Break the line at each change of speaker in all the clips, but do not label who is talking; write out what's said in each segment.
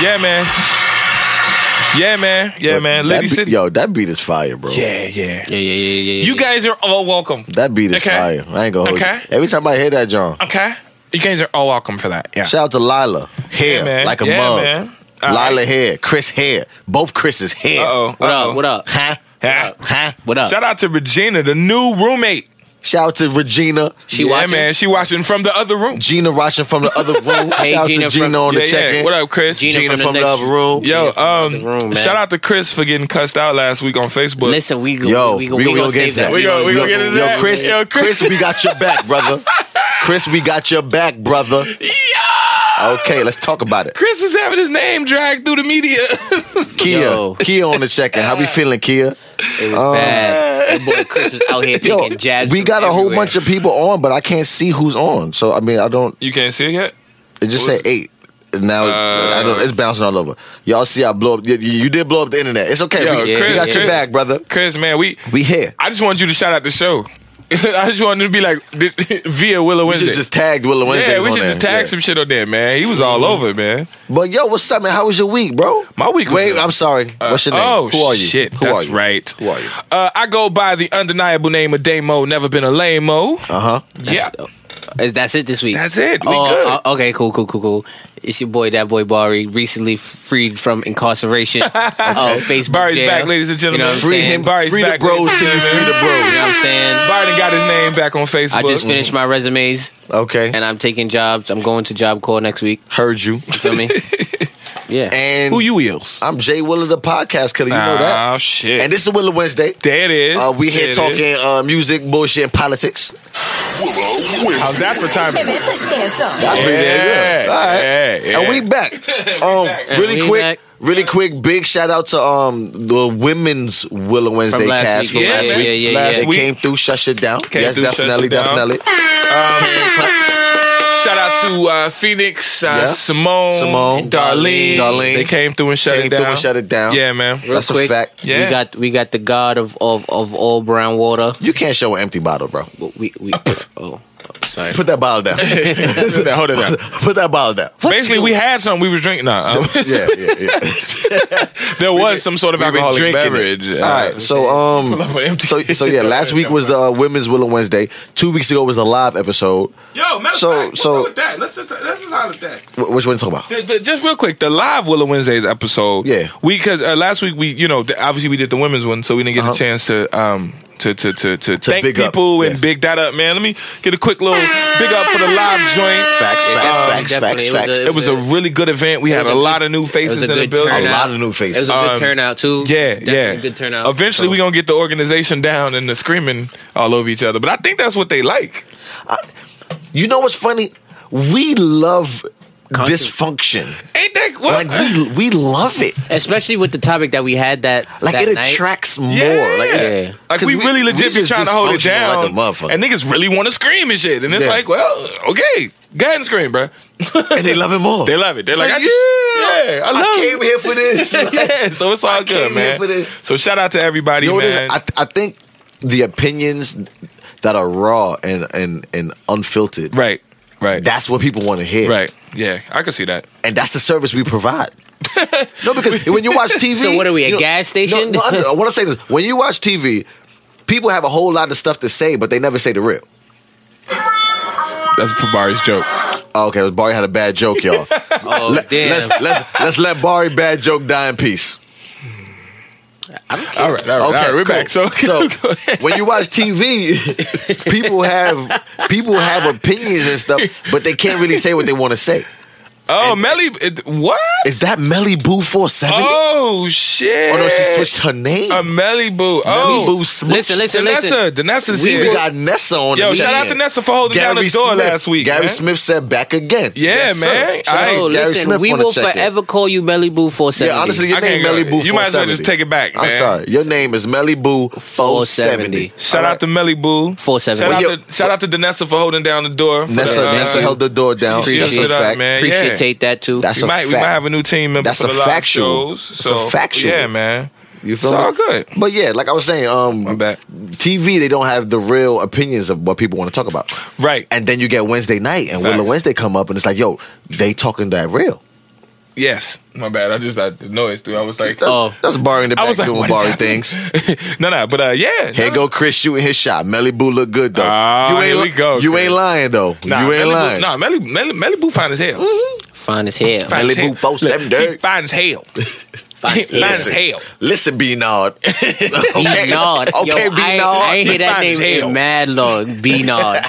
Yeah, man. Yeah, man. Yeah, man.
That
Liberty
beat-
City.
Yo, that beat is fire, bro.
Yeah, yeah.
Yeah, yeah, yeah, yeah.
You guys are all welcome.
That beat is
Okay.
fire. I ain't gonna hold
Okay.
you. Every time I hear that, John,
Okay. You guys are all welcome for that. Yeah.
shout out to Lila. Hair,
Yeah, man.
like a
Yeah,
mug.
man. All
Lila
right.
hair, Chris hair. Both Chris's hair.
Uh-oh.
What
Uh-oh.
up? What up?
Huh?
Huh?
Huh?
What up?
Shout out to Regina, the new roommate.
Shout out to Regina.
She
yeah,
watching?
man. She watching from the other room.
Gina watching from the other room.
Hey,
Shout out
Gina
to Gina
from-
on
Yeah,
the
yeah.
check in.
What up, Chris?
Gina
Gina
from the
from the
next-
other room.
Yeah,
Yo,
from the
um,
other room, man.
shout out to Chris for getting cussed out last week on Facebook.
Listen, we go.
Yo,
we, go-
we
we,
gonna
gonna
get
save
to
that.
that. We
gonna- we
yo,
gonna get into
yo,
that.
Chris,
Yo, Chris.
Chris, we got your back, brother. Chris, we got your back, brother. Okay, let's talk about it.
Chris is having his name dragged through the media.
Kia,
Yo.
Kia on the check in. How we feeling, Kia?
It was bad. That boy Chris was out here
Yo,
taking jabs.
we
from
got a whole
everywhere.
bunch of people on, but I can't see who's on. So I mean, I don't.
you can't see it yet.
It just said eight. And Now
Uh.
I don't, it's bouncing all over. Y'all see, I blow up. You, you did blow up the internet. It's okay.
Yo,
we,
Chris,
we got your
Chris.
back, brother.
Chris, man, we
We here.
I just wanted you to shout out the show. I just wanted to be like via Willow
We
Wednesday.
should just tagged Willow Wednesdays
yeah, we
on
should
there.
just tag
Yeah. Mm-hmm.
some shit on there, man. He was all over, it, man.
But yo, what's up, man? How was your week, bro?
My week was
Wait,
good.
I'm sorry.
Uh,
what's your name?
Oh,
Who are you?
Shit,
Who
that's
are you?
right.
Who are you?
Uh, I go by the undeniable name of Damo. Never been a lameo.
Uh huh.
yeah,
Is that's it this week?
That's it. We
oh,
Uh,
good.
oh, okay, cool, cool, cool, cool. It's your boy, that boy Bari, recently freed from incarceration. Oh, Facebook.
Barry's
jail.
back, ladies and gentlemen.
You know what I'm
Free
saying?
him.
Barry's
free the
back,
bros
ladies
to
and
you. Free
gentlemen.
the
You know
bros.
what I'm saying?
Biden got his name back on Facebook.
I just finished my resumes
Okay.
and I'm taking jobs. I'm going to Job Corps next week.
Heard you.
You feel me? Yeah.
And
Who you is?
I'm Jay Willer, the podcast killer. You know that.
Oh shit!
And this is Willer Wednesday.
there it is.
Uh, we
There it
here
is.
talking uh, music, bullshit, and politics.
How's that for
Shit,
timing?
man, put your hands up.
That's pretty damn good.
Yeah,
All right.
yeah, yeah.
And we back. Um, really
And we
quick,
back.
really quick, big shout out to um the women's Willow Wednesday
last
cast
week.
from
Yeah,
last
yeah,
week.
yeah, yeah,
Last
They
yeah. week.
came through, shut shit down.
Came
yes,
through, shut
definitely,
shit down.
definitely.
Shout out to uh, Phoenix, uh,
Yeah.
Simone,
Simone,
Darlene.
Darlene.
They came through and shut
Came
it
through
down.
and shut it down.
Yeah, man.
Real
That's a
quick,
fact.
Yeah.
We got we got the god of of, of all brown water.
You can't show an empty bottle, bro.
But We we oh, oh, sorry.
Put that bottle down.
Hold it down, hold it down.
Put that bottle down.
Basically, we had something we was drinking. Nah, um,
yeah, yeah, yeah.
there was some sort of
We've been
alcoholic
drinking it.
beverage. uh,
All right, so um,
Pull up an empty-
so so yeah, last week was the uh, Women's Willow Wednesday. Two weeks ago was the live episode.
Yo, matter
So-
of fact, what's
so-
up with that? Let's just let's just holler at that.
Wh- Which one you talking about?
The- the- just real quick, the live Willow Wednesdays episode.
Yeah.
we because uh, last week we you know th- obviously we did the women's one, so we didn't get a chance to um to to to to, thank
big up,
people and
yeah.
big that up, man. Let me get a quick little big up for the live joint.
Facts,
Yeah,
facts,
definitely,
facts, facts,
definitely. It was
facts.
a-
It was a really good event. We had
was
a
a
lot
good-
of new faces
it was a
in the
good
building.
A
turnout.
lot of new
It was
faces.
a
Um,
good turnout too.
Yeah,
Definitely
yeah.
Good turnout.
Eventually,
So-
we're gonna get the organization down and the screaming all over each other. But I think that's what they like.
You know what's funny? We love
Contra-
dysfunction.
Ain't that what?
Like we we love it.
especially with the topic that we had that
Like
that
it
night.
attracts more.
Yeah.
Like, it-
Yeah.
Like
'cause
we, really legit be
just
trying to hold it
dysfunctional
down,
Like a motherfucker.
and niggas really want to scream and shit. And it's
Yeah.
like, well, okay, go ahead and scream, bro.
and they love it more.
They love it. They're like,
like,
I, yeah, I
I
love
came
it.
here for this.
Yeah, so it's all
I
good,
came here for
man.
this.
So shout out to everybody,
You know what it is?
man.
I, I think the opinions that are raw and and and unfiltered.
right, right,
That's what people want to hear.
right. Yeah, I can see that.
And that's the service we provide. no, because when you watch TV,
So what are we, a
you know-
gas station?
No, no, I- what I'm saying is, when you watch TV, people have a whole lot of stuff to say, but they never say the real.
That's Fabari's joke.
Oh, okay, Barry had a bad joke, y'all.
Oh
Let,
damn!
us let's let's let Barry bad joke die in peace.
All right, all right, all
Okay,
right. We're
cool.
back. So,
So when you watch TV, people have people have opinions and stuff, but they can't really say what they want to say.
oh, Melly, it, what?
Is that Melly Boo four seventy? Oh
Oh shit!
no, she switched her name.
A Melly Boo.
Melly
Oh,
Boo Smooch.
Listen, listen,
Danessa, Danessa's
We,
here.
we got Nessa on.
Yo,
the
shout
check-in.
out to Nessa for holding down the door
Smith.
last week.
Gary
man.
Smith said back again.
Yeah,
Yes, sir.
man.
Shout
I-
out
Oh,
to Gary
listen,
Smith
we
on the
will
check-in.
forever call you Melly Boo Four Seventy.
Yeah, honestly,
I
your
can't
name
go
Melly
there.
Boo.
You might as well
470.
just take it back, man.
I'm sorry, your name is Melly Boo. Four seventy.
Shout out to Melly Boo.
Four seventy.
Shout,
Well,
out
yo-
to, shout out to Danessa for holding down the door. for
Nessa,
the, uh,
Nessa held the door down.
she
That's
shut
a
it up,
fact.
man. Yeah.
appreciate that too.
That's
we
a
might, we
fact.
might have a new team member
That's
for
a
the live
factual.
shows.
That's a
So,
factual.
Yeah, man.
You feel
It's
me?
all good.
But yeah, like I was saying, um,
My bad.
TV they don't have the real opinions of what people want to talk about,
Right.
and then you get Wednesday night and
Facts.
Willow Wednesday come up and it's like, yo, they talking that real.
Yes, my bad. I just thought the noise through. I was like,
That's,
Oh.
that's Barry in the
I
back
was like,
doing
what is
Barry
happening?
things.
no, no, but uh, yeah.
Here
no.
go Chris shooting his shot. Melly Boo look good though.
Ah,
you ain't,
here we
li-
go,
You
Chris.
ain't lying though.
Nah,
you ain't
Melly
lying.
Boo, nah, Melly, Melly, Melly Boo fine as hell.
Fine as hell.
Fine
Melly
as hell.
Boo four
Look,
seven,
she
dude.
Fine as hell.
Fine as
Fine
hell.
as hell.
Listen, B Nod. okay,
B Nod. Yo,
okay, B
I, ain't- I
Nod.
ain't hear that
Fine as
name in
hell.
mad long. B Nod.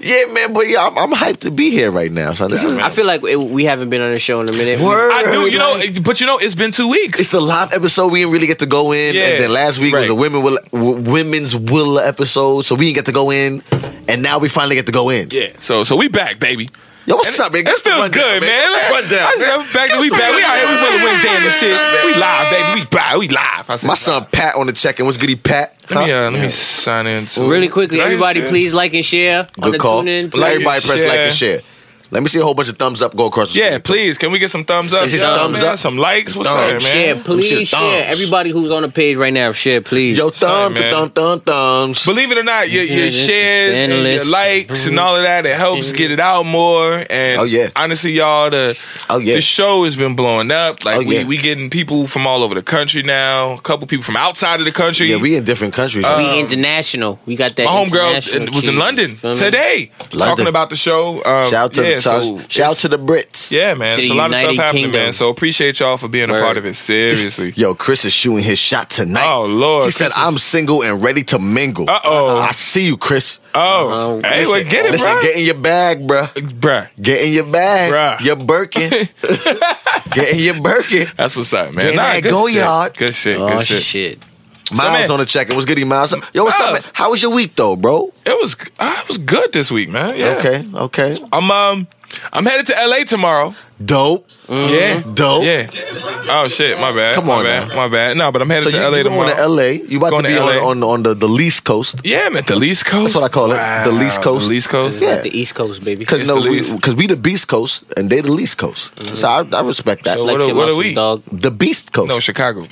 Yeah, man, but yeah, I'm, I'm hyped to be here right now. So this is
I feel like it, we haven't been on the show in a minute.
Word.
I do, you know, but you know, it's been two weeks.
it's the live episode. We didn't really get to go in,
Yeah,
and then last week was
right.
the women will, w- women's will episode, so we didn't get to go in, and now we finally get to go in.
Yeah. So, so we back, baby.
Yo, what's
And
up, man?
It feels good, man.
Run down.
I said, back to we back. We out here. We Willow Wednesday and the shit. We live, baby. We back. We live. I said,
My
live.
son Pat on the check in. What's goody, Pat?
Let me,
Huh?
uh, let me sign in. to-
Really quickly,
Nice,
everybody,
man.
please like and share on the
Good call.
tune in.
Let everybody
and
press like
share.
and share. Let me see a whole bunch of thumbs up go across the
Yeah,
screen.
please. Can we get some thumbs up?
This is
y'all,
thumbs
man?
up.
Some likes. What's up, man?
Thumbs.
Share,
me see the
please share.
thumbs.
Everybody who's on the page right now, share, please.
Yo, thumb,
Sorry, man.
thumb, thumb, thumbs.
Believe it or not, your, your
Yeah, this is
shares and your
endless.
likes and all of that, it helps get it out more. And
Oh, yeah.
honestly, y'all, the
Oh, yeah.
the show has been blowing up. Like
Oh,
we
yeah.
we getting people from all over the country now. A couple people from outside of the country.
Yeah, we in different
uh,
countries.
we
right?
international. We got that.
my homegirl
international
uh, was in
cheese.
London
Feel me?
today, talking about the show. Um,
shout out to
yeah,
the
so
shout out
it's-
to the Brits.
yeah, man.
to
It's a
the
lot of
United
stuff happening,
Kingdom.
man. So appreciate y'all for being a
Word.
part of it. Seriously.
Yo, Chris is shooting his shot tonight.
Oh Lord,
He said,
Chris is-
"I'm single and ready to mingle."
Uh-oh.
I see you, Chris.
Oh,
Uh,
hey,
listen,
well, get it,
Listen,
bro.
get in your bag, bruh.
bruh.
Get in your bag.
Bruh.
Your Birkin. get in your Birkin.
That's what's up,
Get
man.
in that
good
go
shit.
yard.
Good shit. Good
Oh
shit.
shit!
Miles
man-
on the check. What's good, Miles? Yo, what's up, man?
Miles.
How was your week, though, bro?
It was. I was good this week, man. Yeah.
Okay, okay.
I'm um. I'm headed to LA tomorrow.
Dope,
Yeah.
Mm-hmm. dope.
Yeah. Oh shit. My bad.
Come
my
on
bad.
now.
My bad. No, but I'm headed
So
to
you,
LA
you
tomorrow.
going to LA? You about
Going
to
to
be on,
LA.
on on the, the least coast?
Yeah, man. The least
That's
coast.
what I call it, the least coast.
The least coast.
Yeah.
Like the East Coast, baby.
Because
It's
no,
the least. Mm-hmm.
because we, the Beast Coast and they the least coast. So I, I respect that.
So
Like
what are-
shit
what are
muscles,
we?
Dog.
the Beast Coast.
No, Chicago.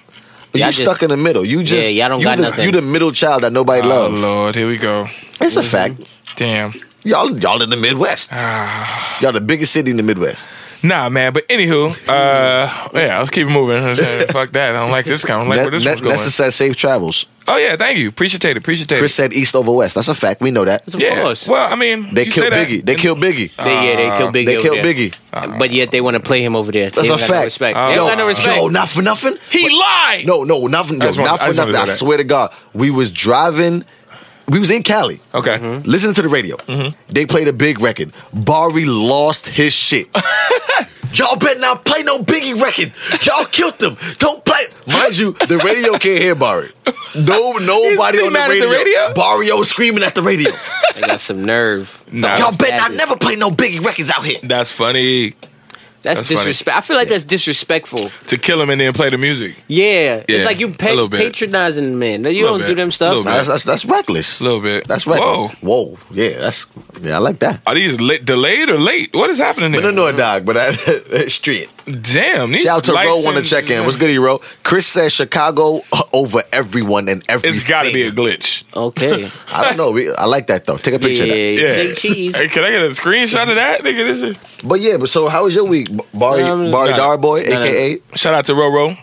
you
Y'all
stuck
just-
in the middle. You just
Yeah, y'all don't
you
got
the,
nothing.
You the middle child that nobody
Oh
loves.
Lord, here we go.
It's
Mm-hmm.
a fact.
Damn.
Y'all y'all in the Midwest.
Ah.
y'all the biggest city in the Midwest.
Nah, man. But anywho, uh, yeah, let's keep it moving. Fuck that. I don't like this kind. I don't like where this
Ne-
one's
ne-
going.
Nessa said safe travels.
oh yeah, thank you. Appreciate it. Appreciate it.
Chris said east over west. That's a fact. We know that.
Of
yeah.
course.
Well, I mean,
They
you
killed
say that- Ah.
Biggie. They killed Biggie.
they, yeah, they killed Biggie.
They
over
killed
there.
Biggie.
but yet they want to play him over there.
That's
they
a
don't got
fact.
No respect.
Uh,
they don't got no
yo,
respect.
Yo, not for nothing.
He lied.
No, no, not for,
I
no,
just wanted-
not
I
for
just
nothing.
wanted to
I
do that.
swear to God, we was driving. We was in Cali.
Okay.
Mm-hmm.
Listen to the radio.
Mm-hmm.
They played a big record. Bari lost his shit. Y'all better not play no Biggie record. Y'all killed him. Don't play. Mind you, the radio can't hear Bari. No, nobody on
screaming
the
at
radio.
the radio?
Barrio screaming at the radio.
They got some nerve.
Nah.
Y'all
That's
better not
bad.
never play no Biggie records out here.
That's funny.
That's,
That's funny.
disrespect. I feel like that's disrespectful.
To kill him and then play the music.
Yeah,
Yeah,
it's like you
a
pay,
little bit.
patronizing the man. No, you
Little
don't
bit.
do them
Little
stuff.
bit.
That's, that's that's reckless.
A little bit.
That's reckless.
Whoa.
Whoa. Yeah. That's yeah. I like that.
Are these late, delayed or late? What is happening there?
But no, no, dog. But I, street.
Damn. These
Shout out to
lights
Ro on the
and-
check in. What's good, Ro? Chris says Chicago over everyone and everything.
It's got to be a glitch.
Okay.
I don't know. We, I like that though. Take a
yeah,
picture of that.
Yeah.
Say cheese.
Hey, can I get a screenshot of that? Nigga, this is.
But yeah, but so how was your week, B- Barry
Um,
Barry
nah.
Darboy,
Nah, nah.
aka?
Shout out to Roro.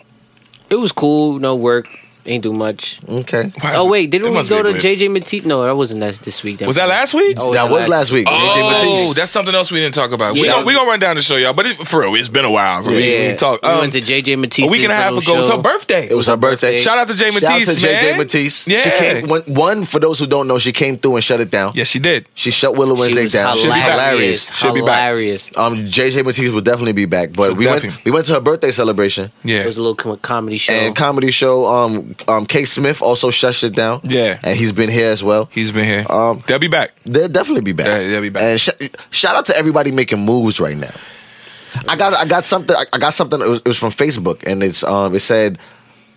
It was cool. No work. Ain't do much.
Okay.
Why is
Oh
it-
wait,
it
didn't we
must be
go
a
to
glitch.
JJ Matisse? No, that wasn't that this week.
Was that last week?
Oh,
That
yeah,
was
like-
last week.
Oh,
JJ Matisse.
that's something else we didn't talk about. We
Yeah.
gon' we gonna run down the show, y'all. But it, for real, it's been a while.
Yeah.
We, we talked.
We
um,
went to JJ
a
Matisse.
week and a half ago. It was her birthday.
It was her birthday.
Shout out to Jay
Shout out
Matisse,
to JJ
man.
Matisse.
Yeah.
She came one, one for those who don't know, she came through and shut it down.
yes, she did.
She shut Willow Wednesday
was
down. She's hilarious.
hilarious.
She'll be back.
hilarious.
Um, JJ Matisse will definitely be back, but we
definitely.
went, we went to her birthday celebration.
Yeah.
It was a little com- comedy show.
and comedy show. Um, um, K. Smith also shuts it down.
Yeah.
and he's been here as well.
He's been here.
Um,
They'll be back.
They'll definitely be back.
Yeah, they'll be back.
And sh- shout out to everybody making moves right now. I got I got something I- I got something. It was, it was from Facebook, and it's um it said,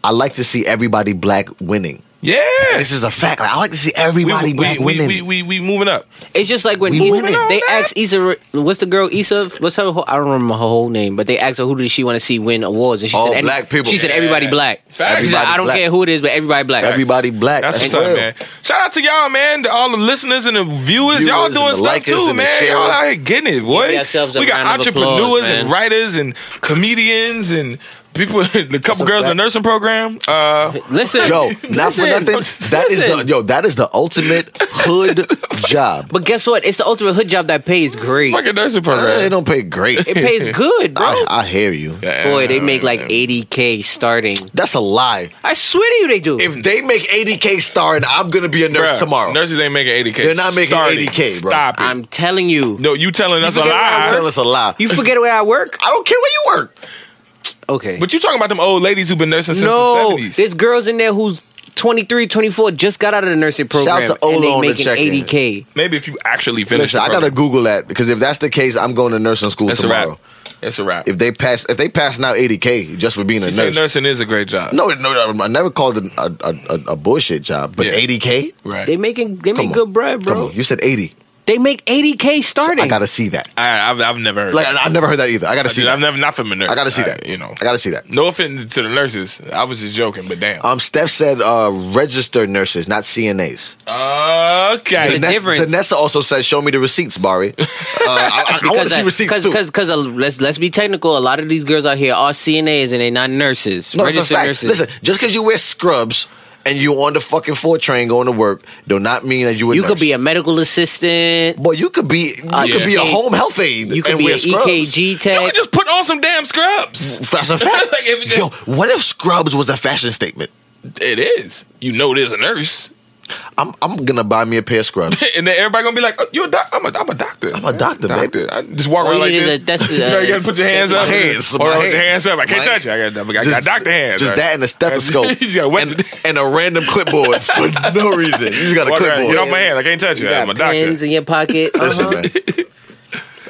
"I like to see everybody black winning."
Yeah.
This is a fact. Like, I like to see
We,
everybody
we,
black
we,
women.
we, we, we moving up.
It's just like when
We
Issa-
women on
they
that.
asked Issa, what's the girl Issa? What's her? Whole, I don't remember her whole name, but they asked her who does she want to see win awards, and she
All
said any-
black people.
She said
Yeah.
everybody black.
Facts.
She said, I don't
Everybody
care
black.
who it is, but everybody black.
everybody black.
That's
as
what's up,
well.
man. Shout out to y'all, man. To all the listeners and the viewers. y'all
Viewers and
doing
the
stuff
likers
too,
and the
man.
sharers.
Y'all out here getting it, boy.
Give yourselves a
We got
round of applause,
entrepreneurs and
man.
writers and comedians and people. The couple
a
girls in the
fact.
nursing program. Uh,
Listen,
Yo, not for
Listen.
nothing. That is the
Listen.
yo. That is the ultimate hood job.
But guess what? It's the ultimate hood job that pays great.
fucking nursing
Uh, it
program.
don't pay great.
It pays good, bro.
I, I hear you.
Boy, they make like 80k starting.
That's a lie.
I swear to you, they do.
If they make 80k starting, I'm gonna be a nurse
Bruh,
tomorrow.
Nurses ain't making eighty k.
They're not making 80K, bro.
Stop it.
I'm telling you,
no, you telling us a
forget what I
lie.
Tell us a lie.
you forget where I work.
I don't care where you work.
Okay,
But you talking about them old ladies who've been nursing since
no,
the seventies?
there's girls in there who's 23, 24, just got out of the nursing program,
to
and
Ola
they
on the
making
check-in.
80k.
Maybe if you actually finish.
Listen,
the
I gotta
program.
Google that because if that's the case, I'm going to nursing school
That's a
tomorrow.
wrap. That's a wrap.
If they pass, if they pass now 80k just for being a
You say
nurse.
nursing is a great job.
No, no, no, I never called it a, a, a, a bullshit job, but
Yeah.
80k.
Right.
They making they
Come
make
on.
good bread,
Come
bro.
on, you said 80.
They make 80k starting.
I gotta see that.
I, I've, I've never heard.
Like,
that.
I, I've never heard that either. I gotta see.
Dude,
that.
I've never not familiar.
I gotta see that.
You know,
I gotta see that.
no offense to the nurses. I was just joking, but damn.
Um, Steph said uh, registered nurses, not CNAs.
okay.
The
Ness-
difference-
Danessa also said, "Show me the receipts, Bari." Uh, I, I, I want to
because
see receipts too.
because because let's let's be technical. A lot of these girls out here are CNAs and they're not nurses,
No, it's a
registered
fact.
nurses.
Listen, just because you wear scrubs and you on the fucking four train going to work, do not mean that you a
you
nurse.
could be a medical assistant.
boy. You could be you
Uh,
could be a
yeah.
home health aide.
You could
and
be E
wear
an
scrubs.
EKG
you
tech.
could just put on some damn scrubs.
That's a fact.
Like, if it-
Yo, what if scrubs was a fashion statement?
It is. You know, there's a nurse,
I'm I'm gonna buy me a pair of scrubs.
and then everybody gonna be like, oh, "You're a doc- I'm a, I'm a doctor.
I'm a doctor, baby.
I just walk
All
around
you
like
need is
this.
a- that's the-
you know, you gotta put your hands
My
up.
hands,
or
my
put your
hands.
hands up. I can't
My-
touch you. I got, I got, I got doctor hands.
Just
right?
that and a stethoscope.
you uh, just gotta wedge
and,
it.
and a random clipboard for no reason. You just got a
Walk around,
clipboard.
Get off my hand. I can't touch you.
You
I'm a
got
doctor.
pins in your pocket.
Listen,
Uh-huh.
man.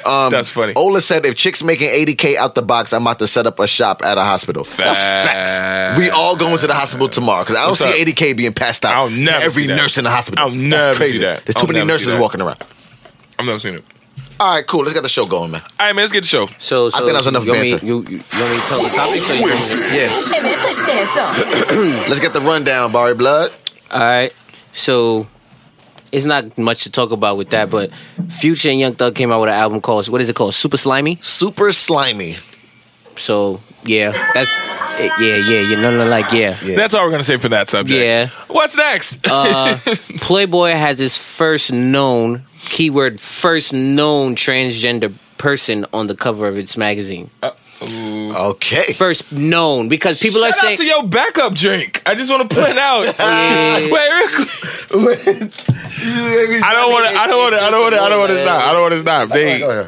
That's funny.
Ola said, if chicks making 80K out the box, I'm about to set up a shop at a hospital. That's facts. We all going to the hospital tomorrow because I don't
What's
see
up?
80K being passed out
I'll
to
never
every
see that.
nurse in the hospital.
I'll never
That's
see
crazy.
that.
There's too
I'll
many
never see
nurses
that.
walking around.
I've never seen it.
All right, cool. Let's get the show going, man.
All right, man. Let's get the show.
So, so
I think that was enough
you want me-
banter.
you, you, you want me to tell the topics or you want me to-
Yes.
Listen and push their song.
Let's get the rundown, Barry Blood.
All right. So it's not much to talk about with that, but Future and Young Thug came out with an album called what is it called? Super Slimy.
Super slimy.
So yeah, that's eh, yeah, yeah, yeah. No, no, like yeah.
Yeah.
That's all we're gonna say for that subject.
Yeah.
What's next?
Uh, Playboy has his first known keyword first known transgender person on the cover of its magazine.
Okay.
First known because people
Shout
are saying
out to your backup drink. I just want to point out. Wait, real quick. I don't want to. I don't want to. I don't want to. I don't want to stop. I don't want to stop.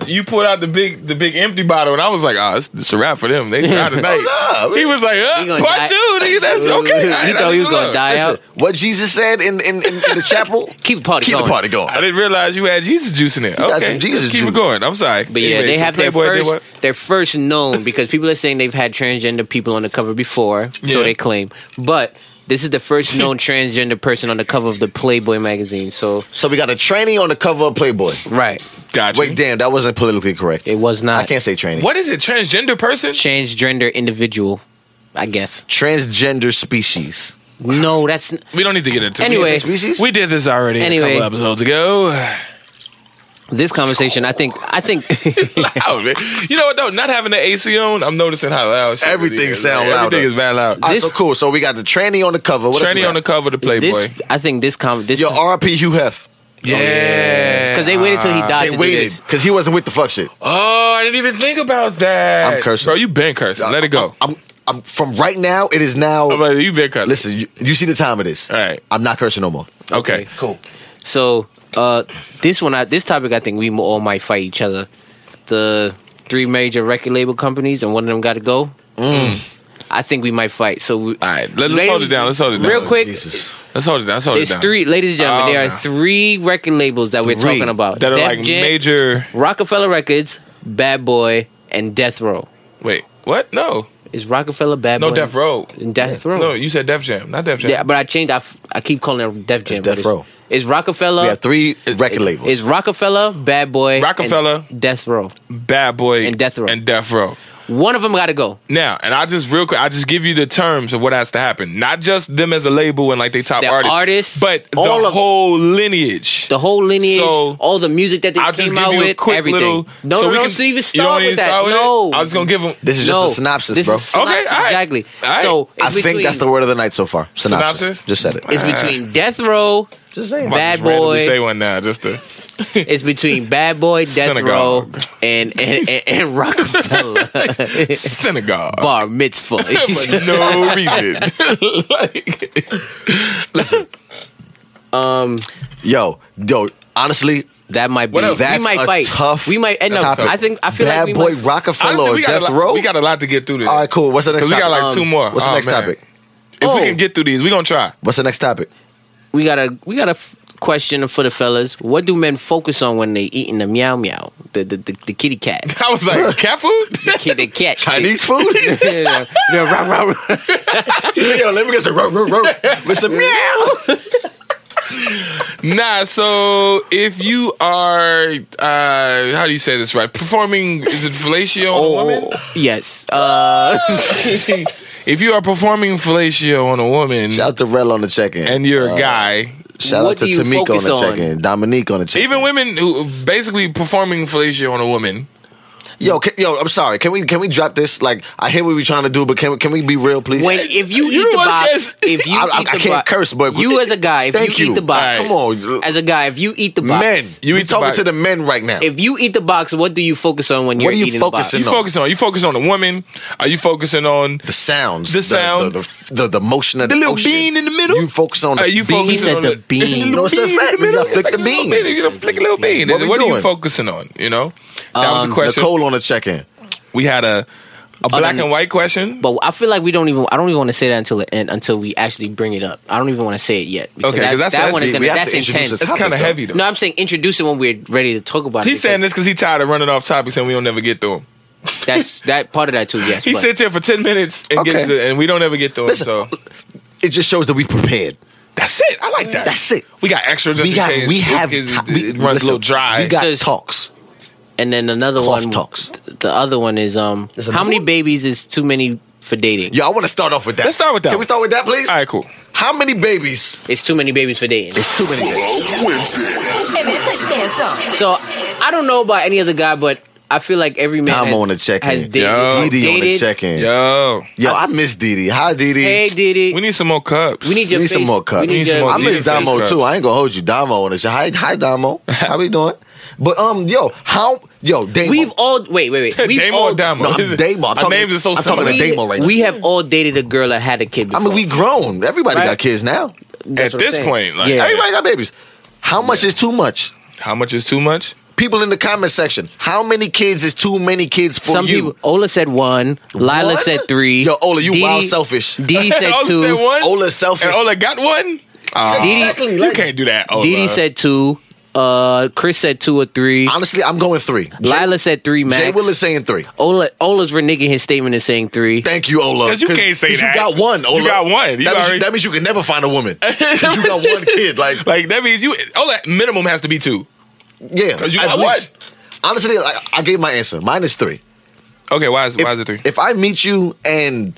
They, you pulled out the big, the big empty bottle, and I was like, ah, it's, it's a wrap for them. They tried tonight.
Oh, nah.
He was like,
He
uh,
gonna
part
die.
two. Nigga, that's okay. I-
you
I
thought he was
just
gonna
look.
die
Listen,
out.
what Jesus said in, in, in, in the chapel?
Keep the party
Keep the
going.
party going.
I didn't realize you had Jesus juice in it.
got
Okay,
some Jesus
Let's keep
juice.
it going. I'm sorry,
But yeah,
Anyway,
they
so
have their
Playboy did
first
what?
their first known because people are saying they've had transgender people on the cover before,
Yeah.
so they claim. But this is the first known transgender person on the cover of the Playboy magazine. So
So we got a trainee on the cover of Playboy.
right,
Gotcha.
Wait, damn, that wasn't politically correct.
it was not
I can't say trainee.
What is it? Transgender person?
transgender individual. I guess
Transgender species.
no, that's
We don't need to get into it.
Anyway.
Species?
We did this already
Anyway.
a couple episodes ago.
this conversation. I think I think
loud, man. You know what though? Not having the AC on, I'm noticing how loud shit
Everything
really is.
sound
Like, Everything
louder.
is bad loud.
All right,
This-
so cool. So we got the tranny on the cover. What else we
Tranny on the
got?
cover to Playboy.
this I think this con this
Yo, RP Hugh Hef.
yeah,
because they waited till
uh,
he died
They
to do
waited
this.
because he wasn't with the fuck shit.
Oh, I didn't even think about that.
I'm cursing.
bro. You been cursing. Let it go.
I'm, I'm, I'm- from right now. It is
I'm
now.
like, you been cursing.
Listen, you, you see the time of this.
All right.
I'm not cursing no more.
Okay.
Cool.
So uh, this one, I, this topic, I think we mo- all might fight each other. The three major record label companies, and one of them got to go.
Mm.
I think we might fight. So we,
All right. Let, us hold it down. Let's hold it down.
Real quick,
Jesus.
Uh,
Let's hold it down. Let's hold it
there's
down.
three, ladies and gentlemen,
Oh,
there are
no.
three record labels that we're
Three
talking about
that are
Def
like
Jam,
major.
Rockefeller Records, Bad Boy, and Death Row.
Wait, what? No.
It's Rockefeller Bad
No,
Boy
Death Row.
and Death Row.
No, you said Def Jam, not Def Jam.
Yeah, but I changed. I, f- I keep calling it Def Jam.
It's
but
Death Row.
It's Rockefeller.
We have three record labels.
It's Rockefeller, Bad Boy, and
Rockefeller.
Death Row.
Bad Boy
And Death Row.
And Death Row.
One of them got to go.
Now, and I just real quick, I just give you the terms of what has to happen. Not just them as a label and like they top
The
artists,
artists,
but the
all of-
whole lineage.
The whole lineage,
So,
all the music that they
I'll just
came
give
out
you a
with,
quick
everything.
little.
no,
so
no,
we
don't
can-
even
you
start
don't
with
even
that.
start with it?
no,
I was gonna give them
This is just
no,
a synopsis,
this
bro.
Is a synopsis,
Okay, all right.
exactly.
All right.
So it's
I think that's the
between-
word of the night so far. Synopsis.
Synopsis?
Just said it.
It's between Death Row,
Just saying.
I
Bad
just randomly
Boy.
Say one now, just to.
It's between Bad Boy, Death
Synagogue.
Row, and and, and, and Rockefeller
synagogue.
Bar Mitzvah.
for no reason. like,
Yo, yo. Honestly,
Um, that might be.
What else?
That's
we might
a
fight.
tough-
we might end
that's
up.
tough.
I think. I feel
Bad
like we
Boy
might,
Rockefeller
honestly, we
or
got,
Death
a lot,
Row.
we got a lot to get through today.
All right, cool. What's the next
Because we
topic?
got like
Um,
two more.
What's the
Oh,
next
man.
topic?
If we
Oh.
can get through these, we gonna try.
What's the next topic?
we got a we got a f- question for the fellas. What do men focus on when they eating the meow meow, the the, the, the kitty cat,
I was like, cat food?
the, kid, the cat,
Chinese food?
Yeah, yeah, rah, rah, rah.
yo, let me get some row, row, row. With some meow.
Nah, so if you are, uh, how do you say this right? Performing, is it fellatio
Oh,
on a woman?
Oh, yes. Uh,
If you are performing fellatio on a woman
Shout out to Rel on the check in.
and you're a guy,
Shout
What
out to
do you
Tamika on
focus
the
on?
check in. Dominique on the check in.
even women who basically performing fellatio on a woman,
Yo, can, yo, I'm sorry. Can we can we drop this? Like, I hear what we're trying to do, but can we can we be real, please?
when if you,
You
eat the
wanna
box,
guess?
if you
I- I-
eat the
I can't
box-
curse, but-
you as a guy, if
Thank
you,
you.
eat the box,
Alright.
come on,
as a guy, if you eat the box,
men.
You
You we
eat the
talking
box.
to the men right now?
if you eat the box, what do you focus on when you're
are you
eating
focusing
you
No.
focusing on you focus on the woman. Are you focusing on
the sounds,
The sound.
the the, the, the motion of
The
the,
little
ocean.
bean in the middle?
You focus on the
Are you
bean.
He
focusing
said
on
the
the-
bean.
the
No,
little
it's a
bean in
fact.
the
We
middle.
gotta flick
It's
the
like a little
bean.
bean. You gotta flick a little bean.
What we
What, are you
doing?
focusing on? You know, that was
Um,
the question.
Nicole Um, on the check in.
we had a a black
than-
and white question.
But I feel like we don't even. I don't even want to say that until the end, until we actually bring it up. I don't even want to say it yet. because
Okay,
that,
'cause that's-
that
that's-
one is
we-
gonna,
we have
that's
to introduce
intense.
this
That's kind of
topic,
heavy though.
No, I'm saying introduce it when we're ready to talk about it.
He's saying this
because
because he's tired of running off topics and we don't ever get to him.
That's that part of that too. Yes,
He
but
sits here for ten minutes and gets
Okay.
to, and we don't ever get to him.
Listen,
so
It just shows that we prepared.
that's it. I like that.
That's it.
We got extra. Just
We
in
got
case.
we have
It,
to-
it
we,
runs a little
listen,
dry.
We got
Says-
talks.
and then another
Cloth
one.
talks.
th- The other one is um,
There's
how
another
many
one?
babies is too many for dating?
Yo, I want to start off with that.
Let's start with that
Can
one.
we start with that, please?
All right, cool.
How many babies?
It's too many babies for dating.
It's too many. Babies.
It is a dance song.
So I don't know about any other guy, but I feel like every man
Dom
has,
on the check
has
in.
dated.
Yo.
Didi on the
dated.
check in. Yo,
Yo,
I miss Didi. Hi, Didi.
Hey, did it?
we need some more cups.
We need your
need some
face-
more cups.
We
We
need
need
your,
some more-
I miss
Leave your face
Damo
cut.
too. I ain't gonna hold you, Damo. And it's hi, hi, Damo. How we doing? But um, yo, how yo, Damo.
We've all wait, wait, wait. We've
Damo
all,
or Damo?
No, I'm
Is it-
Damo. I'm
Our
talking-
names are so
I'm
similar.
talking
We,
to Damo right
we have all dated a girl that had a kid.
I
Before.
mean, we grown. Everybody
Right.
got kids now.
At
That's what I'm
this
saying.
point, like-
yeah.
Everybody got babies. How much is too much?
How much is too much?
People in the comment section. How many kids is too many kids for
Some
you?
people. Ola said one. Lila
One?
said three.
Yo, Ola, you
Didi-
wild selfish.
Didi said
Ola
two.
said one.
Ola's selfish.
And Ola got one. Ah,
Didi-
Exactly,
you
like-
can't do that. Ola.
Didi said two. Uh, Chris said two or three.
Honestly, I'm going three.
Lila said three. Max.
Jay Will is saying three.
Ola Ola's reneging his statement and saying three.
Thank you, Ola.
'Cause you can't say
'cause
that.
You got one,
You
Ola.
got one.
that,
You
means
already-
you, that means you can never find a woman. 'Cause you got one kid. Like,
Like that means you. Ola minimum has to be two.
yeah.
'Cause you
at
got one.
least. Honestly, like, I gave my answer. Mine is three.
Okay, why is
if,
why is it three?
If I meet you and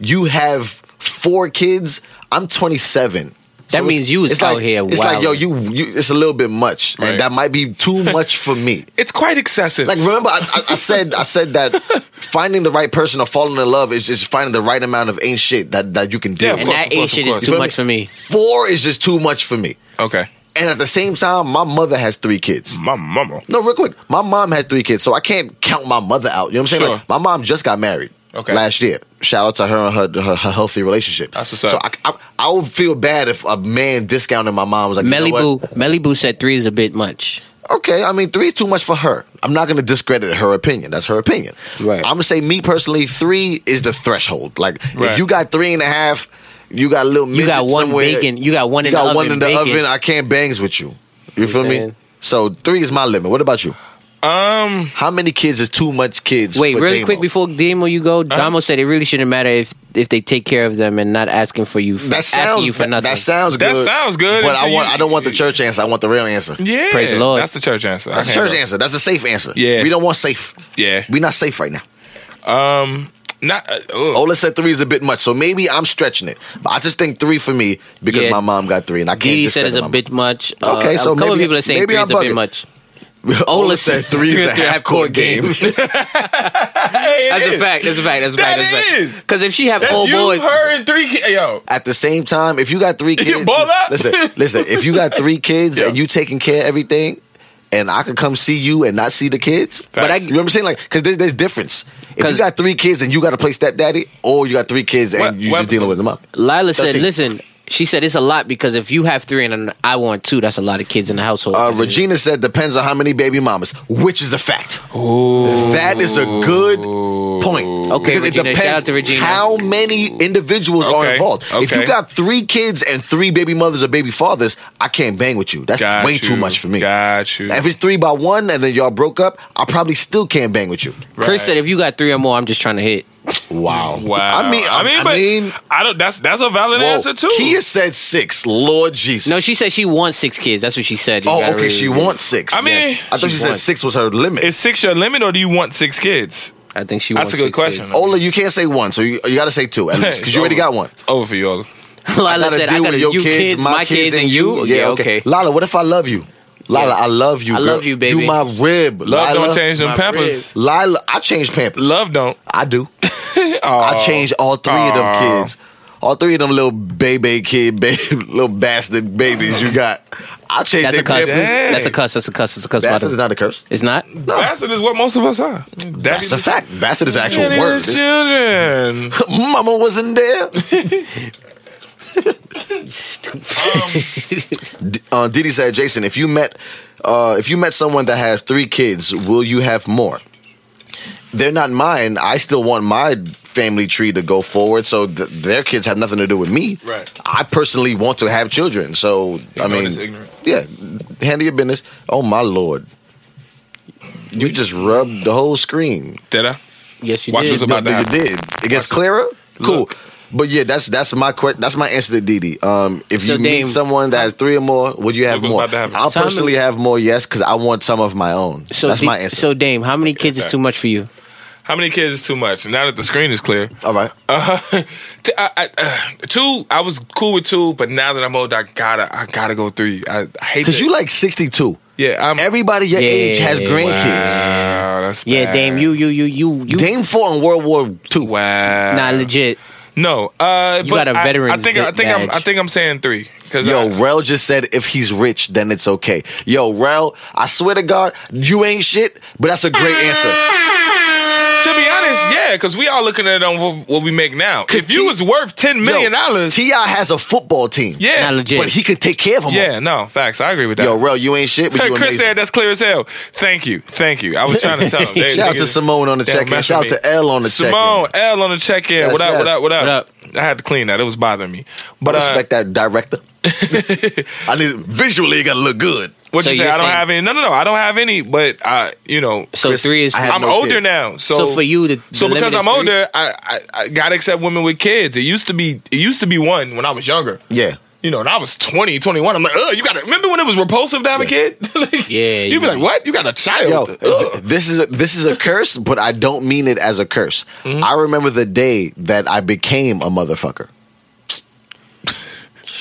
you have four kids, I'm 27.
That
it's-
means you was
it's
out
like,
here
It's like yo,
wilding.
you, you. It's a little bit much,
Right.
and that might be too much for me.
It's quite excessive.
Like remember, I, I, I said I said that finding the right person or falling in love is just finding the right amount of ain't shit that that you can
Yeah,
deal.
of
and
with.
course,
that
of course,
eight
of
shit
course.
is too
You
much for
feel
me.
Four is just too much for me.
okay,
And at the same time, my mother has three kids.
my mama.
No, real quick. My mom had three kids, so I can't count my mother out. You know what I'm saying?
Sure.
Like, my mom just got married
Okay.
last year. Shout out to her and her her, her healthy relationship.
That's what's
so
up.
I, I, I would feel bad if a man discounted my mom. Was like, you
Melly
know
Boo,
what?
Melly Boo said three is a bit much.
Okay, I mean, three is too much for her. I'm not going to discredit her opinion. That's her opinion.
Right.
I'm going to say, me personally, three is the threshold. Like,
Right.
if you got three and a half, you got a little
You got
midget
one
somewhere,
bacon. You got one
you
in the
got
oven.
one in the
bacon.
oven. I can't bangs with you. You feel me?
saying?
So three is my limit. What about you?
Um,
How many kids is too much kids?
Wait,
for
really
Damo?
quick before Damo you go, Damo said it really shouldn't matter if if they take care of them and not asking for you for,
That sounds
asking you for
that,
nothing.
that sounds
That
good.
sounds good
But I
until
want
you-
I don't want the church answer. I want the real answer.
yeah.
Praise the Lord.
That's the church answer. I
That's the
can't
church
go-
answer. That's the safe answer.
Yeah.
We don't want safe.
Yeah.
We not safe right now.
Um, not. Uh, ugh.
Ola said three is a bit much, so maybe I'm stretching it. But I just think three for me because
Yeah.
my mom got three, and I can't.
Didi said it's
discredit
a
my
bit much. Uh,
Okay, so
a couple
maybe-
people are saying
maybe
three
I'm
is a bit
bugging.
much.
mom. Ola
Ola
said
said
three is a
three-
half court game.
Hey, it
That's a
is.
fact. Oh, That's a fact. That's a
That
fact. That's a
is.
fact. Because if she have
That's
whole
you,
boys,
her, and three kids. Yo,
At the same time, if you got three kids,
ball up.
listen, listen. If you got three kids
Yeah.
and you taking care of everything, and I could come see you and not see the kids,
but I
You know what I'm saying? Like, because there's, there's difference. If you
'Cause-
got three kids and you got to play stepdaddy, or you got three kids and
What-
you
what-
just dealing with them up.
Lila said,
Thirteen.
"Listen." She said it's a lot because if you have three and I want two, that's a lot of kids in the household.
Uh, Regina said, depends on how many baby mamas, which is a fact. That is a good point.
Okay,
Because
Regina. Shout out to Regina.
how many individuals are
Okay,
involved. If
okay.
you got three kids and three baby mothers or baby fathers, I can't bang with you. That's
Got
way
you.
too much for me.
Got you.
If it's three by one and then y'all broke up, I probably still can't bang with you.
Chris
Right.
said, if you got three or more, I'm just trying to hit.
Wow.
Wow.
I mean, I mean, I
but
mean
I don't. That's that's a valid
whoa.
answer too.
Kia said six. Lord Jesus.
No, she said she wants six kids. That's what she said. You
Oh,
gotta
okay.
really-
she wants six.
I mean-
I thought
She
she said
wants-
six was her limit.
is six your limit, or do you want six kids?
I think she.
That's
wants
a good
six
question.
kids.
Ola, you can't say one, so you, you got to say two at least because
It's
you already
over.
got one.
It's over for you all.
Lila
gotta
said, "I got you kids, my kids, and you." Yeah, okay.
Lala, what if I love you? Lala, I love you.
I
girl.
love you, baby.
You my rib.
Love
Lila.
don't change them
my
pampers.
Lila, I change pampers.
Love don't.
I do. I change all three of
Aw.
them kids. All three of them little baby kid, baby, little bastard babies you got. I change
That's
their
a cuss.
pampers.
Dang.
That's a cuss. That's a cuss. That's a cuss.
Bastard
mother.
is not a curse.
It's not.
Bassett is what most of us are. Daddy
That's a fact. Bastard is an actual
Daddy
word.
was children.
Mama wasn't there. D- uh, Didi said, Jason, if you met uh, if you met someone that has three kids, will you have more? They're not mine. I still want my family tree to go forward, so th- their kids have nothing to do with me.
Right.
I personally want to have children, so I
Ignorance
mean,
is ignorance.
yeah, handle your business. Oh my lord, you just rubbed the whole screen.
Did I?
Yes, you
Watch
did.
what's about
No,
to
you did. It gets clearer. Cool.
Look.
But yeah, that's that's my que- that's my answer to Didi. Um, if
So
you
Dame-
meet someone that has three or more, would you have
Look what's
more?
about to happen.
I'll
So how
personally
many-
have more, yes, because I want some of my own.
So
that's
D-
my answer.
So Dame, how many kids is too much for you?
How many kids is too much? Now that the screen is clear.
All right.
Uh, t- I, I, uh, two, I was cool with two, but now that I'm old, I gotta, I gotta go three. I, I hate
Because
that.
you like sixty two.
yeah, I'm.
Everybody your
Yeah,
age has
wow.
grandkids.
wow, that's
Yeah,
bad.
Dame, you, you, you, you, you.
Dame fought in World War Two.
Wow,
Nah, legit.
No, uh,
You
but
got a
I- I,
veteran's
think, I
bit
think I'm,
badge.
I think I'm saying three. Cause
Yo,
I-
Rel just said if he's rich, then it's okay. Yo, Rel, I swear to God, you ain't shit, but that's a great answer.
to be honest, yeah, because we all looking at it on what, what we make now. If you
T-
was worth ten million dollars,
Ti has a football team.
yeah,
Nah, legit.
but he could take care of them. all.
yeah, no, facts. I agree with that.
Yo, Rel, you ain't shit, but you
Chris
amazing.
said that's clear as hell. Thank you, thank you. I was trying to tell him. They-
Shout out
they-
to Simone on the
they
check in.
messing
Shout out
me.
to L on the check in.
Simone, L on the check in.
Yes,
what, up,
yes.
what up? What up?
What up?
I had to clean that. It was bothering me. But
I
uh,
respect that director. I need visually it gotta look good.
what
So
you say?
you're
I don't
saying-
have any. No, no, no. I don't have any. But I, you know,
So
Chris,
three is.
I have
I'm
no
older
kids.
now. So,
so, for you, the,
So
the
because I'm
limit is three?
older, I, I I gotta accept women with kids. It used to be it used to be one when I was younger.
Yeah.
You know, and I was 20, 21. I'm like, ugh, you gotta remember when it was repulsive to have a kid? like,
Yeah,
You'd be
you-
like, what? You got a
Yo,
child.
th-
Ugh.
this is a, this is a curse, but I don't mean it as a curse.
Mm-hmm.
I remember the day that I became a motherfucker.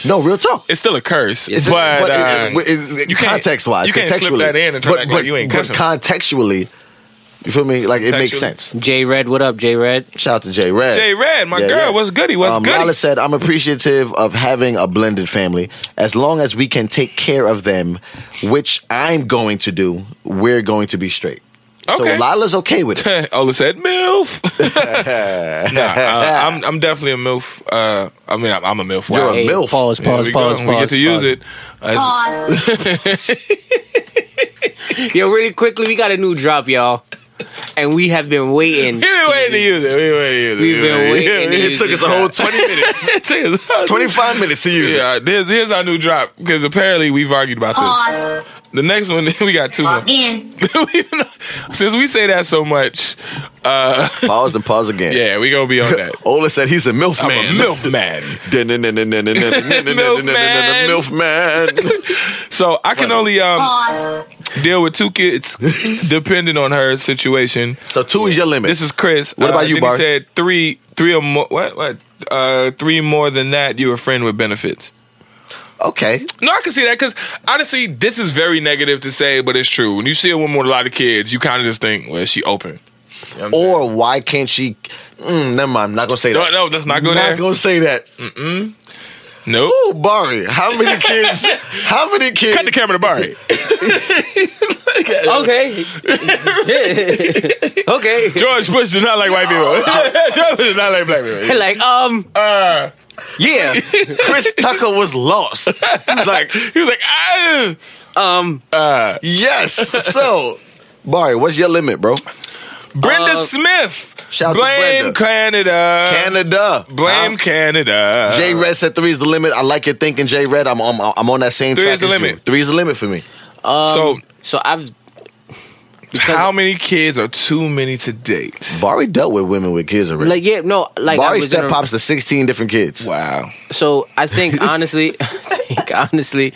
no, real talk.
It's still a curse.
It's-
but,
But
uh,
it- it- it-
you can't-
context wise,
you can't slip
contextually,
that in and try to act like you ain't
but contextually, you feel me? Like it makes
Contextually.
sense.
J Red, what up, J Red?
Shout out to Jay Red.
Jay Red, my girl, what's goody, what's
um,
goody?
Lala said, I'm appreciative of having a blended family. As long as we can take care of them, which I'm going to do, we're going to be straight.
Okay.
So Lala's okay with it.
Ola said MILF. nah, uh, I'm I'm definitely a MILF. Uh, I mean, I'm, I'm a MILF.
You're
Wow.
a Hey, MILF.
Pause,
There
pause,
we
pause,
go.
pause.
We get to use
pause.
it. Uh, As-
Pause.
Yo, really quickly, we got a new drop, y'all. and we have been waiting.
We been waiting to use it. We been waiting to use it.
We've
We
been waiting to
yeah,
It took us a whole 20 minutes,
it took us-
25 minutes to use it.
Yeah, here's, here's our new drop because apparently we've argued about this.
Pause.
The next one we got two more.
Pause again.
Since we say that so much, uh,
Pause and pause again.
yeah, we gonna be on that.
Ola said he's a MILF
I'm
man.
a milf man.
milf
man.
Milf man.
So I can only um,
Pause.
deal with two kids, depending on her situation.
So two is your limit.
This is Chris.
What about you,
then
Bart?
He said three, three or more. What? What? Uh, three more than that, you're a friend with benefits.
okay.
No, I can see that because honestly, this is very negative to say, but it's true. When you see a woman with a lot of kids, you kind of just think, well, she open. You know what I'm saying?
Or why can't she? Mm, never mind. I'm not gonna say
no,
that.
no, that's not
I'm
good.
not gonna say that.
no.
Ooh, Barry, how many kids? How many kids?
Cut the camera to Barry.
Okay. okay.
George Bush does not like white people. George Bush does not like black people.
like, um,
Uh,
yeah.
Chris Tucker was lost. He's like,
he was like, ah.
Um,
Uh,
yes. So, Barry, what's your limit, bro?
Brenda
Uh,
Smith.
shout out to
Blame
Brenda.
Canada.
Canada.
Blame
Huh?
Canada.
J Red said three is the limit. I like your thinking, J Red. I'm, I'm I'm on that same
Three
track
is the
as you.
limit.
Three is the limit for me.
so,
Um,
so I've
how many kids are too many to date?
Barry dealt with women with kids already.
like, yeah, no, like, I
Barry
was
step
gonna-
pops to 16 different kids.
Wow.
So I think honestly, I think honestly,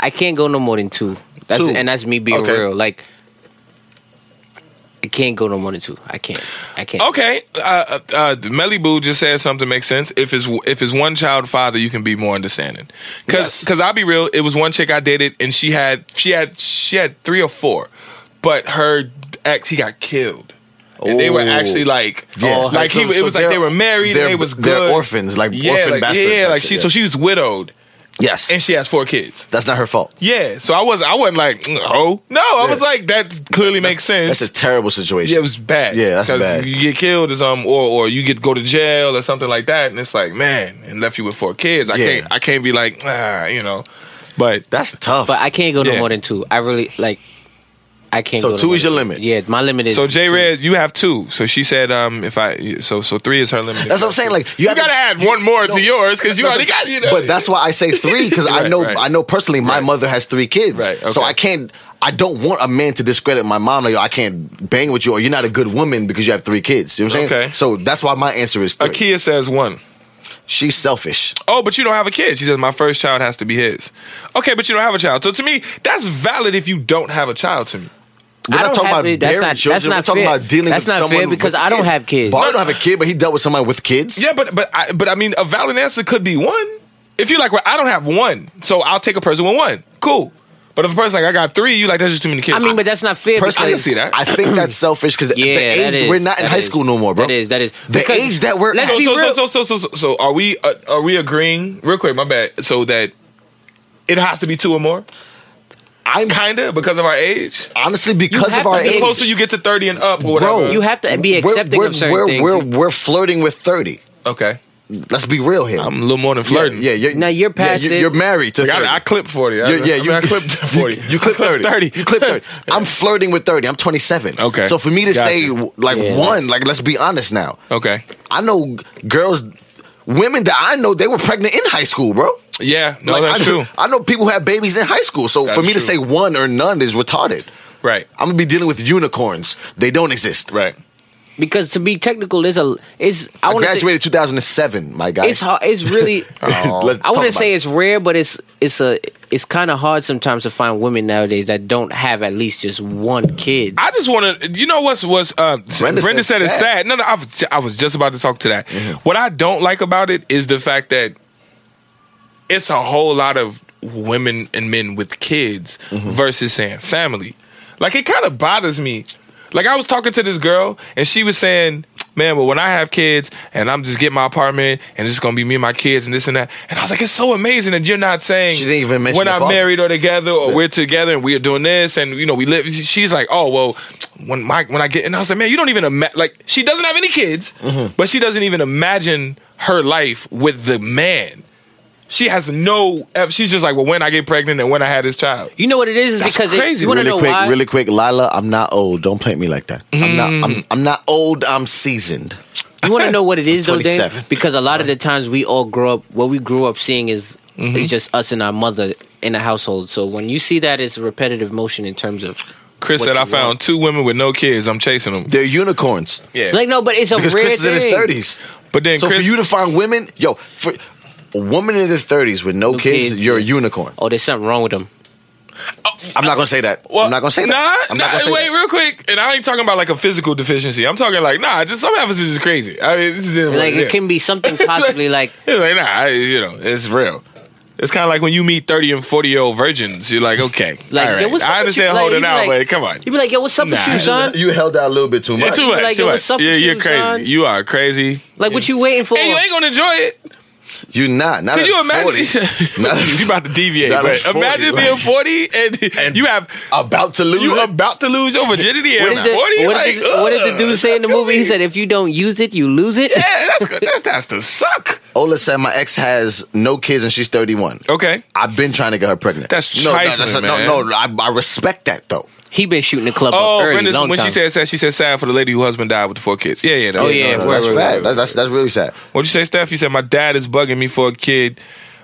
I can't go no more than two. That's
Two.
and that's me being
Okay.
real. Like, I can't go no more than two. I can't. I can't.
Okay. Uh, uh, uh, Melly Boo just said something makes sense. If it's if it's one child father, you can be more understanding. Because
Yes.
I'll be real, it was one chick I dated, and she had she had she had three or four, but her ex he got killed. And they were
Oh.
actually like, oh,
Yeah.
like
So-
he, it
so
was like they
they're-
were married. and
they're-
They was good.
they're orphans, like
yeah,
orphan
like,
bastards
Yeah,
type
like
shit,
she.
yeah.
So she was widowed,
Yes.
and she has four kids.
That's not her fault.
Yeah, so I was I wasn't like mm, oh no, I was
Yeah.
like that clearly makes sense.
That's a terrible situation.
yeah, it was bad.
Yeah, that's
'Cause
bad.
You get killed or something, or or you get go to jail or something like that, and it's like man, and left you with four kids. I
Yeah.
can't I can't be like ah, you know, but
That's tough.
But I can't go
Yeah.
no more than two. I really like. I can't.
So
go no
two
more
is
than
your
two.
limit.
Yeah, my limit is.
so J
two.
Red, you have two. So she said um if I so so three is her limit.
that's what I'm saying. Like you,
You
have to-
gotta add one more
No,
to yours because you
no,
already got you know.
But that's why I say three because I
Right,
know
right.
I know personally my mother has three kids,
Right,
so
okay.
I can't. I don't want a man to discredit my mom. Like, yo, I can't bang with you, or you're not a good woman because you have three kids. You know what I'm saying?
Okay.
So that's why my answer is three.
Akia says one.
She's selfish.
Oh, but you don't have a kid. She says my first child has to be his. Okay, but you don't have a child. So to me, that's valid if you don't have a child. To me.
We're
I
not
don't
talking
have
about
to- that's
bearing
not- that's
children.
not
We're talking
fair.
about dealing
That's
with
not fair
someone with
because
a
I don't
kid.
have kids.
Bar don't have a kid, but he dealt with somebody with kids.
Yeah, but but I, but I mean, a valid answer could be one. If you're like, well, I don't have one, so I'll take a person with one. Cool. But if a person like I got three, you like that's just too many kids.
I mean, but that's not fair.
Personally, I can
because-
see that.
I think that's selfish because
Yeah,
the age
that is,
we're not in
that
high
is.
school no more, bro.
That is. That is
The
Because-
age that we're
Let's
so,
be
so,
real.
so so so so so are we uh, are we agreeing real quick? My bad. So that it has to be two or more.
I'm
Kinda because of our age.
honestly because
have
of our
to be
The
age.
closer you get to thirty and up, or whatever.
Bro,
you have to be
we're-
accepting
we're,
of certain
we're,
things.
We're, we're flirting with thirty.
okay.
Let's be real here.
I'm a little more than flirting.
Yeah, yeah you're,
Now, you're past
yeah, you-
it.
You're married to
Like,
30.
I, I clipped 40. I,
You're- yeah,
I, mean,
you-
I clipped 40.
you, you clip
I
thirty. You clip thirty. I'm flirting with thirty. I'm 27.
Okay.
So for me to
Gotcha.
say w- like
Yeah.
one, like let's be honest now.
Okay.
I know g- girls, women that I know, they were pregnant in high school, bro.
Yeah, no,
Like,
that's
I,
true.
I know people who have babies in high school. So
That's
for me to
true.
say one or none is retarded.
Right,
I'm gonna be dealing with unicorns. They don't exist.
right.
because to be technical, there's a is I,
I,
want to say
graduated 2007, my guy.
it's hard. It's really.
Oh. Let's
I
talk
wouldn't
about
say
it.
it's rare, but it's it's a it's kind of hard sometimes to find women nowadays that don't have at least just one kid.
I just want to, you know what's what's uh, Brenda,
Brenda
said,
said
it's
sad.
sad. No, no, I was, I was just about to talk to that. What I don't like about it is the fact that it's a whole lot of women and men with kids
Mm-hmm.
versus saying family. Like it kind of bothers me. Like I was talking to this girl and she was saying, "Man, but when I have kids and I'm just getting my apartment and it's gonna be me and my kids and this and that," and I was like, "It's so amazing that you're not saying
She didn't even mention
when
the
I'm
father.
married or together or we're together and we're doing this and you know we live." She's like, "Oh well, when my when I get," and I was like, "Man, you don't even ima-. like she doesn't
Mm-hmm.
have any kids, but she doesn't even imagine her life with the man." She has no. eff- She's just like, well, when I get pregnant and when I had this child.
You know what it is? It's
That's
because
crazy.
It, you want to
Really
know
quick,
why?
really quick, Lila. I'm not old. Don't play me like that. I'm not.
Mm.
I'm, I'm not old. I'm seasoned.
You want to know what it is though, Dan?
27.
Because a lot of the
Uh-huh.
times we all grow up. What we grew up seeing is
Mm-hmm.
is just us and our mother in the household. So when you see that, it's repetitive motion in terms of
Chris
What
said,
you
I found
want.
two women with no kids. I'm chasing them.
They're unicorns
Yeah.
like no, but it's a
because
rare
Chris is in his
thing.
thirties.
but then
So
Chris,
for you to find women, yo, for a woman in their thirties with no,
No
kids,
kids,
you're a
yeah.
unicorn.
Oh, there's something wrong with them.
I'm not gonna say that. I'm not gonna say that.
Nah,
I'm not
nah,
gonna say
wait,
that.
real quick. And I ain't talking about like a physical deficiency. I'm talking like, nah, just some of us is just crazy. I mean, this is
Oh,
what
Like
it
it
is.
can be something possibly like
It's like, nah, I, you know, it's real. It's kind of like when you meet 30 and 40 year old virgins. You're like, okay.
Like,
all
yo,
right.
what's up
I
with you?
understand
Like,
holding
you
out,
like-
but come on.
you be like, yo, what's up with
Nah.
you, son?
You held out a little bit too much.
It's too much.
like,
too
yo,
much.
what's up
yeah,
with
you're
you,
crazy.
son?
You are crazy.
Like what you waiting for?
And you ain't going to enjoy it.
You're not. Not
Can
at
you imagine?
40. Not at
you about to deviate,
not
but
at 40,
imagine
like-
being 40 and,
And-
you have
about to lose
you
it.
about to lose your virginity
What
at
did, the,
40.
what,
like,
did the, what did
ugh,
the dude say in the
that's
movie? He
gonna
said,
be-
"If you don't use it, you lose it."
"Yeah, that's that's that's to suck."
Ola said my ex has no kids and she's 31.
Okay,
I've been trying to get her pregnant.
That's
no,
trifling,
no, that's-
man.
no, no. I, I respect that though.
He been shooting the club
Oh,
up early,
Brenda,
long
when
time.
she said sad, she said sad for the lady whose husband died with the four kids. Yeah, yeah. that
Oh,
was-
yeah,
that
word,
was-
that's
word,
bad.
word.
That- That's that's really sad.
What'd you say, Steph? You said my dad is bugging me for a kid,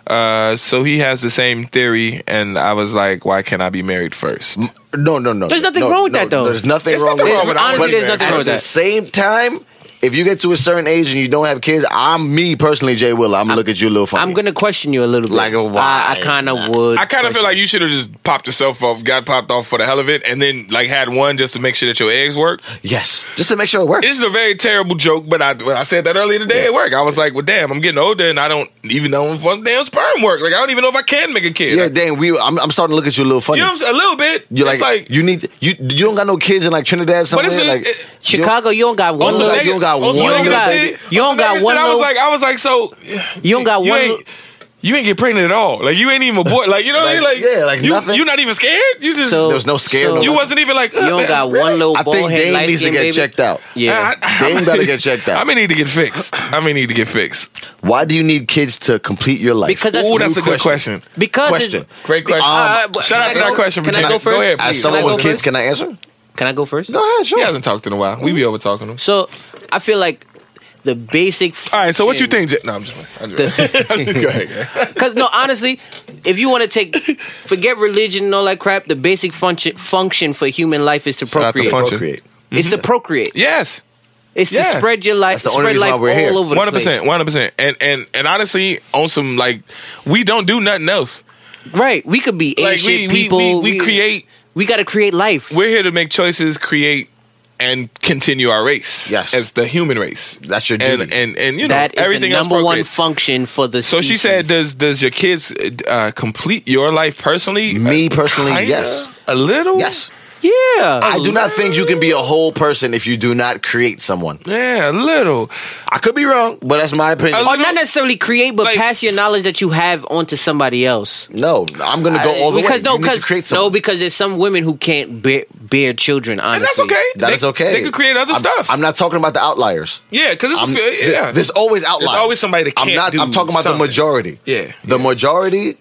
uh, so he has the same theory, and I was like, why can't I be married first?
No, no, no.
There's nothing
no,
wrong with
no,
that, though.
There's nothing
There's
wrong
nothing
with
wrong
that.
with
Honestly,
But
there's nothing
At
wrong with
the
that.
same time, if you get to a certain age and you don't have kids, I'm me personally, Jay Willer. I'm gonna look at you a little funny.
I'm gonna question you a little bit.
Like, why?
I, I kind of would.
I kind of feel like you should have just popped yourself off, got popped off for the hell of it, and then like had one just to make sure that your eggs work.
yes, just to make sure it works.
This is a very terrible joke, but I when I said that earlier today at work. I was like, well, damn, I'm getting older, and I don't even know if one damn sperm work. Like I don't even know if I can make a kid.
yeah, Dan, we. I'm, I'm starting to look at you a little funny.
you know, what I'm saying? a little bit.
You're like,
it's like
you need you. You don't got no kids in like Trinidad, somewhere.
it's a-
like,
it-
you don't-
Chicago, you don't got one.
Also,
don't
little-
got-
nigga-
you don't got
also,
one
nigga
little
said-
thing. You
also,
don't got
nigga
one
said, I was
little-
like, I was like, so
You don't got one
ain't-
little-
You ain't get pregnant at all. Like you ain't even bored. Like you know, what I mean?
Like,
like
yeah, like
you,
nothing.
You're not even scared. You just
So-
there was no scare, no
you
nothing.
wasn't even like uh,
you don't got one little.
I think
bald head,
Dame
light
needs to
skin
get
baby.
checked out.
Yeah,
Dame better get checked out.
I may need to get fixed. I may need to get fixed.
Why do you need kids to complete your life?
Because that's-
Oh,
Ooh,
that's
new
a good question.
because
Question.
It,
Great question.
Um,
but-
Shout out
Uh, can
to
I
that
go-
question.
Can I
Patricia.
go first?
ahead,
As
please.
someone
Can I
with
go
kids,
first?
can I answer?
Can I go first?
Go ahead, sure.
He hasn't talked in a while. We be over talking to him.
So I feel like the basic.
All right. So what you think? J- No, I'm just. I'm just, I'm just go ahead.
Because no, honestly, if you want to take, forget religion and all that crap. The basic function function for human life is to
out to
procreate.
function.
Procreate.
It's to procreate.
Yes.
It's
Mm-hmm. Yeah.
to spread your life.
That's the only
spread
reason why
life
we're
all
here.
over the
One hundred
place.
percent. One hundred percent. And and and honestly, on some like, we don't do nothing else.
Right. We could be
Like
ancient
we we,
people.
we we create.
We got to create life.
We're here to make choices, create, and continue our race.
Yes.
as the human race.
That's your duty.
and and and you know
that is
everything
the
else
number one
procreates.
function for the.
So she
species.
said, "Does does your kids uh, complete your life personally? Uh,
Me personally,
Kinda?
yes.
a little,
Yes.
"Yeah,
I do not think you can be a whole person if you do not create someone.
yeah, a little."
I could be wrong, but that's my opinion.
or not necessarily create, but
Like-
pass your knowledge that you have onto somebody else."
No, I'm going to go
I-
all the
because
way.
no,
you need to
because
create
no,
someone.
because there's some women who can't bear, bear children. Honestly,
And that's okay.
That
They-
is okay.
They can create other
I'm,
stuff.
I'm not talking about the outliers.
yeah, because it's a
I'm-
fe- yeah.
There's always outliers.
always somebody that
I'm
can't
not.
do
I'm talking about
something.
the majority.
Yeah.
the majority.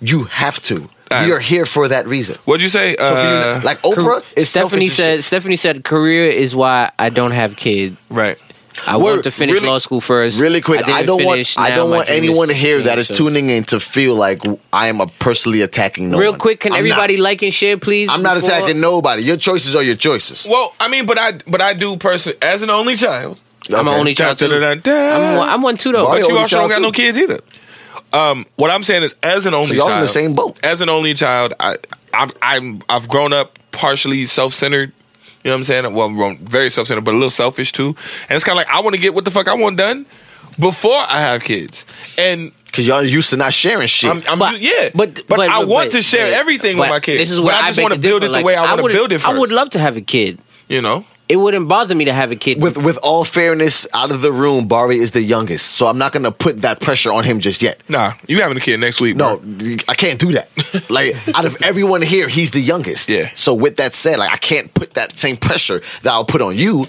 You have to.
right.
We are here for that reason.
What'd you say?
So for you,
Uh,
like Oprah, is selfish
Stephanie
as
said.
shit.
Stephanie said, "Career is why I don't have kids.
right.
I
Word.
wanted to finish
Really-
law school first.
Really quick, I,
didn't
don't
finish.
want I
Now
don't
my
want
dream is
anyone
to
here that
finish,
is
so-
tuning in to feel like I am a personally attacking no
Real
one.
quick, can
I'm not.
everybody like and share, please?
I'm not
before-
attacking nobody. Your choices are your choices.
Well, I mean, but I but I do person as an only child.
I'm an
Okay.
only child too.
Da-da-da-da.
I'm, one- I'm one too though.
Why
But you
only
also don't
child
got
too?
no kids either. Um, what I'm saying is, as an only
So y'all
child,
in the same boat.
as an only child, I, I'm, I'm, I've grown up partially self centered. You know what I'm saying? Well, grown- very self centered, but a little selfish too. And it's kind of like I want to get what the fuck I want done before I have kids. And
Because y'all used to not sharing shit.
I'm, I'm
But-
yeah,
but-
but,
but-
I
but-
want
but-
to share
but-
everything with
but
my kids.
This is
but
where
I just
beg
want
to
to build
differ.
it the
Like,
way I want to
would-
build it. First,
I would love to have a kid.
you know.
It wouldn't bother me to have a kid.
with with all fairness, out of the room, Bari is the youngest, so I'm not gonna put that pressure on him just yet.
Nah, you having a kid next week?
No,
bro.
I can't do that. Like out of everyone here, he's the youngest.
Yeah.
So with that said, like I can't put that same pressure that I'll put on you.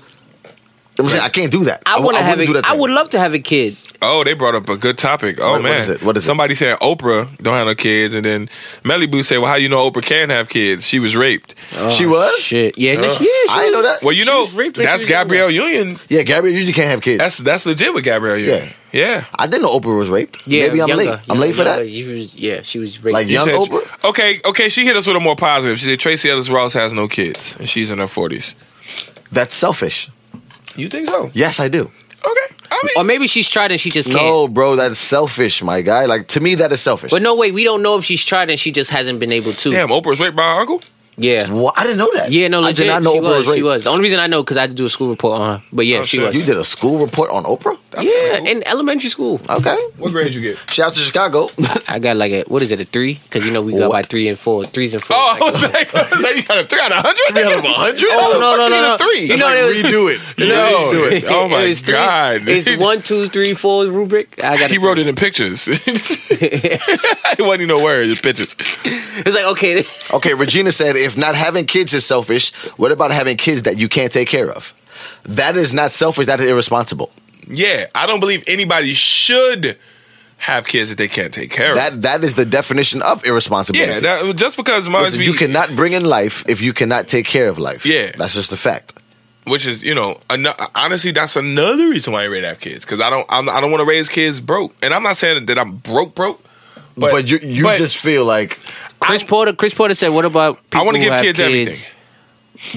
I'm saying I can't do that.
I want to
wouldn't
have
do
a.
that
I
thing.
would love to have a kid.
Oh, they brought up a good topic. Oh
What- what
man,
is it? What is it?
Somebody said Oprah don't have no kids, and then Melly Boo said, "Well, how you know Oprah can have kids? She was raped."
she was.
Oh, Shit. Yeah, yeah,
Uh,
she, yeah,
I
she
didn't know
was-
that.
Well, you
She
know
was raped when she
that's
was younger.
Gabrielle Union.
yeah, Gabrielle, you can't have kids.
That's that's legit with Gabrielle Union. Yeah,
I didn't know Oprah was raped. Maybe I'm
younger,
late. I'm
younger,
late for
younger.
that.
She was- yeah, she was raped.
Like,
You
Young
said-
Oprah?
Okay, okay. She hit us with a more positive. She said Tracy Ellis Ross has no kids, and she's in her forties.
That's selfish.
You think so?
Yes, I do.
Okay. Um, I mean,
or maybe she's tried and she just can't.
No, bro, that's selfish, my guy. Like to me, that is selfish.
But no, wait, we don't know if she's tried and she just hasn't been able to.
damn, Oprah was raped by her uncle.
Yeah.
Well, I didn't know that.
Yeah, no,
I did
legit.
not know
she
Oprah
was,
was raped.
She was. The only reason I know because I had to do a school report on her. But yeah,
Oh,
she
shit.
was.
You did a school report on Oprah?
That's
yeah,
kinda cool.
in elementary school.
Okay.
what grade you get?
Shout out to Chicago.
I got like a, what is it, a three? Because you know we go by
What?
three and four. Threes and fours.
Oh,
Like,
I was like, I was like, you got a three out of hundred.
Three out of 100?
Oh, no, no, no, no.
Three.
You know, there was-
redo it.
No.
Redo it.
Oh my
it's three-
god!
It's one, two, three, four rubric. I got
He wrote it in pictures. it wasn't even no words, it's pictures.
It's like okay,
Okay, Regina said, if not having kids is selfish, what about having kids that you can't take care of? That is not selfish. That is irresponsible.
Yeah, I don't believe anybody should have kids that they can't take care of.
That that is the definition of irresponsibility.
yeah, that, just because my
Listen, you cannot bring in life if you cannot take care of life.
Yeah.
that's just the fact.
which is you know, an- honestly, that's another reason why I ready to have kids because I don't, I'm, I don't want to raise kids broke. And I'm not saying that I'm broke, broke,
But,
but,
you you
but
just feel like
Chris Porter. Chris Porter said, "What about people
I want to
who
give
have
kids, everything.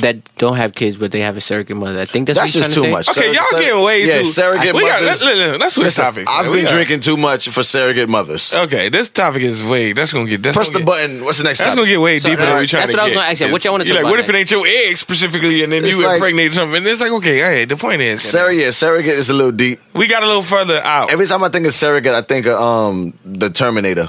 that don't have kids but they have a surrogate mother?" I think that's,
that's
what he's
just
trying
too much.
to say.
Okay,
Surrog-
y'all
surrog-
getting way
yeah,
too.
surrogate
we got,
mothers.
let, let, let, let's switch
Listen,
topics.
I've
man. We
been
got-
drinking too much for surrogate mothers.
Okay, this topic is way. That's gonna get. That's
Press
gonna
the
get-
button. What's the next?
That's
topic?
gonna get way
So,
deeper than we
alright,
trying
that's
to
what I was
get.
gonna ask you. What y'all wanna
You're
talk
like,
about
What if it ain't your egg specifically, and then
It's
you
like-
impregnate something? And it's like, okay, hey, the point is,
Sur- yeah, surrogate is a little deep.
we got a little further out.
Every time I think of surrogate, I think of um the Terminator.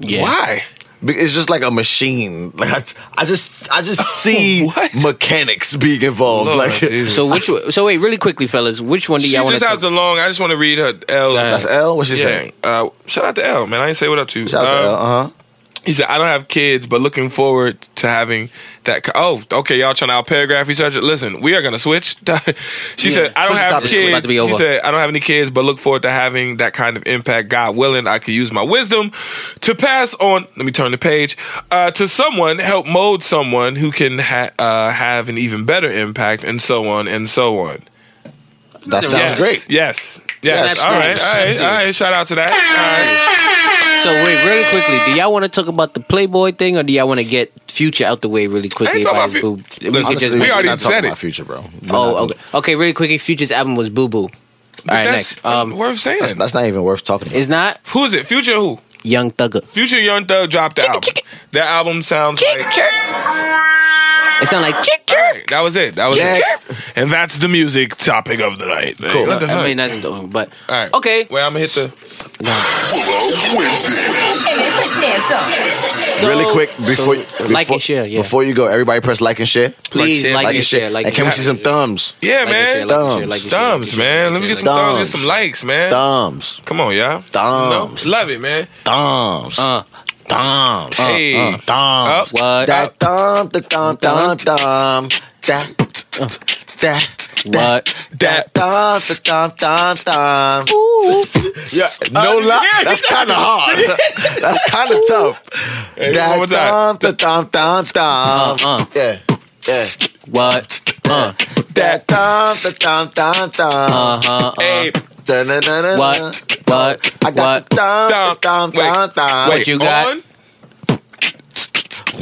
Yeah.
Why?
Be- It's just like a machine. Like I, I just, I just see
What?
mechanics being involved.
Lord,
like
Jesus.
So which? So wait, really quickly, fellas, which one do
she
y'all want
just
to?
has a long. I just want to read her L.
that's L. What she
yeah.
saying?
Uh, shout out to L, man. I ain't say what up to you.
Shout out to L.
Um,
Uh huh.
He said, I don't have kids, but looking forward to having that. Co- oh, okay, y'all trying to out paragraph each other? Listen, we are going to switch. she
Switch the
said, I don't have
topic.
It's about
kids.
to be
She
over.
said, I don't have any kids, but look forward to having that kind of impact. God willing, I could use my wisdom to pass on. Let me turn the page. Uh, to someone, help mold someone who can ha- uh, have an even better impact, and so on and so on.
That sounds
yes.
great.
Yes. Yes.
Yes.
All right. All right.
Absolutely.
All right. Shout out to that. All right.
So wait, really quickly, do y'all want to talk about the Playboy thing, or do y'all want to get Future out the way really quickly?
talking
about
about Fu-
Boo- we
Listen,
could just-
Honestly,
we
we're
already
not talking
said it.
about future, bro. We're not-
oh, okay. okay, really quickly, Future's album was Boo Boo. All right,
That's
next. Um,
worth saying.
That's, that's not even worth talking about.
it's not
who is it? Future who?
Young Thugger.
Future Young Thug dropped the album. That album sounds like
It sound like chick chick.
All right, that was it. That was
Next.
it. And that's the music topic of the night.
Cool.
What the
I
fuck?
mean, that's doing, but
All right.
okay.
Well, I'm gonna hit the.
En estos besos.
so-
really quick before,
so,
before
like and share, yeah.
before you go, everybody press like and share.
Please
Like
like,
Like
and share, like
and can we
and
see
share.
some thumbs?
Yeah,
like
man.
and share, like and share,
Thumbs.
like and share, like and
thumbs,
share,
man.
like
Let
and
me get
share,
some
like-
thumbs.
Thumbs.
Get some likes, man.
Thumbs.
Come on, y'all.
Thumbs.
You know? Love it, man.
Thumbs.
Uh,
Thumbs. Uh,
Hey.
Thumbs.
What?
That thumb, the thumb, thumb, thumb. That. That.
Uh. What?
That thumb, the thumb, thumb, thumb. Yeah, no
Uh,
lie.
yeah.
That's kind of hard. That's kind of tough.
Hey, one more
That
time.
thumb, the thumb, thumb, thumb.
Uh, uh.
Yeah. Yeah.
What? Uh,
That thumb, the thumb, thumb, thumb.
uh huh.
Hey,
Da-na-na-na-na.
What? What?
I got
What?
the thumb, the
Thumb.
thumb, thumb, thumb.
wait,
you got?
on?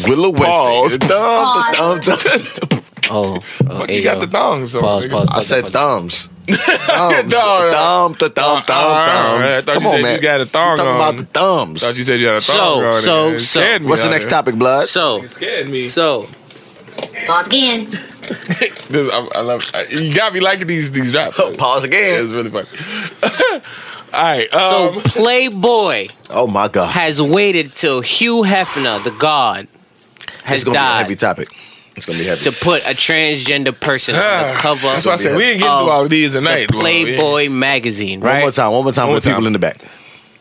Willow
Pause.
Weston. Thumb, the thumb, thumb.
Oh, oh
Fuck,
hey,
you got
yo.
the thongs. on,
Pause,
nigga.
pause.
I said thumbs. Thumbs.
Dog.
Thumb, the thumb, thumb,
I
thumbs.
thought
Come
you
on,
said
man.
you got a thong
We talking
on.
about the thumbs.
Thought you said you had a thong.
So,
on it.
so,
It
so.
scared me
What's the
out
next
there.
topic, blood?
So,
It scared me.
so
Pause again.
This- I, I love I, you. Got me liking these these drops.
Pause
It was
again.
really funny. All right.
So
Um,
Playboy
Oh my god.
has waited till Hugh Hefner, the god, has
It's gonna be a heavy
died
topic. It's gonna be heavy.
to put a transgender person on the cover
That's why I
of
said we ain't getting
of
through all of these
the
tonight. bro.
Playboy magazine,
One more
right?
time. One more time
One
for the
more
people
time.
in the back.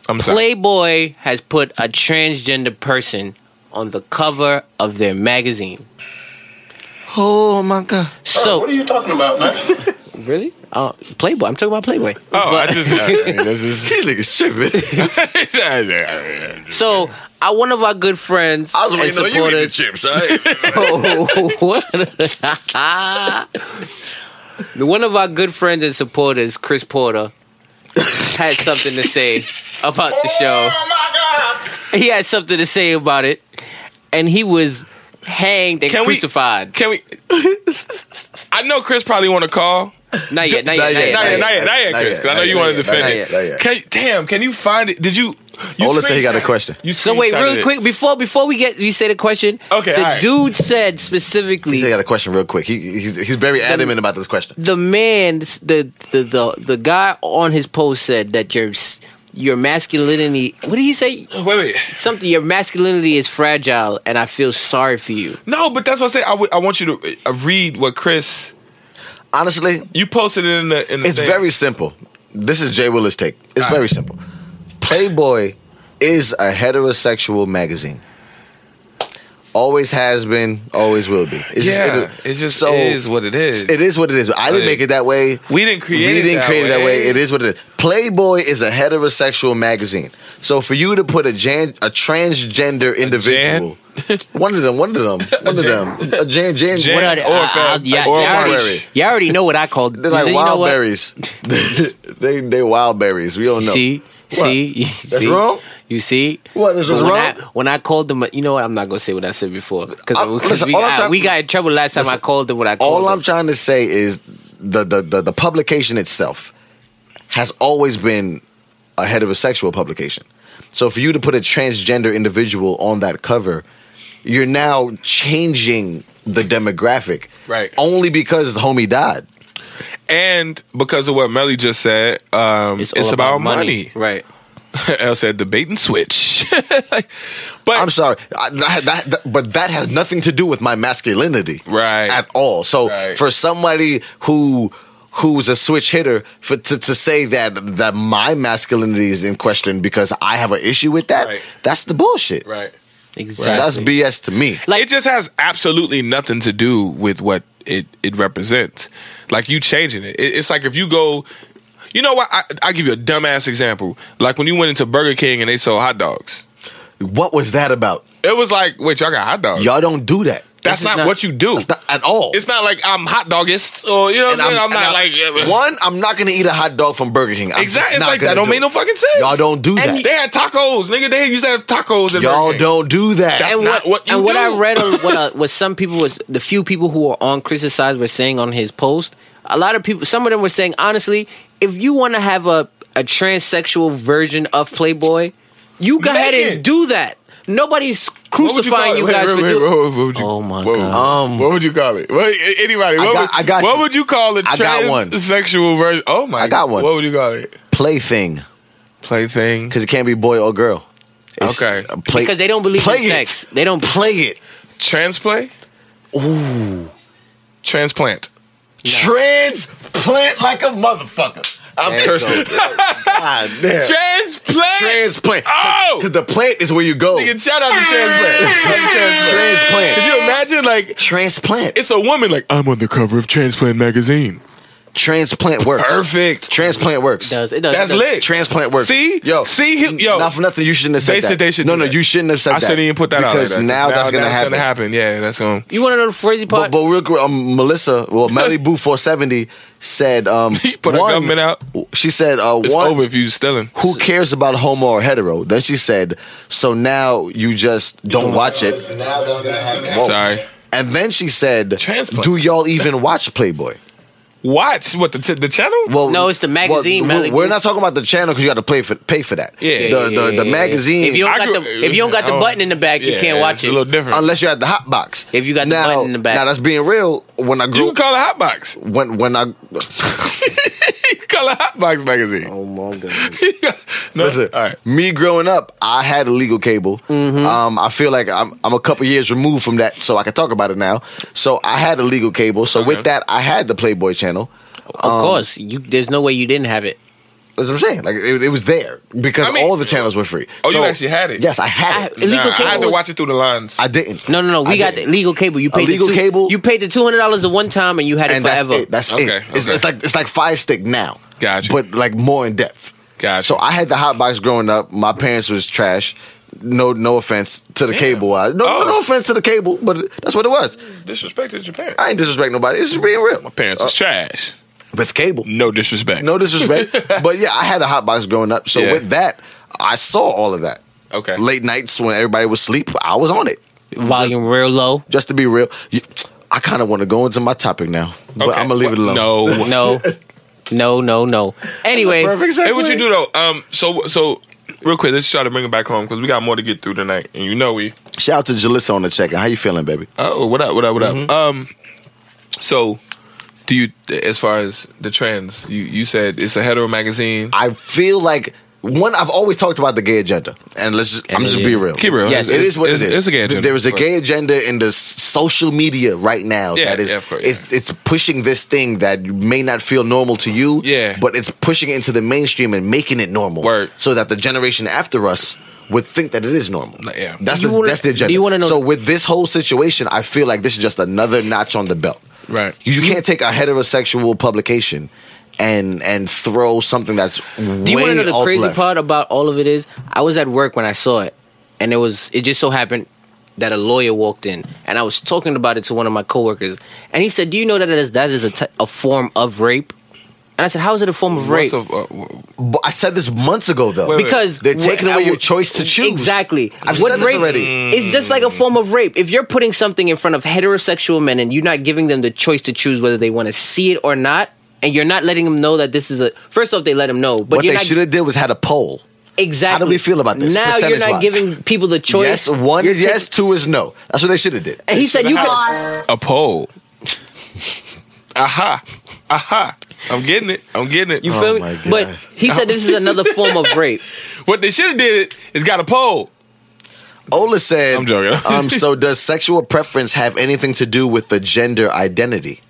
I'm sorry.
Playboy has put a transgender person on the cover of their magazine.
Oh my god.
So
you talking about, man?
Really? Uh, Playboy. I'm talking about Playboy.
Oh, I just.
This is, These niggas tripping.
Oh,
So, I, one of our good friends
I was
and
waiting on you eating the
supporters.
chips. I
one of our good friends and supporters, Chris Porter, had something to say about the show. He had something to say about it, and he was hanged and
Can we-
crucified.
Can we? I know Chris probably want to call.
not yet. Not yet. Not yet.
Not yet,
Not
not
yet.
yet, not yet, Chris. 'cause I know you want to defend
yet,
it.
not yet.
Can, damn, can you find it? Did you? you
Ola said he got a
screenshot-
question.
You
So wait,
screenshotted
really
it.
quick before before we get we say the question.
Okay,
The
all right.
dude said
He
specifically.
said I got a question real quick. He, he's, he's very adamant about this question.
the man, the the the the guy on his post said that your s- your masculinity. What did he say?
Wait, wait.
Something. Your masculinity is fragile, and I feel sorry for you.
No, but that's what I say. I would- I want you to uh, read what Chris.
Honestly,
You posted it in the in the.
It's
thing.
very simple. This is Jay Willis' take. It's
Alright.
very simple. Playboy is a heterosexual magazine. Always has been, always will be. It's
yeah,
it-
it just is what it is.
It is what it is. I didn't
Like,
make it that way.
we didn't create
We
it
didn't
that
create it that way.
way.
It is what it is. Playboy is a heterosexual magazine. So for you to put a jan, a transgender individual, one of them, one of them, one of them, a jan, jan,
Jan-
What
Yeah,
are they?
or
I- I-
fam-
yeah,
or
you
library.
already, you already know what I call.
they're like
you know
wild
what?
berries. they they wild berries. We don't know.
See, see, you see,
wrong?
you see.
What, is this
But when
wrong?
I, when I called them, you know what? I'm not gonna say what I said before because
I'm- Uh, listen,
we,
all I'm
got-
trying-
we got in trouble last time I
listen,
called them. What I called
All I'm
them.
trying to say is the the the, the publication itself has always been a heterosexual publication. So for you to put a transgender individual on that cover, you're now changing the demographic,
Right.
Only because the homie died.
and because of what Melly just said, um, it's,
all
about, money.
right?
El said the bait and switch. Like, but
I'm sorry, I, that, that- that- but that has nothing to do with my masculinity,
Right.
At all. So
Right.
for somebody who who's a switch hitter for, to to say that that my masculinity is in question because I have an issue with that,
Right.
that's the bullshit.
right.
Exactly.
That's BS to me.
Like-
it just has absolutely nothing to do with what it, it represents. Like you changing it. it. It's like if you go, you know what? I, I'll give you a dumbass example. Like when you went into Burger King and they sold hot dogs.
What was that about?
It was like, wait, y'all got hot dogs.
Y'all don't do that.
that's
is
not,
not-
what you do.
That's not at all.
it's not like I'm hot doggist or you know what I'm saying. I'm, not like
like one. I'm not gonna eat a hot dog from Burger King. I'm just
exactly. It's
not
like
gonna
that don't
do
make
it.
no fucking sense.
Y'all don't do
And
that.
They had tacos, nigga. They used to have tacos. At
Y'all
Burger King.
don't do that.
That's
and
not
what,
what you
and what
do.
I read on what, uh, what some people was the few people who were on Chris's side were saying on his post. A lot of people, some of them were saying honestly, if you want to have a a transsexual version of Playboy, you go
Make
ahead and
it.
do that. Nobody's
What would
crucifying
call it?
you,
Wait,
guys
wait,
for
wait,
doing.
what would- what would you-
Oh my
what would-
God.
Um,
what would you call it? What, a- anybody? What,
got-
would,
I got
what
you.
would you call a
I got one.
transsexual version? Oh my!
I got one.
What would you call it?
Plaything.
Plaything.
because it can't be boy or girl.
Okay.
uh, play-
because they don't believe
play
in
it.
sex. They don't.
Play it.
Transplay. Ooh. Transplant.
Transplant like a motherfucker. I'm cursing. God damn.
Transplant.
Transplant.
Oh.
'Cause the plant is where you go.
Nigga, shout out to transplant. transplant. Could
Transplant.
you imagine? Like
Transplant.
it's a woman. Like I'm on the cover of Transplant magazine.
Transplant works.
Perfect.
Transplant works.
It does. It does.
That's
it does.
lit.
Transplant works.
See?
yo,
See? He- yo.
not for nothing. You shouldn't have said
They
that.
said they should
No,
do
no,
that.
you shouldn't have said
I
that.
shouldn't even put that out
because
like that.
now that's gonna happen.
Gonna happen. Yeah, that's gonna.
You want to know the crazy
But,
part?
but real quick, um, Melissa, well, Melly Boo 470 said, um,
He put her
one,
government out.
She said, uh,
It's
one,
over if you stealing.
who cares about homo or hetero? Then she said, so now you just don't watch it. Whoa.
Sorry.
And then she said,
Transplant.
do y'all even watch Playboy?
Watch what the t- the channel.
Well,
No, it's the magazine,
Well,
Melly
we're- we're
Boo.
not talking about the channel because you got to pay for pay for that.
Yeah.
the
Yeah,
the,
Yeah, yeah,
the
yeah, yeah.
magazine.
If you don't
I
got
grew-
the if you don't got the
I don't-
button in the back, you
Yeah,
can't watch
it's
it.
A little different.
unless you're at the hot box.
If you got the
now,
button in the back.
Now that's being real. When I
you
grew,
can call it Hotbox.
when when I
You can call it Hotbox magazine.
Oh my god.
no,
Listen,
all right.
me growing up, I had illegal cable.
Mm-hmm.
Um, I feel like I'm, I'm a couple years removed from that, so I can talk about it now. So I had illegal cable. So
Okay.
with that, I had the Playboy channel.
um,
Of course, you. There's no way you didn't have it.
That's what I'm saying. Like it, it was there because
I mean-
all the channels were free.
Oh, you actually had it?
Yes, I had
I-
it.
Illegal
Nah, I had
cable
to
was-
watch it through the lines.
I didn't.
No, no, no. We
I
got the
didn't.
legal cable. You paid the
Illegal
two-
cable?
You paid the two hundred dollars at one time, and you had it
and
forever.
that's it. That's it.
Okay,
It's,
okay.
it's like it's like Fire Stick now.
Gotcha.
But like more in depth.
Gotcha.
So I had the hot box growing up. My parents was trash. No, no offense to the
Damn.
cable. I, no,
Oh.
no offense to the cable, but that's what it was.
disrespected your parents.
I ain't disrespect nobody. It's just being real.
My parents was trash.
with cable.
No disrespect.
No disrespect, but yeah, I had a hot box growing up. So
Yeah.
with that, I saw all of that.
Okay.
Late nights when everybody was asleep, I was on it.
Volume real low.
Just to be real, you- I kind of want to go into my topic now, but
Okay.
I'm gonna leave it
What-
alone.
No.
No, no, no, no. Anyway,
Hey, what you do though? Um, so so real quick, let's try to bring it back home because we got more to get through tonight, and you know we.
Shout out to Jalissa on the check. How you feeling, baby?
Oh, what up? What up? What up? Um, so do you as far as the trends? You you said it's a hetero magazine.
I feel like one. I've always talked about the gay agenda, and let's just, I'm
And
just
it
be
is.
real.
Keep it real.
Yes.
it is what
It's-
it is.
it's a gay agenda,
There is a
but-
gay agenda in the s- social media right now.
Yeah,
that is,
yeah, of course,
it's, it's pushing this thing that may not feel normal to you.
Yeah.
but it's pushing it into the mainstream and making it normal.
Word.
So that the generation after us would think that it is normal.
Like, yeah.
that's
You
the
wanna-
that's the
do you
agenda.
wanna know-
so with this whole situation, I feel like this is just another notch on the belt.
Right.
You, you can't take a heterosexual publication. And and throw something that's
Do you
way
want to know the
off
crazy
left.
part about all of it is? I was at work when I saw it, and it was it just so happened that a lawyer walked in, and I was talking about it to one of my coworkers, and he said, "Do you know that that is that is a, t- a form of rape?" And I said, "How is it a form of rape?"
What's a- uh, w-
But I said this months ago though.
Wait, wait.
because
They're taking
what-
away
I-
your choice to choose.
Exactly.
I've
What
said this
rape-
already. Mm.
It's just like a form of rape. If you're putting something in front of heterosexual men and you're not giving them the choice to choose whether they want to see it or not, and you're not letting them know that this is a first off they let them know, but
what
you're
they
not
should have did was had a poll.
Exactly.
How do we feel about this,
Now you're not
percentage-wise?
giving people the choice.
Yes, one
You're
is
taking-
yes, two is no. That's what they should have did.
And he said you can.
Pause.
a poll. Aha. Aha. I'm getting it. I'm getting it. Um,
You
Oh
feel
my
me?
God.
But he said this is another form of rape.
what they should have did is got a poll.
Ola said,
I'm joking.
um, so does sexual preference have anything to do with the gender identity?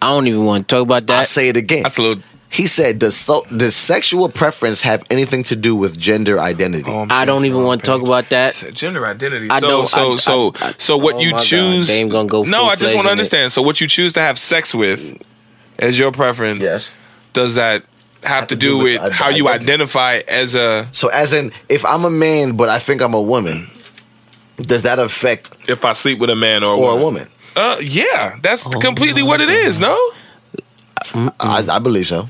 I don't even want to talk about
I
that.
say it again.
That's a little.
He said, does, so, does sexual preference have anything to do with gender identity?
Oh, I'm
I don't
sorry,
even
wrong
want to talk
page.
about that.
It's Gender identity.
I
so,
don't-
so,
I-
so,
I- I-
so what
oh
you
my God,
choose?
they ain't gonna go
No, I just want
full-fledged in it.
to understand. So, what you choose to have sex with as your preference?
Yes.
Does that have, to, do, with,
ide-
how you
identity.
identify as a?
So, as in, if I'm a man but I think I'm a woman, does that affect
If I sleep with a man or a
or a
woman?
woman?
Uh, yeah,
Oh,
that's completely what it is. No,
I,
Mm-hmm.
I believe so.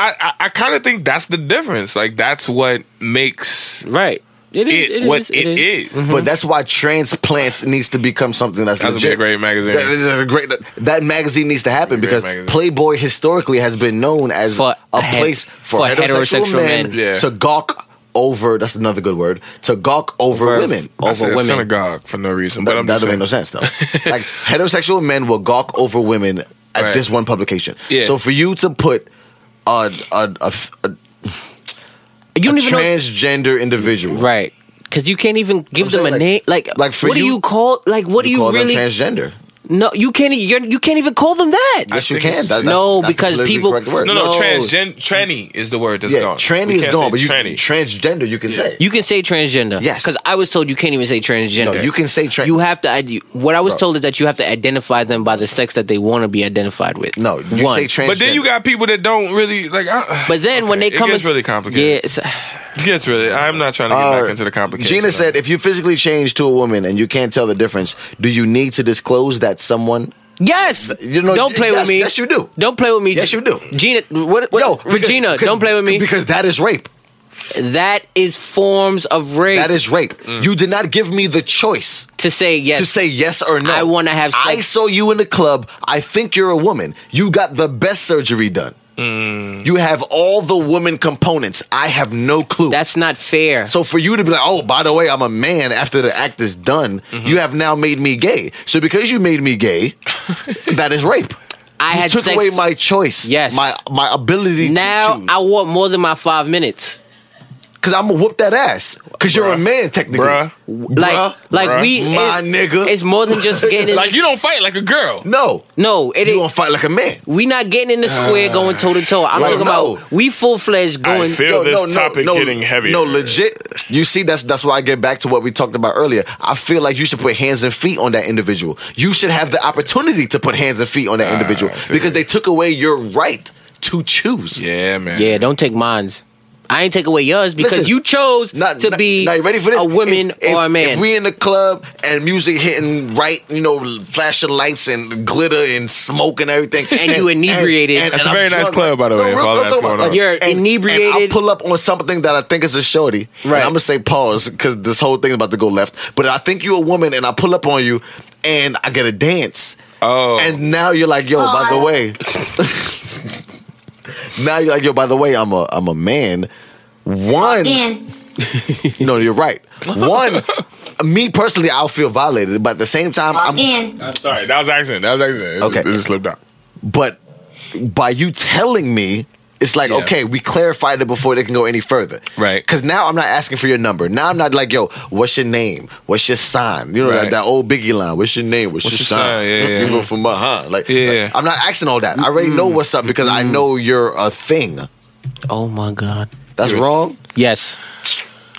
I, I, I kind of think that's the difference. Like that's what makes
Right. It
it,
is. It is.
what
it is.
But that's why transplant needs to become something that's,
Mm-hmm. That's gonna be
legit.
a great magazine.
That, that- that- great- that- that magazine needs to happen
Great
because
magazine.
Playboy historically has been known as
For
a
a het-
place for,
for
heterosexual,
heterosexual
men,
men.
Yeah.
to gawk over. That's another good word to gawk over,
Over-
women.
over
I said
women.
synagogue for no reason. But
That,
I'm
that
just
doesn't make no
saying.
sense though. like heterosexual men will gawk over women at
Right.
this one publication.
Yeah.
So for you to put a a, a, a,
You
a
don't even know.
transgender individual,
Right. Because you can't even give
I'm
them a
saying, like-
name. Like,
like, for
what do
you-
you call? Like, what do
you
you
call
really?
them transgender?
no, you can't. e, You're, you can't even call them that.
Yes,
I
you
think
can.
it's-
That- that's-
no,
that's the
because
politically
people.
correct word.
No, no, transgen- tranny is the word that's
Yeah,
gone.
tranny
We
is
can't
gone,
say
but you
tranny.
transgender you can say.
You can say transgender.
Yes.
Because I was told you can't even say transgender.
no, you can say trans.
You have to. ide- What I was
Bro.
told is that you have to identify them by the sex that they want to be identified with.
no, you
One.
say transgender.
but then you got people that don't really like. I,
But then when they
Okay,
come,
it gets
in-
really
Yeah,
complicated.
it's-
It gets really. I'm not trying to get
Uh,
back into the complications.
Gina said,
of it.
if you physically change to a woman and you can't tell the difference, do you need to disclose that someone?
yes.
You know,
don't play
yes,
with me.
Yes, you do.
Don't play with me.
Yes, you do.
Gina. What? what
Yo,
Regina,
because-
don't play with me.
because that is rape.
that is forms of rape.
That is rape.
Mm.
You did not give me the choice
to say yes.
to say yes or no.
I wanna have sex.
I saw you in the club. I think you're a woman. You got the best surgery done.
Mm.
You have all the woman components. I have no clue.
That's not fair.
So for you to be like, oh, by the way, I'm a man after the act is done,
Mm-hmm.
you have now made me gay. So because you made me gay, that is rape.
I
you
had
took
sex.
away my choice.
Yes.
My my ability
now
to choose.
I want more than my five minutes.
because I'm gonna whoop that ass. Because you're a man technically.
Bruh.
Like,
Bruh.
like
bruh.
we,
My
it-
nigga.
it's more than just getting in
Like you don't fight like a girl.
No,
No, it
you gonna
ain't.
fight like a man.
We not getting in the square going toe to toe. I'm
Like,
talking
no.
about we full fledged going.
feel- Yo, this topic getting heavier.
No, legit. You see, that's that's why I get back to what we talked about earlier. I feel like you should put hands and feet on that individual. You should have the opportunity to put hands and feet
Ah,
on that individual
I see.
because they took away your right to choose.
Yeah, man.
yeah, don't take mines. I ain't take away yours because
Listen,
you chose
Not,
to
not-
be
now, you ready for this?
a woman
If- if-
or a man.
If we in the club and music hitting right, you know, flashing lights and glitter and smoke and everything,
And you inebriated.
That's a
I'm
very nice
drunk.
club, by the way, if
real-
all
real
that's
talk,
going
like,
on.
You're inebriated.
And I'll pull up on something that I think is a shorty.
Right.
I'm gonna say pause because this whole thing is about to go left. But I think you're a woman, and I pull up on you, and I get a dance.
Oh.
And now you're like, yo, by the way. now you're like, yo, by the way, I'm a I'm a man. One,
Again.
no, you're right. One, me personally, I'll feel violated, but at the same time, I'm
Again.
I'm sorry, that was accident. That was accident. It,
Okay.
it just slipped out.
but by you telling me it's like
Yeah.
okay we clarified it before they can go any further
Right.
because now i'm not asking for your number now i'm not like yo what's your name what's your sign you know that,
Right.
that old biggie line what's your name what's, your, sign,
Yeah, yeah,
you know
yeah.
from uh, huh like
Yeah. Mm-hmm.
i'm not asking all that i already know what's up because i know you're a thing
oh my god.
that's wrong
Yes.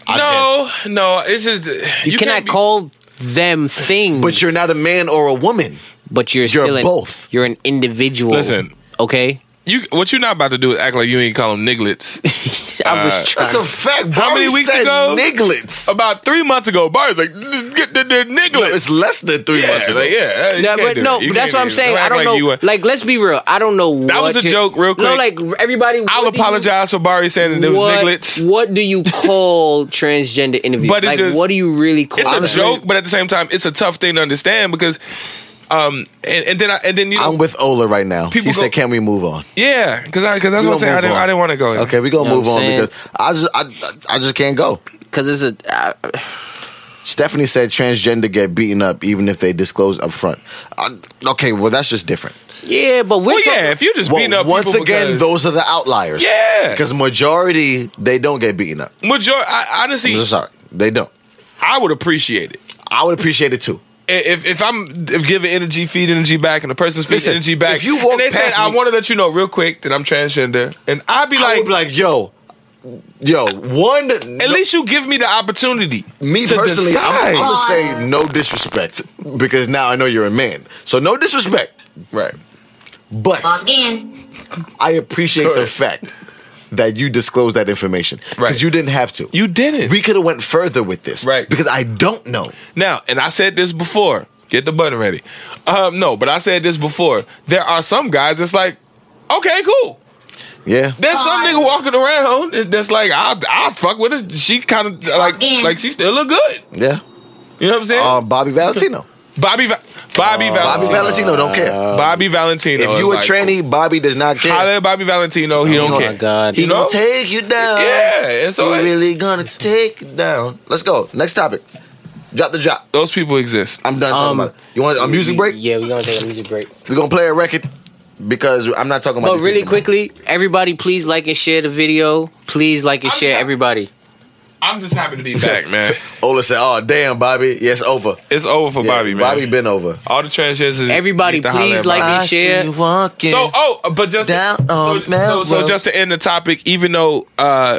no, no, it's just
You,
can't
cannot
be-
call them things.
Mm.
but you're not a man or a woman
But you're,
you're
still an-
both.
You're an individual.
Listen.
Okay.
You what you're not about to do is act like you ain't call them nigglets.
I was
Uh,
trying.
that's a fact
How many
Barry
weeks
said
ago?
nigglets
About three months ago, Barry's like, "N- get the, the
No,
nigglets.
it's less than three
yeah,
months ago
like, yeah, you
No,
can't
but
do
no,
it. You
that's
can't
what
do
I'm
it.
saying.
Don't
I
act
don't
like you
know.
were-
Like, let's be real. I don't know.
That
what
was a
you-
joke, real quick.
No, like everybody.
I'll
what do you-
apologize for Barry saying that it was
What,
nigglets.
what do you call transgender interview?
But it's
like,
just-
what do you really call?
It's
Honestly-
a joke, but at the same time, it's a tough thing to understand because, um, and, and then I, and then you know,
i'm with ola right now he
People go-
said can we move on
yeah, because I because that's
We
what
gonna
I'm saying. I
move on.
didn't, I didn't want to go. there.
Okay, we gonna
You know
move
what
on
I'm saying?
because I just I, I I just can't go.
Because it's a. I-
Stephanie said transgender get beaten up even if they disclose up front. I, okay, well that's just different.
yeah, but we're
Well,
talking-
yeah, if you just
Well,
beating up
once
people
again,
because-
those are the outliers.
Yeah.
because majority they don't get beaten up.
major, I,
I'm
honestly,
just sorry, they don't.
I would appreciate it.
I would appreciate it too.
if if I'm if giving energy, feed energy back, and the person's feeding
Listen,
energy back,
if you walk
and they
past
said, "I
me-
want to let you know real quick that I'm transgender," and I'd be
I
like,
would be like, yo, yo, one. At
"At least you give me the opportunity."
me
to
personally, I'm,
decide.
I'm gonna say no disrespect because now I know you're a man. So no disrespect,
right?
but
Again.
I appreciate the
Correct.
fact that you disclosed that information because
Right.
you didn't have to.
You didn't.
we could have went further with this,
Right.
Because I don't know.
Now, and I said this before. Get the button ready. Um, no, but I said this before. There are some guys that's like, okay, cool.
Yeah,
There's some nigga walking around that's like, I I fuck with her. She kind of like
Again.
like she still look good.
yeah.
You know what I'm saying?
Uh, Bobby Valentino.
Bobby Va- Bobby
uh, Bobby
Valentino.
Valentino don't care.
Bobby Valentino.
if
is
you a
Uh, like,
tranny, Bobby does not care.
Holla at Bobby Valentino. He don't
Oh my
care.
God.
he
You know?
gonna take you down.
Yeah, it's
he
all right.
really gonna take you down. Let's go. Next topic. Drop the drop.
Those people exist.
I'm done talking
Um,
about it. You want a music break?
Yeah, we're gonna take a music break.
We're gonna play a record because I'm not talking about.
But
these
really
people no more.
quickly, everybody, please like and share the video. Please like and
I'm
share
sorry.
everybody.
I'm just happy to be back, man.
Ola said, "Oh damn, Bobby, yes, over."
It's over for
Yeah,
Bobby, man.
Bobby been over.
All the transgenders.
Everybody,
need to holla
please
at
like
Bobby.
and share.
walking.
So, oh, but just
Down
so,
on
so, so
Melrose.
just to end the topic, even though uh,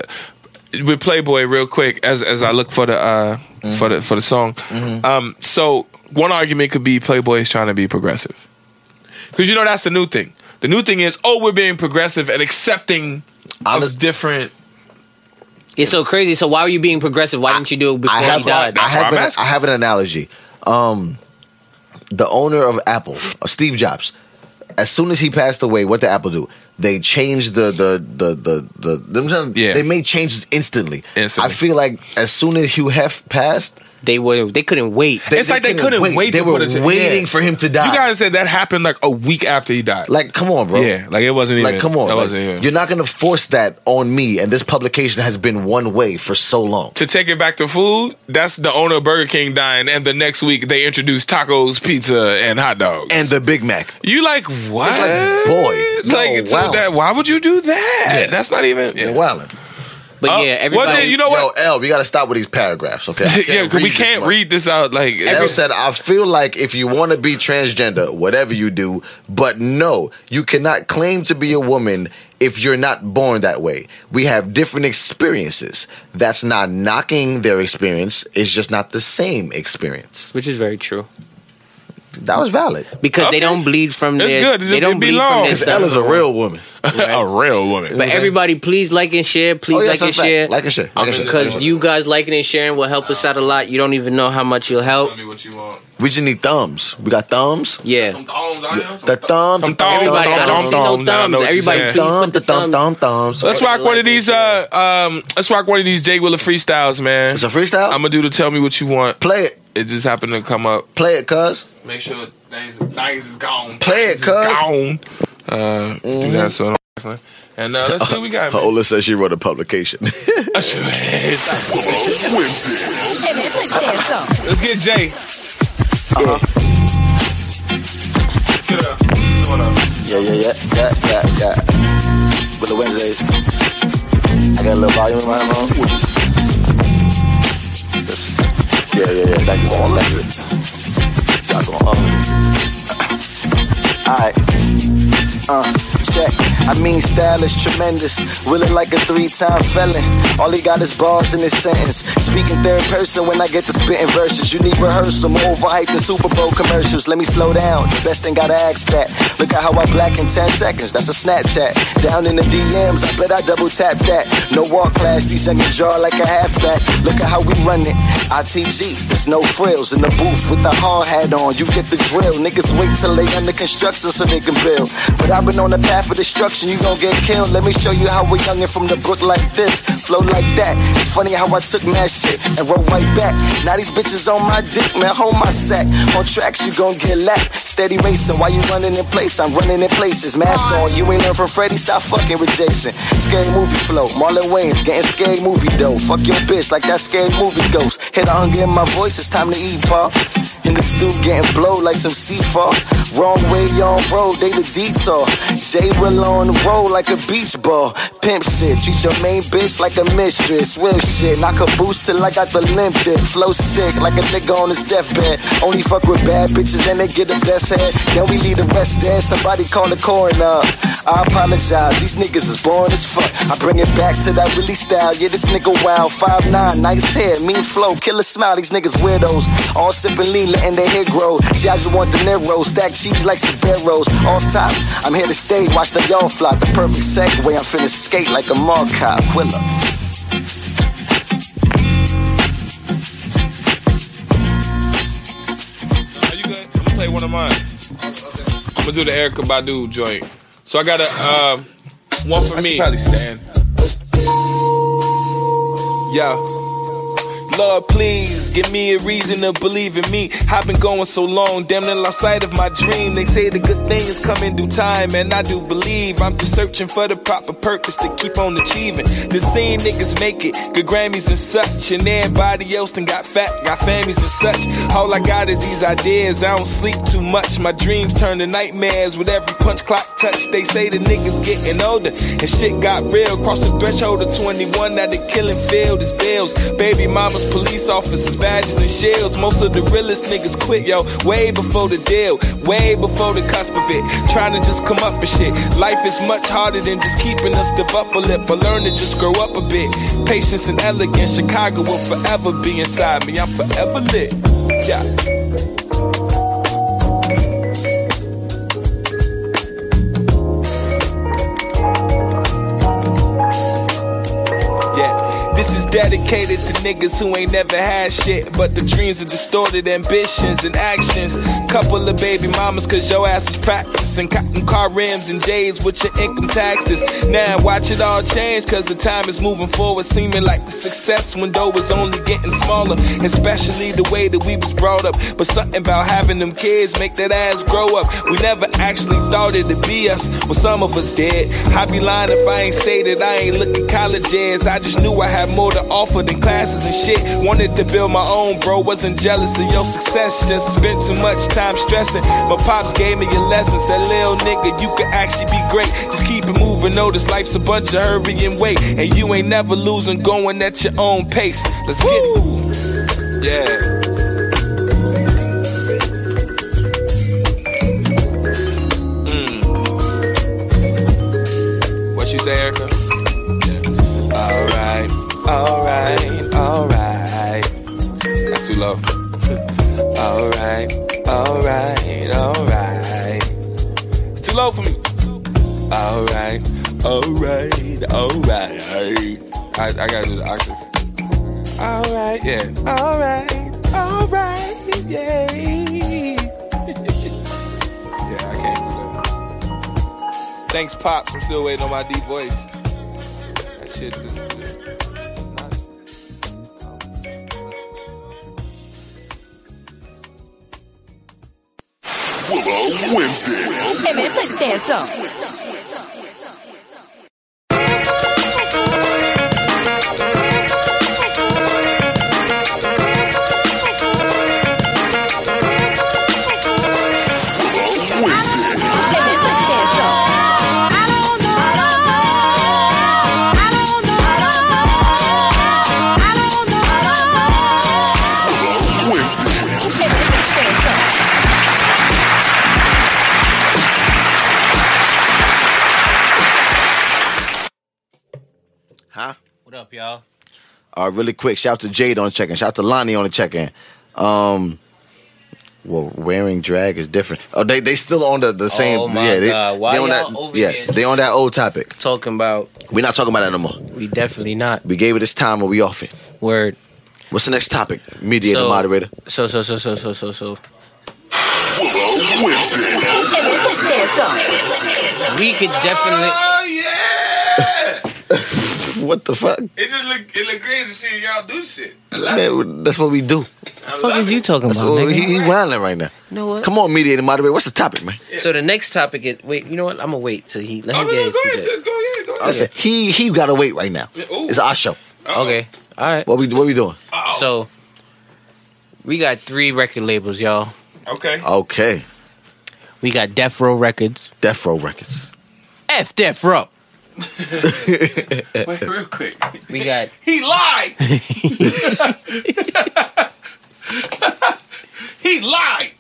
with Playboy, real quick, as as I look for the uh,
Mm-hmm.
for the for the song, um, so one argument could be Playboy is trying to be progressive, because you know that's the new thing. The new thing is, oh, we're being progressive and accepting
Honest-
of different.
It's so crazy. So why were you being progressive? Why didn't you do it before
I have,
he died?
I
That's why
have,
I'm
an,
asking.
I have an analogy. Um, the owner of Apple, uh, Steve Jobs, as soon as he passed away, what did Apple do? They changed the the the the, the, them- them-
Yeah.
They made changes instantly.
Instantly.
I feel like as soon as Hugh Hef passed,
they were. They couldn't wait.
It's like they couldn't wait
They
to
were
put it to-
waiting
yeah.
for him to die.
You guys said that happened like a week after he died.
like, come on, bro.
yeah, like it wasn't even.
Like, come on.
that
like,
wasn't even.
You're not going to force that on me. And this publication has been one way for so long.
to take it back to food, that's the owner of Burger King dying, and the next week they introduce tacos, pizza, and hot dogs.
And the Big Mac.
you like what?
It's like, boy, no,
like so
wow.
that, why would you do that?
Yeah.
That's not even.
Yeah. Wildin'.
But
Uh,
yeah,
well,
everybody.
then, you know
Yo,
what?
L, we got to stop with these paragraphs, okay? I
yeah, 'cause we
this
can't
much.
read this out. Like,
L
every-
said, I feel like if you want to be transgender, whatever you do, but no, you cannot claim to be a woman if you're not born that way. We have different experiences. That's not knocking their experience, it's just not the same experience.
which is very true
That was valid.
because
Okay.
they don't bleed from
That's
their.
good. It
They
just
don't
didn't be
bleed
long.
from their
It's
L is
stuff.
a real woman.
a real woman.
But everybody, please like and share. Please
Oh, yeah,
like
so
and
fact.
share.
Like and share. Like and share.
Because you guys liking and sharing will help us out a lot. You don't even know how much you'll help.
We just need thumbs. We got thumbs.
Yeah.
The thumb,
Some
the thumb,
Everybody, I don't
Thumb, thumb,
see no
thumb. Now I know
thumbs.
what you're
Everybody,
saying.
please
thumb,
put
the
the
thumb,
thumbs.
thumb, thumbs.
Let's rock one of these. Uh, um, let's rock one of these Jay Willer freestyles, man.
It's a freestyle.
I'm gonna do the tell me what you want.
play it,
It just happened to come up.
play it, cuz.
Make sure things, things is gone.
Play it,
Things is
cuz. Mm-hmm.
Gone. Uh, Do that so. I don't- And uh, let's see what we got. man.
Ola says she wrote a publication.
let's get Jay.
Uh-huh.
Get up. Come on up.
Yeah, yeah, yeah, yeah, yeah, yeah. With the Wednesdays, I got a little volume in my room. Yeah, yeah, yeah. Thank you, all thank you. Y'all gonna own this. Alright. Uh, check. I mean, style is tremendous. Will it like a three-time felon. All he got is bars in his sentence. Speaking third person when I get to spitting verses. You need rehearsal. More overhyped than Super Bowl commercials. Let me slow down. The best thing gotta ask that. Look at how I black in 10 seconds. That's a Snapchat. Down in the DMs. I bet I double tap that. No walk class. These youngins jar like a halfback. Look at how we run it. ITG. There's no frills in the booth with the hard hat on. You get the drill. Niggas wait till they under construction so they can build. But I've been on the path of destruction. You gon' get killed. Let me show you how a youngin' from the brook like this flow like that. It's funny how I took mad shit and rolled right back. Now these bitches on my dick, man, hold my sack. On tracks, you gon' get lapped. Steady racing, why you running in place? I'm running in places. Mask on, you ain't learn from Freddy, stop fucking with Jason. Scary movie flow, Marlon Wayans, getting scary movie dough. Fuck your bitch like that scary movie ghost. Hit the hunger in my voice, it's time to eat, pa. In the stew getting blowed like some seafall. Wrong way on road, they the detour. Jay will on the road like a beach ball. Pimp shit, treat your main bitch like a mistress. Real shit, knock a boost till I got the limp dip. Flow sick like a nigga on his deathbed. Only fuck with bad bitches and they get the best head. Then we leave the rest dead, somebody call the coroner. I apologize, these niggas is boring as fuck. I bring it back to that really style, yeah, this nigga wild. 5'9, nice hair, mean flow, killer smile, these niggas weirdos. All sipping lean, letting their hair grow. See, I just want the Niro, stack cheese like Sparrows. Off top, I'm here to stay, watch the y'all fly. The perfect segue, I'm finna skate like a mall cop. Quilla.
Are you good? I'm gonna play one of mine. I'm gonna do the Erica Badu joint. So I got a um, one for me.
probably stand. Yeah. Lord, please give me a reason to believe in me. I've been going so long, damn near lost sight of my dream. They say the good things come in due time, and I do believe I'm just searching for the proper purpose to keep on achieving. The same niggas make it, good Grammys and such, and everybody else done got fat, got families and such. All I got is these ideas. I don't sleep too much. My dreams turn to nightmares with every punch clock touch. They say the niggas getting older and shit got real. Cross the threshold of 21, now the killing field is bills. Baby mamas, police officers, badges and shields. Most of the realest niggas quit, yo, way before the deal, way before the cusp of it. Trying to just come up and shit. Life is much harder than just keeping us stiff upper lip. I learn to just grow up a bit. Patience and elegance, Chicago will forever be inside me. I'm forever lit. Yeah. Yeah, this is dedicated to niggas who ain't never had shit. But the dreams are distorted, ambitions and actions. Couple of baby mamas, cause your ass is practicing. Cotton car rims and J's with your income taxes. Now watch it all change, cause the time is moving forward. Seeming like the success window is only getting smaller. Especially the way that we was brought up. But something about having them kids make that ass grow up. We never actually thought it'd be us. Well, some of us did. I'd be lying if I ain't say that I ain't looking college years. I just knew I had more to offered in classes and shit. Wanted to build my own, bro. Wasn't jealous of your success. Just spent too much time stressing. My pops gave me a lesson. Said, Lil nigga, you can actually be great. Just keep it moving. Notice life's a bunch of hurry and wait. And you ain't never losing, going at your own pace. Let's get it. Yeah. What you say, Erica? Yeah. Alright, alright, alright. That's too low. alright, alright, alright. It's too low for me. Alright, alright, alright. I, I gotta do the octave. Alright, yeah. Alright, alright, yeah. yeah, I can't do that. Thanks, Pops. I'm still waiting on my deep voice. That shit just. just not-
Hey man, put the damn song. Hey man, put the damn song. Hey man, put the damn song.
Huh?
What up, y'all?
Uh, really quick, shout out to Jade on check-in. Shout out to Lonnie on the check-in. Um, well, wearing drag is different. Oh, they they still on the, the same.
Oh my
yeah, they,
God. Why
they on
y'all
that.
over
yeah,
here?
they on that old topic.
Talking about
We're not talking about that no more.
we definitely not
We gave it its time, and we off it.
word.
What's the next topic? Mediator,
So-
moderator.
So so so so so so so.
Hey man, put the damn song.
We could definitely.
Oh yeah!
What the fuck?
it just look it look great to see y'all do shit. I love it.
Man, that's what we do.
I
fuck
love
is
it.
you talking
That's
about,
what
nigga?
he, he wilding right now.
You know what?
Come on, mediator, moderator. What's the topic, man?
So the next topic is wait. You know what? I'm gonna wait till he let
Oh,
him
no,
get
no,
his.
go ahead,
together.
just go ahead, go
Oh,
ahead.
Listen, he he got to wait right now.
ooh.
It's our show.
Uh-oh.
Okay. All right.
What we what we doing?
Uh-oh.
So we got three record labels, y'all.
okay.
Okay,
We got Death Row Records.
Death Row Records.
F Death Row.
Wait, real quick.
We got
He lied. he lied.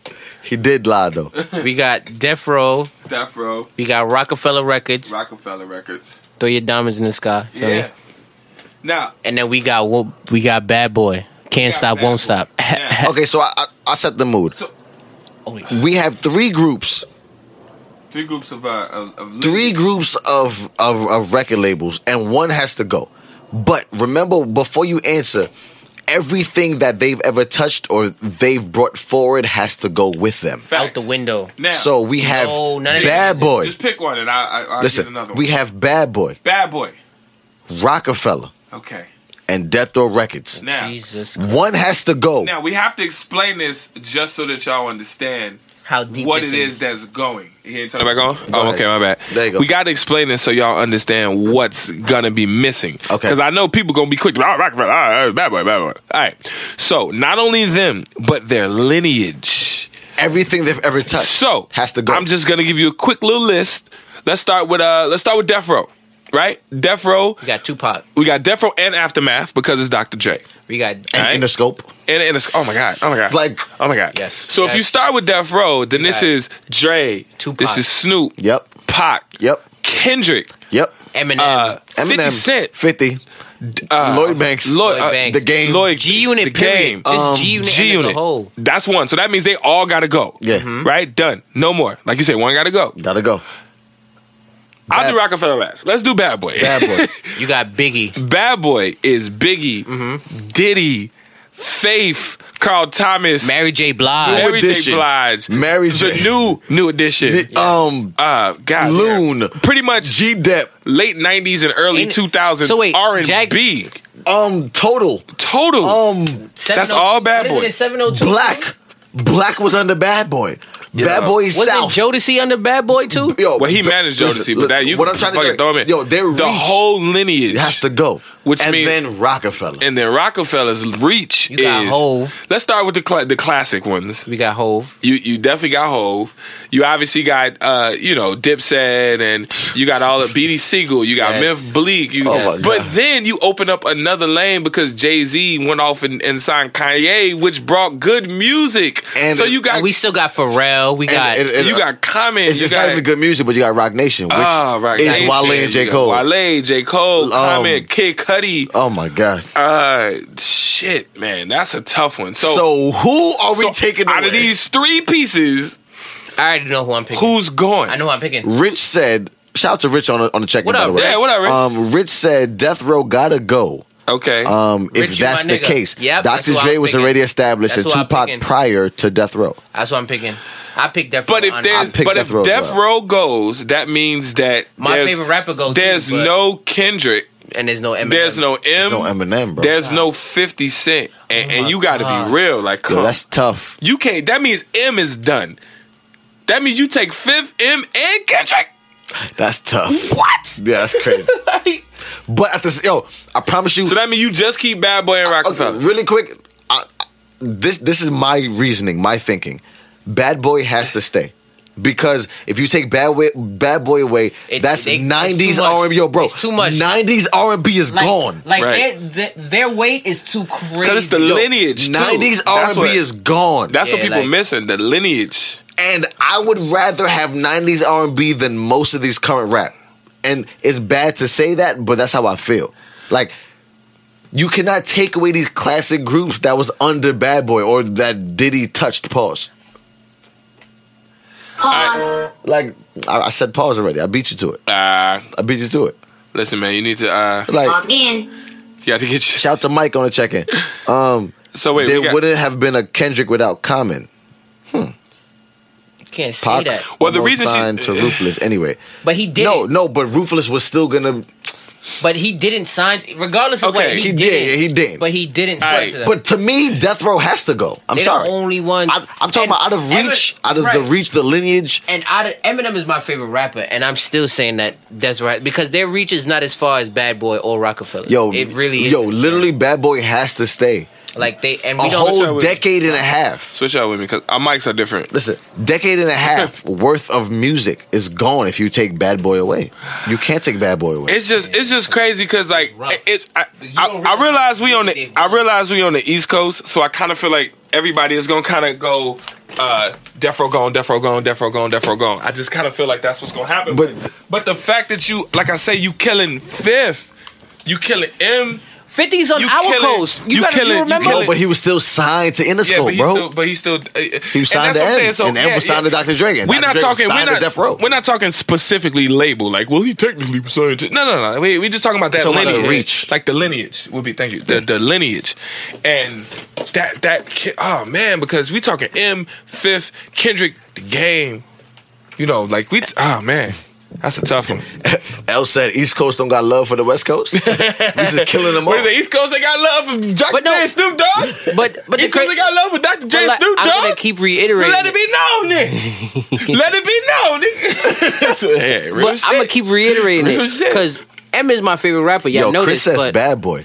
He did lie though.
we got Death Row.
Death Row,
We got Rockefeller Records.
Rockefeller Records.
Throw your diamonds in the sky. Feel me?
Yeah. Now,
And then we got wo- we got Bad Boy. Can't
got
stop,
Bad
won't
Boy.
stop.
Yeah.
Okay, so I, I I set the mood.
So-
we have three groups,
three groups of uh, of, of
three groups of, of of record labels, and one has to go. But remember, before you answer, everything that they've ever touched or they've brought forward has to go with them.
Out the window.
Now,
So we have
No, none of
Bad
these-
Boy.
Just pick one, and I, I I'll get
Listen,
another one.
we have Bad Boy,
Bad Boy.
Rockefeller,
Okay.
and Death Row Records.
Now,
Jesus,
One has to go.
now we have to explain this just so that y'all understand
how deep
what
this
it is that's going. You ain't turn it back on?
Go
oh,
ahead.
okay, my bad.
There you go.
We got to explain this so y'all understand what's gonna be missing.
Okay.
Because I know people gonna be quick. to be, Oh, Rockefeller, all right, all right, bad boy, bad boy. All right. So not only them, but their lineage.
Everything they've ever touched
So
has to go.
I'm just gonna give you a quick little list. Let's start with uh, let's start with Death Row, right? Death Row.
We got Tupac.
We got Death Row and Aftermath because it's Dr. Dre.
We got
and
All right.
Interscope.
And, and it's oh my god, oh my god,
Like-
oh my god.
Yes.
So if
Yes.
you start with Death Row, then this
got
is Dre.
Tupac.
This is Snoop.
Yep.
Pac.
Yep.
Kendrick.
Yep.
Eminem,
Uh, Fifty Cent.
50.
Uh,
Lloyd Banks.
Lloyd, uh,
Banks.
the game.
Lloyd
G Unit.
The game.
Period. Just
Um,
G Unit
G
as a
Unit.
whole.
That's one. So that means they all gotta go.
Yeah. Mhm.
Mm-hmm.
Right. Done. No more. Like you said, one gotta go.
Gotta go.
I'll
Bad-
do Rockefeller last. Let's do Bad Boy.
Bad boy.
You got Biggie.
Bad Boy is Biggie,
Mm-hmm.
Diddy, Faith, Carl Thomas,
Mary J. Blige.
Mary J.
Edition.
Blige,
Mary J.
the new new edition.
The, um,
Uh, God,
Loon.
yeah. pretty much
G Dep.
late '90s and early
Ain't-
2000s
so wait,
R and
Jag-
B
Um, Total.
total.
Um,
That's all Bad Boy.
Seven hundred two.
Black. Black was under Bad Boy. Bad Boy is
Wasn't
South.
Jodeci under Bad Boy too?
Yo,
well, he
but-
managed
listen,
Jodeci, but that you
what
can
I'm trying
fucking
to
throw him
say,
in.
yo, their
the
reach
whole lineage
has to go.
Which
and
means
then Rockefeller.
and then Rockefeller's reach
You got
is.
Hove.
Let's start with the cla the classic ones.
We got Hove.
You you definitely got Hove. You obviously got uh you know Dipset and you got all the BD Siegel. You got
Yes.
Myth Bleak. You,
Oh my
but
God.
then you open up another lane because Jay Z went off and, and signed Kanye, which brought good music.
And-
so you got
And we still got Pharrell. We got
and-
you got Common.
It's,
you
it's
got,
not even good music, but you got Rock Nation, which
Ah, right.
is
Nation.
Wale and J.
You got
Cole.
Wale, J. Cole,
Um,
Common, Kid Cudi.
Oh my God!
Uh, shit, man, that's a tough one. So,
So, who are we
so
taking
out
away?
of these three pieces?
I already know who I'm picking.
Who's going?
I know who I'm picking.
Rich said, "Shout to Rich on the, on the check."
What
by
up?
the way.
Yeah, what up, Rich?
Um, Rich said, "Death row gotta go."
Okay,
Um, if
Rich, you
that's
my
the
nigga.
case,
Yep, that's
Dr.
who
Dre
I'm
was
thinking.
already established
That's
and
who I'm
Tupac
thinking.
prior to Death Row.
That's what I'm picking. I picked Death.
but
Row,
if
honestly.
there's
picked
but
Death
if
Row as
Death
well.
Row goes, that means that
My
there's-
favorite rapper goes too,
There's
but-
no Kendrick.
and there's no Eminem.
There's no M.
There's no Eminem, bro.
There's no Fifty Cent, and, and
Oh my
you got to
God.
be real. Like,
Yo,
come,
that's tough.
you can't. That means M is done. That means you take fifth M and Kendrick.
That's tough. What? Yeah, that's crazy. but at this, yo, I promise you.
So that means you just keep Bad Boy and
Uh, Okay,
Rockefeller.
really quick, I, I- this this is my reasoning, my thinking. Bad Boy has to stay. Because if you take bad way, bad boy away,
It-
that's
they- it's too
nineties
much.
R and B. Yo, bro,
It's too much.
Nineties R and B is
like,
gone.
Like
Right.
their, their their weight is too crazy.
Because it's the lineage. too.
Nineties R and
That's
B
what-
is gone.
That's what
Yeah,
people
like-
missing. The lineage.
and I would rather have nineties R and B than most of these current rap. And it's bad to say that, but that's how I feel. Like you cannot take away these classic groups that was under Bad Boy or that Diddy touched. Pause.
I-
Like I, I said, pause already. I beat you to it.
Uh,
I beat you to it.
listen, man, you need to. Uh,
Like
you got to get your.
shout to Mike on the check in. Um,
So wait,
there
we got,
wouldn't have been a Kendrick without Common.
You can't say
Pac
that.
Well, the
almost
reason she-
signed to Ruthless anyway.
But he did.
No,
No,
no, but Ruthless was still gonna.
But he didn't sign. Regardless of
Okay,
what he,
He
did,
did. Yeah, he did.
But he didn't.
All
sign
right,
to them.
But to me, Death Row has to go. I'm
They the
sorry.
only one.
I, I'm talking
and
about out of
Emin-
reach, out of the
right.
reach, the lineage.
And out of, Eminem is my favorite rapper, and I'm still saying that that's right because their reach is not as far as Bad Boy or Rockefeller.
Yo,
it really is.
Yo, literally, Bad Boy has to stay
like they and
a
we don't.
try
whole
with-
decade and a half.
switch out with me because our mics are different.
Listen, decade and a half worth of music is gone if you take Bad Boy away. You can't take Bad Boy away.
It's just it's just crazy because like
rough.
it's I,
You
I,
don't
I realize
realize
we on the
Dave.
I realize we on the East Coast, so I kind of feel like everybody is gonna kind of go uh, death row gone, death row gone, death row gone, death row gone. I just kind of feel like that's what's gonna happen. But
But-
but the fact that you like I say you killing fifth, you killing M.
Fifties on
You
our
killing-
coast. You,
you
gotta
killing- you
you remember.
killing-
no, but he was still signed to Interscope,
Yeah, but he
bro.
still but he still uh,
he was signed to M, and M was signed to Dr. Dre. and
We're
Dr.
not
Dre was
talking. We're
signed to
not,
Death Row.
we're not talking specifically label. Like, well, he technically was signed to. No, no, no. We we just talking about that
talking about
lineage.
the reach.
Like the lineage would be. Thank you. The, the lineage, and that that. ki- Oh man, because we talking M Fifth Kendrick the game. You know, like we. Oh man, that's a tough one.
L said East Coast don't got love for the West Coast. we just killing them all.
What is it? East Coast? They got love for Dr.
But no-
Dre and Snoop Dogg.
But but the
East Coast,
cra-
they got love for Dr. Dre
but
and
like,
Snoop
I'm
Dogg.
gonna keep reiterating.
Let it be known, then. Let it be known. nigga. So, yeah, real
but I'm gonna
shit.
keep reiterating
Real
it
shit.
because M is my favorite rapper. Y'all
Yo,
know
Chris
this,
says
but
bad boy.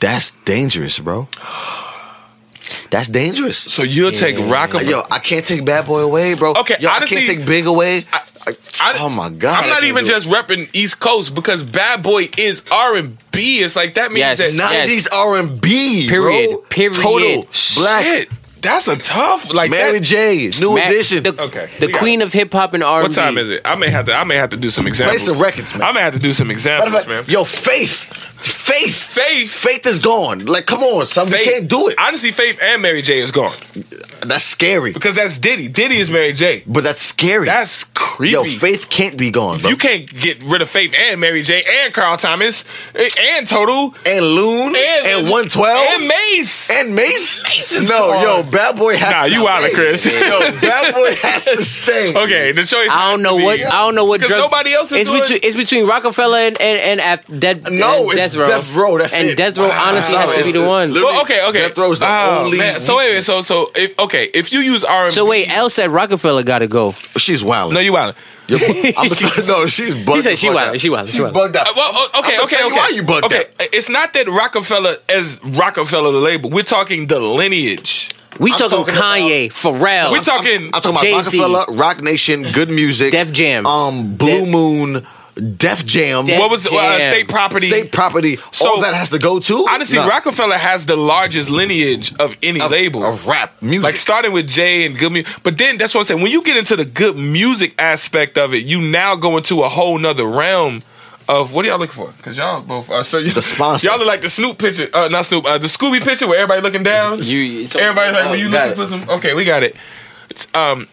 That's dangerous, bro. That's dangerous.
So you'll take Rockefeller.
Yo, I can't take bad boy away, bro.
Okay,
Yo, I
honestly,
can't take big away.
I- I-
oh my god.
I'm
I
not
can't
even
do it.
just repping East Coast because Bad Boy is R and B. It's like that means
Yes.
that
Nah,
90s R&B,
Period.
bro.
Period.
Total black
shit. That's a tough like
Mary
that-
J, New
Mac-
Edition.
The,
Okay,
the
we got
queen of hip hop and R.
What time is it? I may have to. I may have to do some examples.
some records, man.
I may have to do some examples,
Matter of fact,
man.
Yo, Faith. Faith.
Faith,
Faith is gone. Like, come on, son.
Faith,
We can't do it.
Honestly, Faith and Mary J is gone
that's scary.
because that's Diddy. Diddy is Mary J.
But that's scary.
That's creepy.
Yo, Faith can't be gone, bro.
You can't get rid of Faith and Mary J. and Carl Thomas and Total
and Loon and, 112
and Mace.
And Mace?
is
no,
gone.
yo, Bad Boy has
Nah,
to
you
stay.
outta, Chris.
yo, Bad Boy has to stay.
Okay, the choice.
I don't know what I don't know what
'Cause
drugs.
nobody else is
it's
doing-
between it's between Rockefeller and and, and Af- Dead.
No,
and
it's
Death Row.
Death Row, that's
and
it.
Death Row
Wow.
honestly
I'm sorry,
has to be
it's
the
the-
one.
literally-
Well, okay, okay.
Death Row is the
Oh,
only
man. So wait, wait, so so if okay, if you use R and
so wait, L said Rockefeller got to go.
She's wild.
no, you wild.
Your- I'm gonna tell you, no, she's bugged.
said
the
she
fuck
wildin',
out.
she wildin', she
She's
wildin'.
bugged out.
Uh, Well, o- okay,
I'ma
okay,
tell you
okay.
why you bugged
okay. It's not that Rockefeller as Rockefeller the label. We're talking the lineage.
We
I'm
talking,
talking
Kanye, Pharrell.
We
We
talking.
I'm talking about
Jay-Z.
Rockefeller, Rock Nation, Good Music,
Def Jam.
um, Blue
Def-
Moon, Def Jam,
Def-
what was the, uh,
Jam.
state property?
state property. all
So-
that has to go to.
Honestly,
Nah.
Rockefeller has the largest lineage of any
Of-
label
of rap music.
Like starting with Jay and good music, but then that's what I'm saying. When you get into the good music aspect of it, you now go into a whole nother realm of what are y'all looking for? Because y'all both uh, so you,
The sponsor.
Y'all look like the Snoop picture, uh, not Snoop, uh, the Scooby picture where everybody looking down.
You- it's-
everybody like,
Oh,
well, you
got
looking
it.
for some? Okay, we got it. It's, um,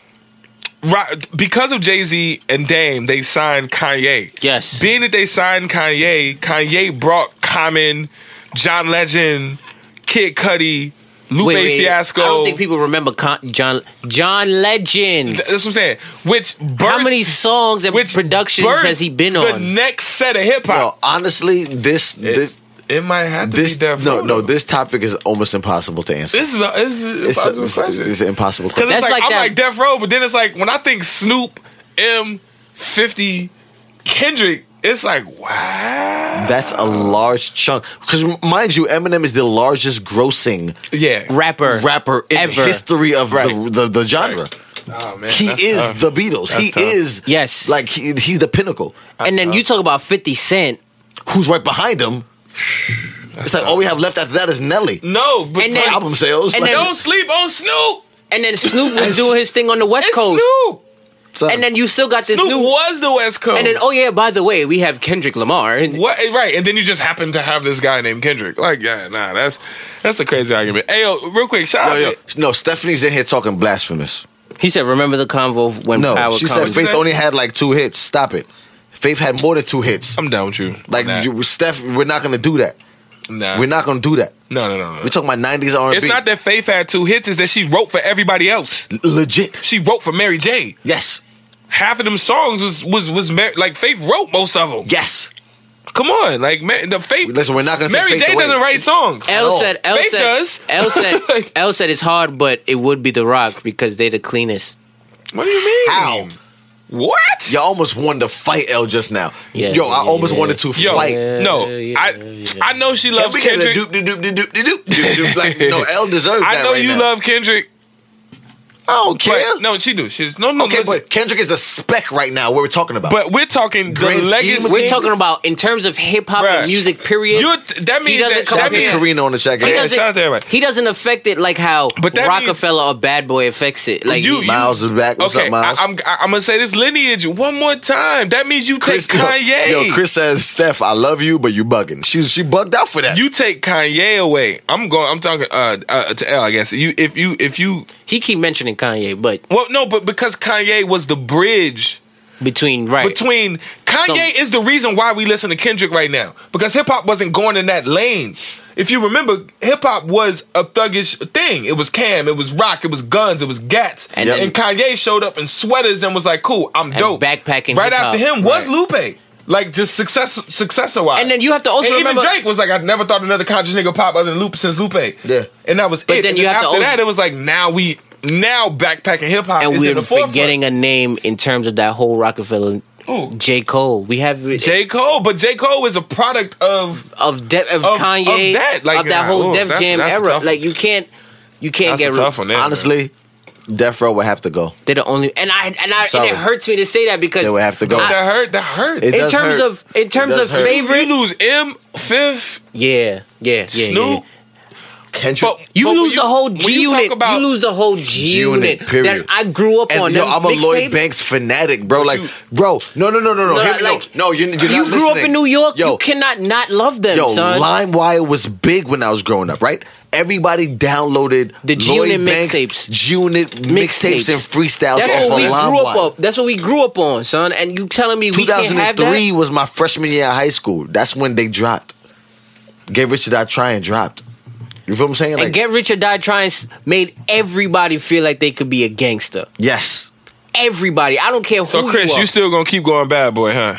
Ro- because of Jay Z and Dame, they signed Kanye.
Yes.
Being that they signed Kanye, Kanye brought Common, John Legend, Kid Cudi, Lupe Fiasco.
I don't think people remember Con- John John Legend.
That's what I'm saying. Which birthed,
How many songs and
which
productions
birthed
has he been
The
on?
next set of hip
Well,
hop.
honestly, this this
it might have to
this
be that.
no no this topic is almost impossible to answer.
This is a, this is a
It's, a,
possible
it's,
question.
a- it's an impossible
Because
question.
it's
That's
like,
like
I'm
that-
like Death Row, but then it's like when I think Snoop, M, Fifty, Kendrick, it's like wow.
That's a large chunk. Because mind you, Eminem is the largest grossing
yeah.
rapper.
rapper in
Ever.
the history of
Right.
the, the, the genre.
Oh man,
He
that's
is
tough.
the Beatles. he
tough.
is
Yes.
like uh, he, he's the pinnacle.
and then you talk about 50 Cent.
Who's right behind him? it's like all we have left after that is Nelly.
no, but
And then-
Album sales.
and
like,
then-
don't sleep on Snoop.
And then Snoop was doing his thing on the West
It's
Coast.
Snoop.
son,
And then you still got this
Snoop
new
was the West Coast.
And then oh yeah, by the way, we have Kendrick Lamar. And
What right, and then you just happen to have this guy named Kendrick. Like, yeah, nah, that's that's a crazy argument. Hey, yo, real quick, shout
Yo,
out.
yo,
to-
no, Stephanie's in here talking blasphemous.
He said, "Remember the convo of when
No,
power
she
comes."
said Faith
said?
only had like two hits. Stop it. Faith had more than two hits.
I'm down with you.
Like
nah,
you, Steph, we're not gonna do that.
nah.
We're not gonna do that.
No, no, no, no.
We're talking about '90s R&B.
It's not that Faith had two hits; it's that she wrote for everybody else.
legit.
She wrote for Mary J.
Yes,
half of them songs was was was Mar- like Faith wrote most of them.
yes.
Come on, like Ma- the Faith.
Listen, we're not gonna say
Mary
Faith
J
away.
doesn't write songs.
at
L
all.
said, L
Faith
said,
does.
L said, L said it's hard, but it would be The Rock because they the cleanest.
What do you mean?
How?
What?
You almost wanted to fight L just now.
Yeah,
Yo, I
yeah,
almost
yeah.
wanted to
Yo,
fight.
no,
yeah,
I
yeah.
I know she
Can
loves
we get a
Kendrick.
doop, doop, doop, doop, doop, doop, doop, doop? Like, no, L deserves that.
I know
right
you
now.
love Kendrick.
I don't
But,
care.
No, she do. She's no, no.
okay,
listen.
but Kendrick is a speck right now. What we're talking about.
But we're talking
Grand
the
scheme
legacy.
of
We're
things.
talking about in terms of hip hop
Bruh.
and music. Period.
You're t- that means
doesn't
that,
come
shout
that
out to
means,
Karina on the check.
he
Yeah,
doesn't,
shout out to everybody.
he doesn't affect it like how
But that
Rockefeller or Bad Boy affects it. Like
You-
he-
Miles is back. What's
Okay,
up, Miles?
I, am I'm gonna say this lineage one more time. That means you take
yo-
Kanye.
Yo, Chris said, Steph, I love you, but you bugging. She's she bugged out for that.
You take Kanye away. I'm going. I'm talking uh, uh, to L. I guess you. If you. If you.
he keep mentioning Kanye, but
Well, no, but because Kanye was the bridge
between right,
between Kanye
Some-
is the reason why we listen to Kendrick right now because hip hop wasn't going in that lane. If you remember, hip hop was a thuggish thing. It was Cam, it was Rock, it was Guns, it was Gats,
And
and,
then-
Kanye showed up in sweaters and was like, "Cool, I'm
And
dope."
backpacking
Right
hip-hop.
after him was
Right.
Lupe. Like just success, successor wise,
and then you have to also
and
remember.
even Drake was like, I never thought another conscious nigga pop other than Lupe since Lupe.
Yeah.
and that was
But
it.
then
And
you have to
after
also-
that, it was like now we now backpacking hip hop
and
is in
we're
the forefront.
forgetting a name in terms of that whole Rockefeller.
Who?
J Cole. We have
J Cole, but J Cole is a product of
of De- of,
Of-
Kanye
of
of that,
that, like, nah,
whole
ooh,
Def
that's-
Jam
that's a
era.
tough one.
Like you can't you can't
that's
get
a
rid-
tough one. There,
Honestly, Death Row would have to go.
They're the only and I and I and
Sorry.
it hurts me to say that because
They would have to go.
man.
I-
that hurt. That hurt.
It-
in
does
terms
hurt.
of in terms of
does hurt.
you
favorite,
lose M Fifth
yeah, yeah, yeah, yeah.
Snoop.
Kendrick.
But-
You
when
lose
you-
the whole
when
G
you talk
unit.
about-
you lose the whole G unit.
G-Unit, period.
That I grew up on.
and yo,
Them
I'm a Lloyd
mixtapes.
Banks fanatic, bro. Like,
you-
bro, no, no, no, no, no.
No,
Hear me,
like,
no, no, you're, you're
you
not
grew up
listening.
in New York.
Yo,
you cannot not love them,
Yo,
son.
LimeWire was big when I was growing up, right? Everybody downloaded
The G-Unit
Lloyd Banks
mixtapes.
G-Unit mixtapes and freestyles
That's
off
what
of
we grew up
LimeWire.
on. That's what we grew up on, son. And you telling me we can't have that?
2003 was my freshman year of high school. That's when they dropped. Get Rich or Die Trying dropped. You feel what I'm saying?
And Get Rich or Die Trying s- made everybody feel like they could be a gangster.
yes.
Everybody. I don't care who
So Chris,
you are.
you still gonna keep going bad boy, huh?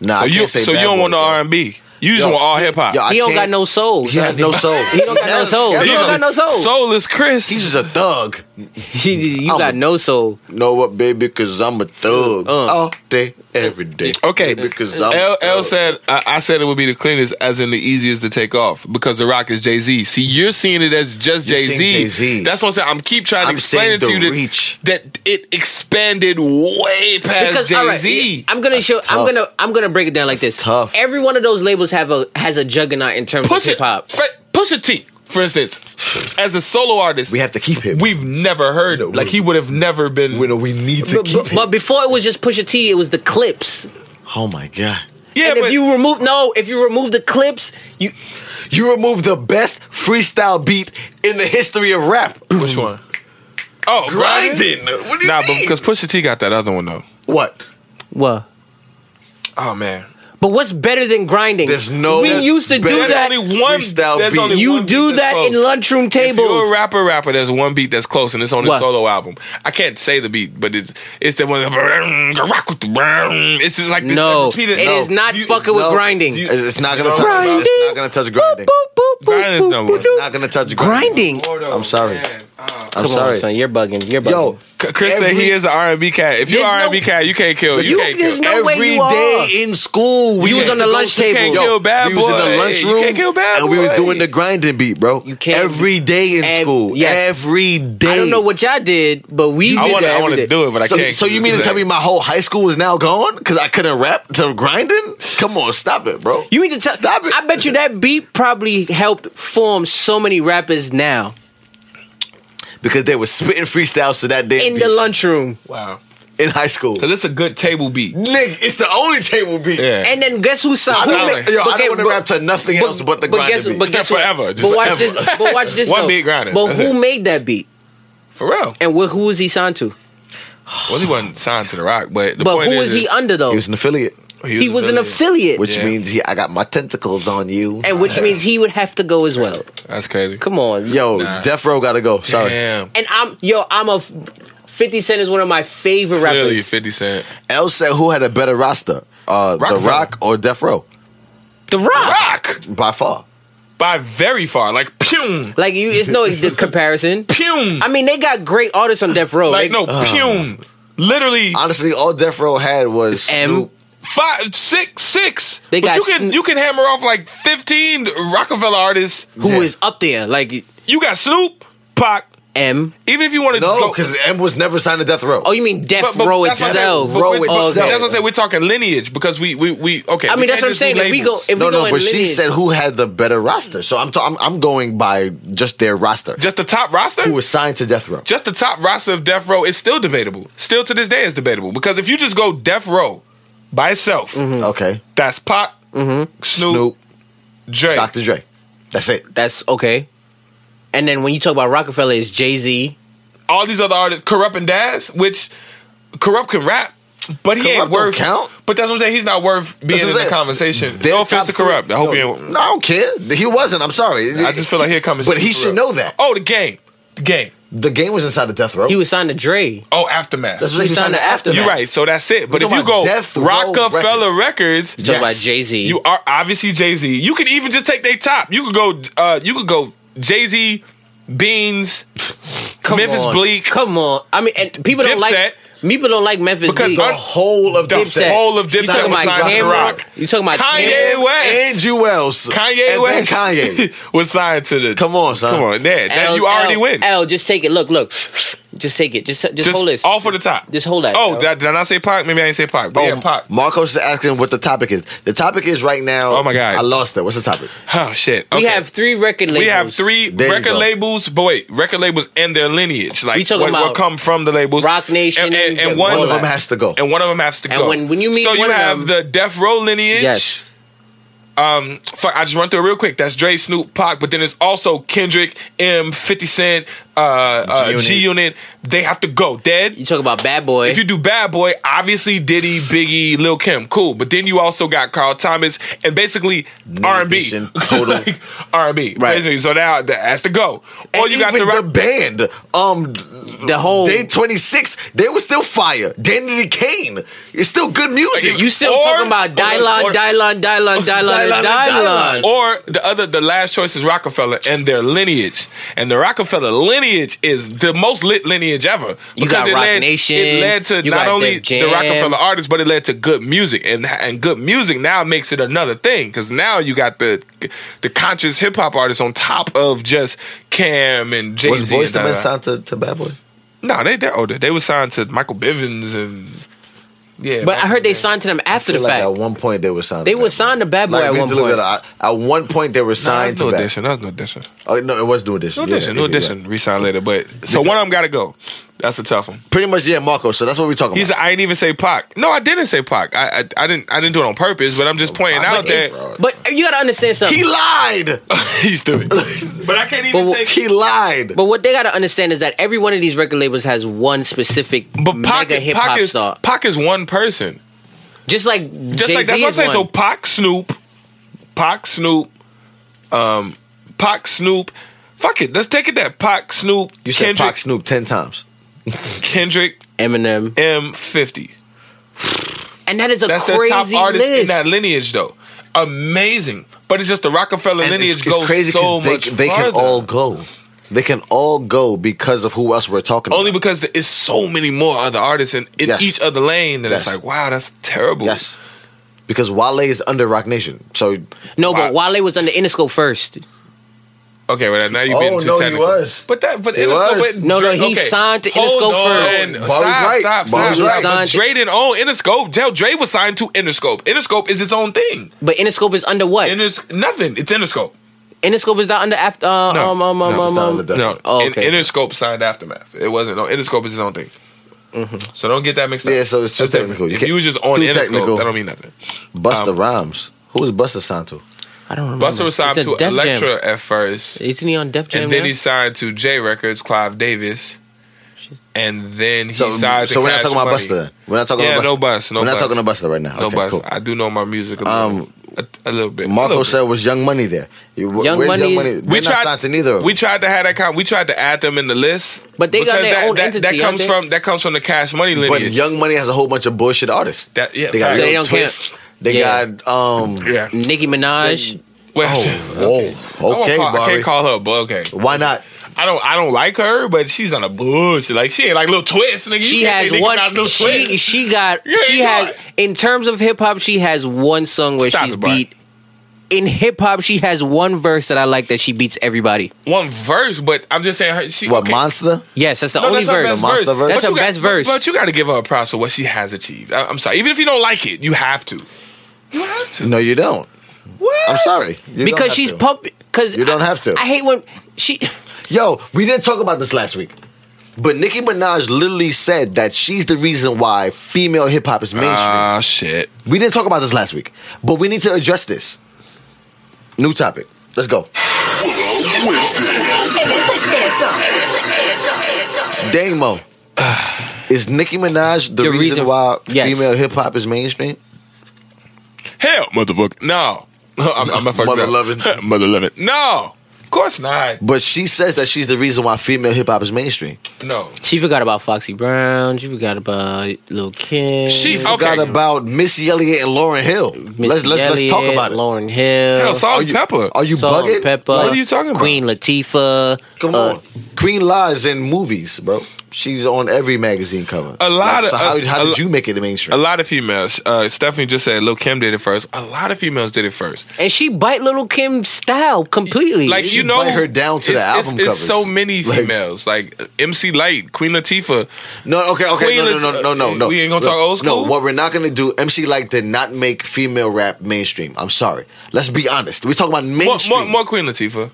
Nah,
So
I
you
can't say
so you
Bad
don't
Boy,
want the
though.
R and B. You just
Yo,
want all hip hop.
Yo, I
He don't
can't-
got no soul.
He has no soul.
He don't got no soul.
Yeah,
He don't got no soul.
Soul is Chris.
He's just a thug.
You- you
I'm
got
a-
no soul.
Know what, baby? Because I'm a thug all day, every day.
Okay.
because I'm.
L,
a
L
thug.
said, I, I said it would be the cleanest, as in the easiest to take off because The Rock is Jay Z. See, you're seeing it as just
You're
Jay
seeing
Z.
Jay-Z.
That's what I'm saying. I'm keep trying to
I'm
explain
saying
it to
the
you that,
reach.
that it expanded way past
because all
Jay
right,
Z.
I'm gonna show. I'm
tough.
gonna. I'm gonna break it down like this.
tough.
Every one of those labels have a has a juggernaut in terms
Push
of
it,
hip hop.
push a T, for instance, as a solo artist,
we have to keep him.
we've never heard him. Like he would have never been.
we know we need to
But,
keep
but,
him.
but before it was just Pusha T, it was the clips.
oh my god!
yeah,
and if
but-
you remove no, if you remove the clips, you
You removed the best freestyle beat in the history of rap.
which one? Oh,
Grinding. What do you
Nah, but
mean?
because Pusha T got that other one though.
what?
what?
Oh man,
But what's better than grinding?
There's no
We used to do
better-
that.
There's only one.
freestyle
there's
beat.
only
You
one
do
beat
that
that's
in
close.
lunchroom
If you're a
tables.
rapper, rapper, there's one beat that's close, and it's on his
What?
solo album. I can't say the beat, but it's it's the one. It's just like this
No, it
repeated-
is
No.
not
You-
fucking with
no,
grinding.
you-
It's, it's not gonna
You know
touch.
what I'm
Grinding.
talking
It's not gonna touch grinding.
Grinding is number one.
It's not gonna touch grinding.
grinding.
Gordo,
I'm sorry.
man. Uh,
I'm
Come
sorry.
on, son, you're bugging. You're bugging.
Yo,
C- Chris said
every-
he is an R&B cat. If you're
There's no-
R&B cat, you can't kill. You,
You-
can't
there's
kill.
no way
every
you are.
day in school, we
You was
used
on
to
the
go
lunch
to-
You
table.
can't
Yo,
kill bad
we
boy.
was in the lunchroom
You can't kill bad
and we was
boy.
doing the grinding beat, bro.
You can't-
every day in
Ev-
school.
yes.
Every day.
I don't know what y'all did, but we
I
did
want to.
that.
I
every
want
day.
to do it, but I
so,
can't.
so you mean to tell me my whole high school is now gone because I couldn't rap to grinding? Come on, stop it, bro.
You need to tell.
Stop it.
I bet you that beat probably helped form so many rappers now
because they were spitting freestyles to that day
in the lunchroom.
Wow.
in high school.
Because it's a good table beat.
Nigga, it's the only table beat.
Yeah.
And then guess who signed?
I
Who
don't,
ma-
yo, I
but-
don't want to
but-
rap to nothing else but the
but
grinding
guess,
beat.
But guess
Yeah,
what?
forever, just
but watch
forever.
this. But watch this.
One
though.
beat grinding,
But
that's
who
it.
made that beat?
For real.
And wh- who was he signed to?
Well, he wasn't signed to The Rock, but the
but
point
who
is,
is he
is
under though?
he was an affiliate,
He was an affiliate,
which
Yeah.
means he, I got my tentacles on you.
and which means he would have to go as well.
That's crazy.
Come on,
Yo,
Nah.
Death Row gotta go. Sorry.
Damn.
And I'm yo, I'm a f- Fifty Cent is one of my favorite
Clearly,
rappers.
Fifty Cent.
L said who had a better roster, uh, The
Rockefeller.
Rock or Death Row?
The Rock.
Rock
By far.
by very far, like pew,
Like you, it's no the comparison.
pew.
I mean, they got great artists on Death Row.
like
They- uh,
no pew. Literally
Honestly, all Death Row had was
M.
Snoop.
five, six, six.
They
But
got
you can
Snoop-
you can hammer off like fifteen Rockefeller artists.
who is
Yeah.
up there? Like
You got Snoop, Pac.
M.
Even if you want to
No,
go,
because M was never signed to Death Row.
Oh, you mean Death Row
that's what I'm saying,
itself?
but
Row
we're-
itself.
That's what I'm saying. We're talking lineage because we we we okay.
I
we
mean, that's
can't
what I'm
just do
saying. If we go,
labels.
if
no,
we go
no,
in
but she
lineage,
said who had the better roster. So I'm, t- I'm I'm going by just their roster.
just the top roster,
who was signed to Death Row?
just the top roster of Death Row is still debatable. Still to this day is debatable because if you just go Death Row by itself,
Okay,
that's Pac, Snoop,
Mm-hmm. Snoop,
Dre.
Dr. Dre. That's it.
that's okay. And then when you talk about Rockefeller, it's Jay Z.
all these other artists, Corrupt and Daz, which Corrupt can rap, but he ain't
Corrupt don't
worth
count.
But that's what I'm saying. He's not worth being
That's
in
what I'm
the
saying.
conversation.
Their
no
top
offense to Corrupt. I hope
three-
you.
no,
Ain't,
No, I don't care. He wasn't. I'm sorry.
I just feel like here comes.
But he should know that.
Oh, the game, the game.
The game was inside of Death Row.
He was signed to Dre.
Oh, aftermath.
That's what
he
he was signed
signed
to
to
after.
You're right. So that's it. But
We're
if
talking
you
about
go
Death Row
Rockefeller Records,
You talk
Yes.
about Jay Z.
you are obviously Jay Z. You could even just take their top. You could go. Uh, you could go Jay Z, Beans,
come
Memphis
on.
Bleak.
Come on. I mean, and people don't
Dipset.
like people don't like Memphis
Because
Bleak.
The whole of
The
Dipset.
whole of
You
Dipset
talking
was
about
signed to
Cam
The
Rock?
Rock.
You talking about
Kanye
Cam?
West.
And Jewels.
Kanye
and
West.
Then Kanye.
was signed to the.
Come on, son.
Come on, there. That
L,
you already
L,
win.
L, just take it. Look, look. Just take it. Just just,
Just
hold this.
all for the top.
Just hold that,
Oh,
yo.
did, I- did I not say Pac? Maybe I didn't say Pac. But
Oh,
yeah, Pac.
Marcos is asking what the topic is. The topic is right now.
Oh, my God.
I lost it. What's the topic?
Oh shit.
we
Okay.
have three record labels.
We have three
There you
record
go.
labels, but wait, record labels and their lineage, like
We talking
what, what
about
come from the labels,
Rock Nation
and, and,
and
and one,
One of
that.
them has to go.
and one of them has to
And
go.
when- when you meet
so
one
you
of
have the
them-
Death Row lineage.
Yes.
Um, fuck, I just run through it real quick. That's Dre, Snoop, Pac, but then it's also Kendrick, M, Fifty Cent, uh, uh,
G-Unit.
G Unit, they have to go
You
dead.
talk about Bad Boy.
If you do Bad Boy, obviously Diddy, Biggie, Lil Kim, cool. But then you also got Carl Thomas and basically R and B,
Ambition, total.
R and B,
Right.
Basically, So now that has to go. Or
And
you got
even
the, Oh.
the,
rap-
band. Um,
The whole-
day twenty six, they were still fire. Danny Kane, it's still good music.
You still
Or-
talking about Dylon,
or-
Dylon, Dylon, Dylon,
Dylon
and
and
Dylon.
Dylon.
Or the other, the last choice is Rockefeller and their lineage, and the Rockefeller lineage is the most lit lineage ever.
You got Roc Nation,
It led to
you
not
got
only
Def Jam.
the Rockefeller artists, but it led to good music, and and good music now makes it another thing because now you got the the conscious hip hop artists on top of just Cam and Jay
was
Z.
Boyz II Men signed to, to Bad Boy?
No, they they're older. They were signed to Michael Bivins and yeah.
But I heard they
Michael
signed to them
I
after the
feel like
fact.
at one point they were signed.
They
to
were
Bad Boy.
signed to Bad Boy
Like,
at
we
one
just looked
point.
At, at one point they were
Nah,
signed
that's no
to Bad.
addition. That's no addition.
Oh no, it was no edition.
No
Yeah,
addition, no
yeah, yeah.
addition. Resign later, but so one of them got to go. That's a tough one.
Pretty much, yeah, Marco. So that's what we're talking
He's.
about.
I didn't even say Pac. No, I didn't say Pac. I, I, I didn't. I didn't do it on purpose. But I'm just pointing out that
But you gotta understand something.
he lied.
he's stupid. But I can't even
But-
take.
He lied.
But what they gotta understand is that every one of these record labels has one specific
But Pac,
mega hip
Pac
hop
is
star.
Pac is one person.
Just like
Just like that's what I'm saying. So Pac, Snoop, Pac, Snoop, um, Pac, Snoop. Fuck it. Let's take it that Pac, Snoop,
You said
Kendrick,
Pac Snoop ten times.
Kendrick,
Eminem,
M50.
and that is a
That's their
crazy
top artist
list.
in that lineage, though. Amazing, but it's just the Rockefeller
And
lineage
it's, it's
goes
crazy
so
because
much
they, they can
farther.
all go. They can all go because of who else we're talking
Only
about.
because it's so many more other artists in, in
Yes.
each other lane that it's
Yes.
like, wow, that's terrible.
yes, because Wale is under Rock Nation. So
no, but Wale was under Interscope first.
Okay, well now you're
Oh,
being too
no, he
technical.
was.
But that, but
He
Interscope
was.
but
No, no,
Dre-
he signed to
Hold
Interscope
on.
first.
Stop,
Bobby's right.
stop, stop,
Bobby's
stop.
right.
But
Signed to-
Dre didn't own Interscope. Tell Dre was signed to Interscope. Interscope is its own thing.
But Interscope is under what?
Inters nothing. It's Interscope.
Interscope is not under after. Uh,
No.
um, um, um,
No, it's
um,
not
um,
under that.
No,
Oh,
In-
okay.
Interscope signed Aftermath. It wasn't. No, Interscope is its own thing. So don't get that mixed up.
Mm-hmm. Yeah, so it's too
That's different.
technical. You
if
can't-
you was just on
too
Interscope,
technical.
that don't mean nothing.
Busta
Um,
Rhymes. Who is Busta signed to?
I don't remember.
Mm-hmm.
Buster was signed
It's a
to
Def Jam.
Elektra at first,
Isn't he on Def Jam?
and then
now?
he signed to J Records, Clive Davis, and then he
So,
signed. to
so we're not
Cash
talking about
Money.
Busta. Then. We're not talking
Yeah,
about Busta.
no Bus, no
we're not
Bus.
talking about Busta right now.
No
okay,
bus.
Cool.
I do know my music a little,
Um,
bit. A, a little bit. a
Marco
little
said
bit.
was Young Money there. You-
Young
where's
Money-
They're not signed to neither. of
We
them.
tried to have that. Con- we tried to add them in the list,
But they got
because
their
that,
own
that,
entity,
That comes
aren't they?
from that comes from the Cash Money
but
lineage.
Young Money has a whole bunch of bullshit artists.
That- yeah,
they got
facts.
So they
Lil
don't
Twist. They
Yeah.
got um.
yeah.
Nicki Minaj.
Well,
Whoa.
I,
Okay,
won't call, I
Barry.
can't call her, but okay.
Why not?
I don't I don't like her, but she's on a bullshit. Like she ain't like little twist, nigga. You
she
can't
has
say Nicki Minaj
one.
Lil
She
Twist.
she got.
Yeah,
she
you
has.
right.
In terms of hip hop, she has one song where
Stop
she's
it, Brian.
beat. In hip hop, she has one verse that I like that she beats everybody.
one verse, but I'm just saying her she
What
okay.
monster?
Yes, that's the
No,
only
that's her
verse.
best
The monster verse?
But
That's
you
her
got-
best verse.
But, but you got to give her a props for what she has achieved. I, am sorry, even if you don't like it, you have to. You have to.
No, you don't.
What?
I'm sorry. You don't
because
have
she's
to.
pumping. Because
You don't have to.
I hate when she.
Yo, we didn't talk about this last week. But Nicki Minaj literally said that she's the reason why female hip hop is mainstream.
Ah shit.
we didn't talk about this last week, but we need to address this. New topic. Let's go. Damo. Is Nicki Minaj the,
The
reason,
reason-
why
yes.
female hip hop is mainstream?
Hell, motherfucker. No. I'm, I'm a fucking
Mother loving.
mother loving. No. Of course not.
But she says that she's the reason why female hip hop is mainstream.
No.
She forgot about Foxy Brown. She forgot about Lil Kim.
She
I
okay.
Forgot about Missy Elliott and Lauren Hill.
Missy
let's let's let's talk
Elliott,
about it.
Lauren Hill.
Hell, salt
Are
and
you-
pepper.
Are you
Salt and
bugging?
Pepper.
What are you talking about?
Queen Latifah.
Come
uh,
on. Queen lies in movies, bro. She's on every magazine cover.
A lot
Like, so
of-
how,
a-
how
a
did
lo-
you make it the mainstream?
A lot of females. Uh, Stephanie just said Lil Kim did it first. A lot of females did it first.
And she bite Little Kim's style completely.
Like
should
you know,
bite her down to the
it's, it's-
album
It's
covers.
so many
Like-
females. Like, MC Light, Queen Latifah.
No, okay, okay,
Queen
no,
is- uh,
no, no, no, no, no.
we ain't gonna talk old
No,
school?
what we're not gonna do. MC Light did not make female rap mainstream. I'm sorry. Let's be honest. We're talking about
More,
mainstream.
more, more Queen Latifah.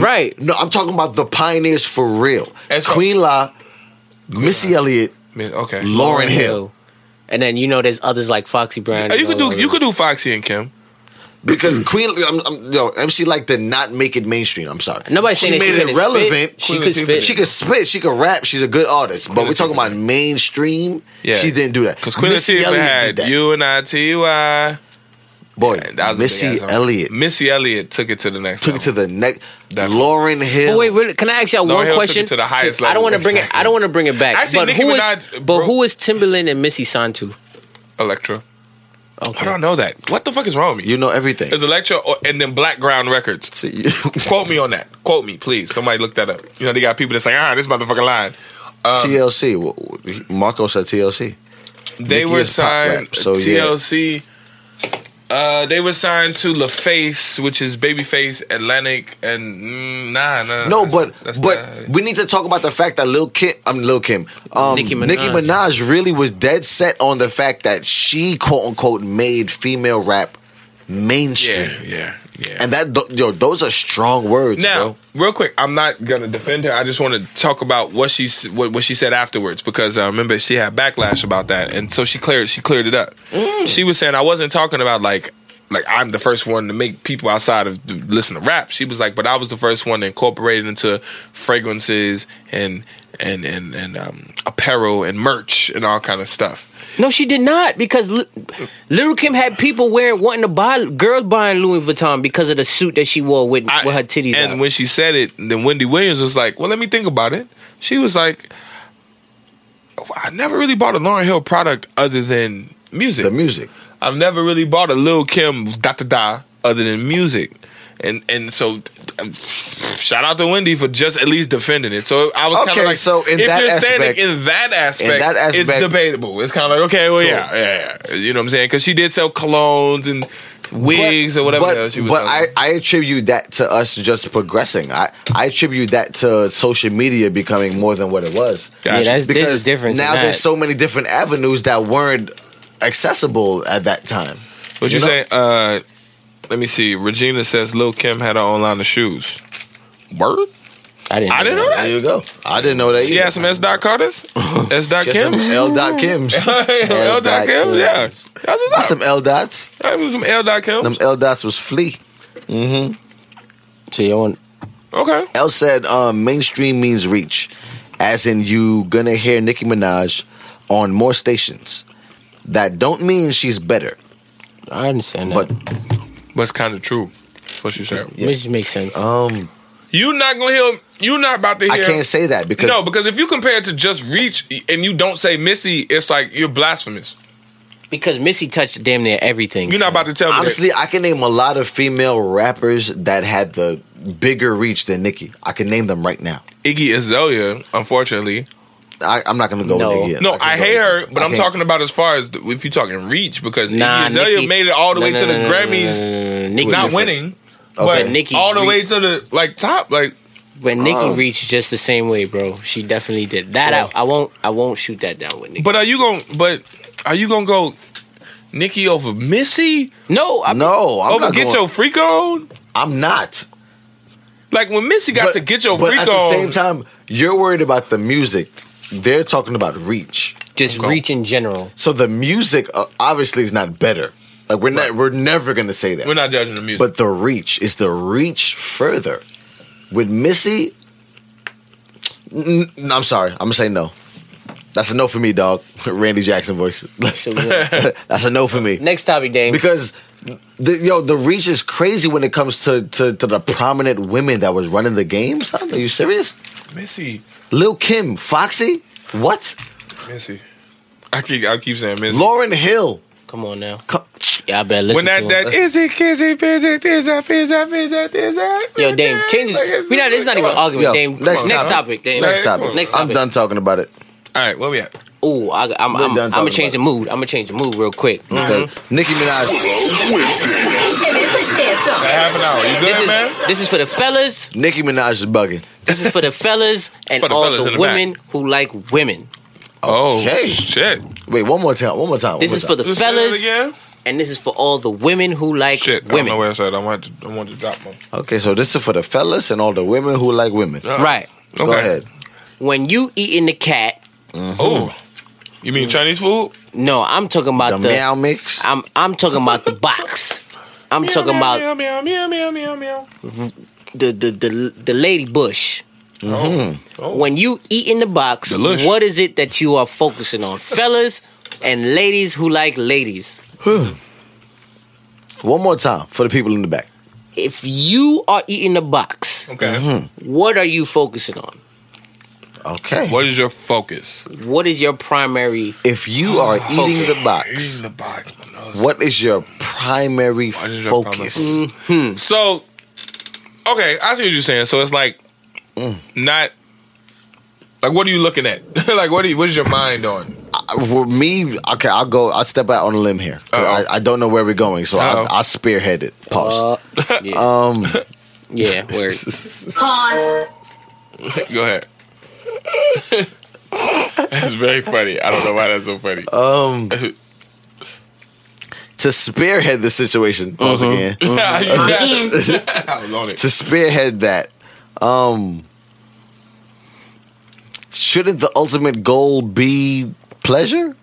right.
No, I'm talking about the pioneers for real.
As-
Queen La, Missy Elliott,
I mean, okay.
Lauren Hill.
And then you know there's others like Foxy Brown.
Uh, you
and
could do
all
you
that.
could do Foxy and Kim.
because Queen, I'm, I'm, yo, MC like did not make it mainstream. I'm sorry.
Nobody's
she
saying that
made
she couldn't
it relevant.
spit. She could spit.
She could spit. She could rap. She's a good artist. But we're talking about mainstream.
Yeah.
She didn't do that.
Because Queen
Missy
Latifah
Elliott
had
did that.
you and I, T.Y.
boy.
That was a
Missy
big ass song.
Elliott
Missy Elliott took it to the next.
took it
level.
to the next.
Definitely.
Lauren Hill.
But wait, really, can I ask y'all
Lauryn
one
Hill took
question?
it to the highest
I
level.
don't want to bring it. I don't want to bring it back.
Actually,
but
Nicki
who is?
Minaj
but
broke-
who is Timberland and Missy signed to?
Electra. I
Okay.
don't know that. What the fuck is wrong with me?
you know everything.
Is Electra or, and then Black Ground Records? Quote me on that. Quote me, please. Somebody look that up. You know they got people that say, ah, this motherfucker lying. Um,
TLC. W- w- Marco said TLC.
They
Nicki
were
is pop
signed
rap, so yeah.
TLC. Uh, they were signed to LaFace, which is Babyface, Atlantic, and mm, nah, nah, nah,
No,
that's-
but
that's
but
not-
we need to talk about the fact that Lil Kim, I'm Lil Kim, um,
Nicki
Nicki,
Minaj.
Minaj. really was dead set on the fact that she quote unquote made female rap mainstream,
yeah, yeah, yeah.
and that th- yo, those are strong words,
Now,
bro.
real quick, I'm not gonna defend her. I just want to talk about what she s- what, what she said afterwards because I remember she had backlash about that, and so she cleared she cleared it up. She was saying I wasn't talking about like like I'm the first one to make people outside of to listen to rap. She was like, but I was the first one to incorporate it into fragrances and and and and um, apparel and merch and all kind of stuff.
No, she did not because Li- Little Kim had people wearing wanting to buy girls buying Louis Vuitton because of the suit that she wore with
I-
with her titties.
And
out.
when she said it, then Wendy Williams was like, "Well, let me think about it." She was like, "Oh, "I never really bought a Lauren Hill product other than music.
The music,
I've never really bought a Lil Kim da da da other than music." And and so, um, shout out to Wendy for just at least defending it. So I was kind
Okay,
of like,
so in
if
that
you're saying
aspect-
it in that aspect,
in that
it's
aspect-
debatable. It's kind of like, okay, well, yeah, yeah, yeah, you know what I'm saying? Because she did sell colognes and wigs or whatever.
But,
else she was
but
selling.
I, I attribute that to us just progressing. I, I attribute that to social media becoming more than what it was.
Gotcha.
yeah, that's this is different.
now
than
there's
that.
so many different avenues that weren't accessible at that time.
What you,
You know?
saying? Uh, let me see. Regina says Lil Kim had her own line of shoes. Word?
I didn't.
I didn't know
There
that.
you go. I didn't know that either.
She had some S. Dot Carter's, S. Dot
Just some
Kim's,
L. Dot Kim's.
L. Dot Kim. Yeah, that's
That's
what's up.
some L. Dots.
That was some L. Dot
Them
Kim's.
L. Dots was flea.
So you want
Okay.
L said um, mainstream means reach, as in you gonna hear Nicki Minaj on more stations. That don't mean she's better,
I understand that.
but
That's kind of true. What she said.
Which makes sense.
um,
You not gonna hear. You not about to
I
hear.
can't say that because
no, because if you compare it to just Reach and you don't say Missy, it's like you're blasphemous.
because Missy touched damn near everything.
You're not about to tell me. that.
honestly, I can name a lot of female rappers that had the bigger reach than Nicki. I can name them right now.
Iggy Azalea, unfortunately,
I, I'm not gonna go
No.
with Nicki.
No,
can't
I
go
hate
with
her,
Nicki.
but
I
I'm
can't-
talking about as far as the, if you're talking reach because
Nah,
Iggy Azalea
Nicki-
made it all the
No,
way
no,
to the
no, no,
Grammys,
no, no, no, no, no. Nicki
not
different.
winning,
Okay.
but
Nicki
all the
re-
way to the like top. Like
When Nikki
Uh-huh.
reached just the same way, bro. She definitely did that. I, I won't. I won't shoot that down with Nikki.
But are you going? to But are you going to go Nikki over Missy?
no, I,
No, I'm
over
not
Get
going.
Your Freak On?
I'm not.
Like when Missy got to Get Your
but
Freak
at the
On,
same time, you're worried about the music. They're talking about reach.
just reach in general.
So the music uh, obviously is not better. Like we're not. We're never gonna say that.
we're not judging the music.
But the reach is the reach further. With Missy, n- n- I'm sorry. I'm gonna say no. That's a no for me, dog. Randy Jackson voice.
So, yeah.
That's a no for me.
next topic, Dame.
because the, yo the reach is crazy when it comes to, to to the prominent women that was running the game. Son, are you serious?
Missy,
Lil Kim, Foxy, what?
Missy, I keep I keep saying Missy.
Lauren Hill.
Come on now.
Come,
Yeah, I better listen
when
to
that
him.
that is it kizzy busy pizza pizza pizza pizza.
Yo, Dame, change it. We not. It's not even an argument,
Yo,
Dame. Come
next
on. next
topic.
topic, Dame.
next
come
topic.
on.
Next
I'm
topic.
done talking about it.
All right, where we at?
Ooh, I, I'm,
We're done
I'm, I'm gonna
talking
change the
about Mm-hmm.
mood. I'm gonna change the mood real quick.
Because Nicki Minaj,
Half an hour. You
This
good, man?
is this is for the fellas.
Nicki Minaj is bugging.
This is for the fellas and
For the
all
fellas
the
in the
women who like women.
Oh
Okay.
shit!
Wait, one more time. One more time. one
This
more
is
time.
for the
Just say that
fellas,
again.
and this is for all the women who like
Shit, I don't know
women.
where it's at. I want to, I want to drop one.
Okay, so this is for the fellas and all the women who like women.
Yeah.
Right.
Go ahead.
When you eating the cat,
Oh, you mean Chinese food?
no, I'm talking about
The
the.
meow mix.
I'm I'm talking about the box. I'm talking about
Meow, meow, meow, meow, meow, meow.
the the the, the lady bush.
Mm-hmm.
Oh.
When you eat in the box,
The lush.
what is it that you are focusing on, fellas and ladies who like ladies?
One more time for the people in the back.
If you are eating the box,
Oh, Okay.
Mm-hmm.
what are you focusing on?
Okay.
What is your focus?
What is your primary?
If you are eating the
Eating
box,
the box. my nose.
what is your primary
What is your
focus? Mm,
So, okay, I see what you're saying. So it's like
Mm.
not like what are you looking at? like what? Are you, what is your mind on?
I- For me, okay, I'll go. I'll step out on a limb here.
Uh-oh.
I, I don't know where we're going, so I,
Uh-oh.
I spearhead it. Pause.
Uh, yeah,
um,
yeah, word.
Pause.
Go ahead. that's very funny. I don't know why that's so funny.
um, to spearhead the situation. Pause
Mm-hmm.
again.
I was on it.
to spearhead that, um, shouldn't the ultimate goal be pleasure?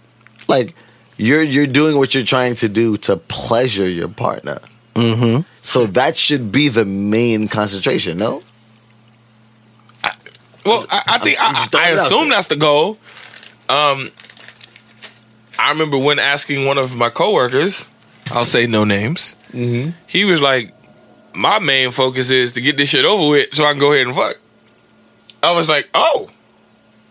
Like you're you're doing what you're trying to do to pleasure your partner. Mm-hmm. So that should be the main concentration. No,
Well, I, I think
I'm
I,
just
I
throwing it out
assume
there.
that's the goal. Um, I remember when asking one of my coworkers, I'll say no names. Mm-hmm. He was like, "My main focus is to get this shit over with, so I can go ahead and fuck." I was like, "Oh,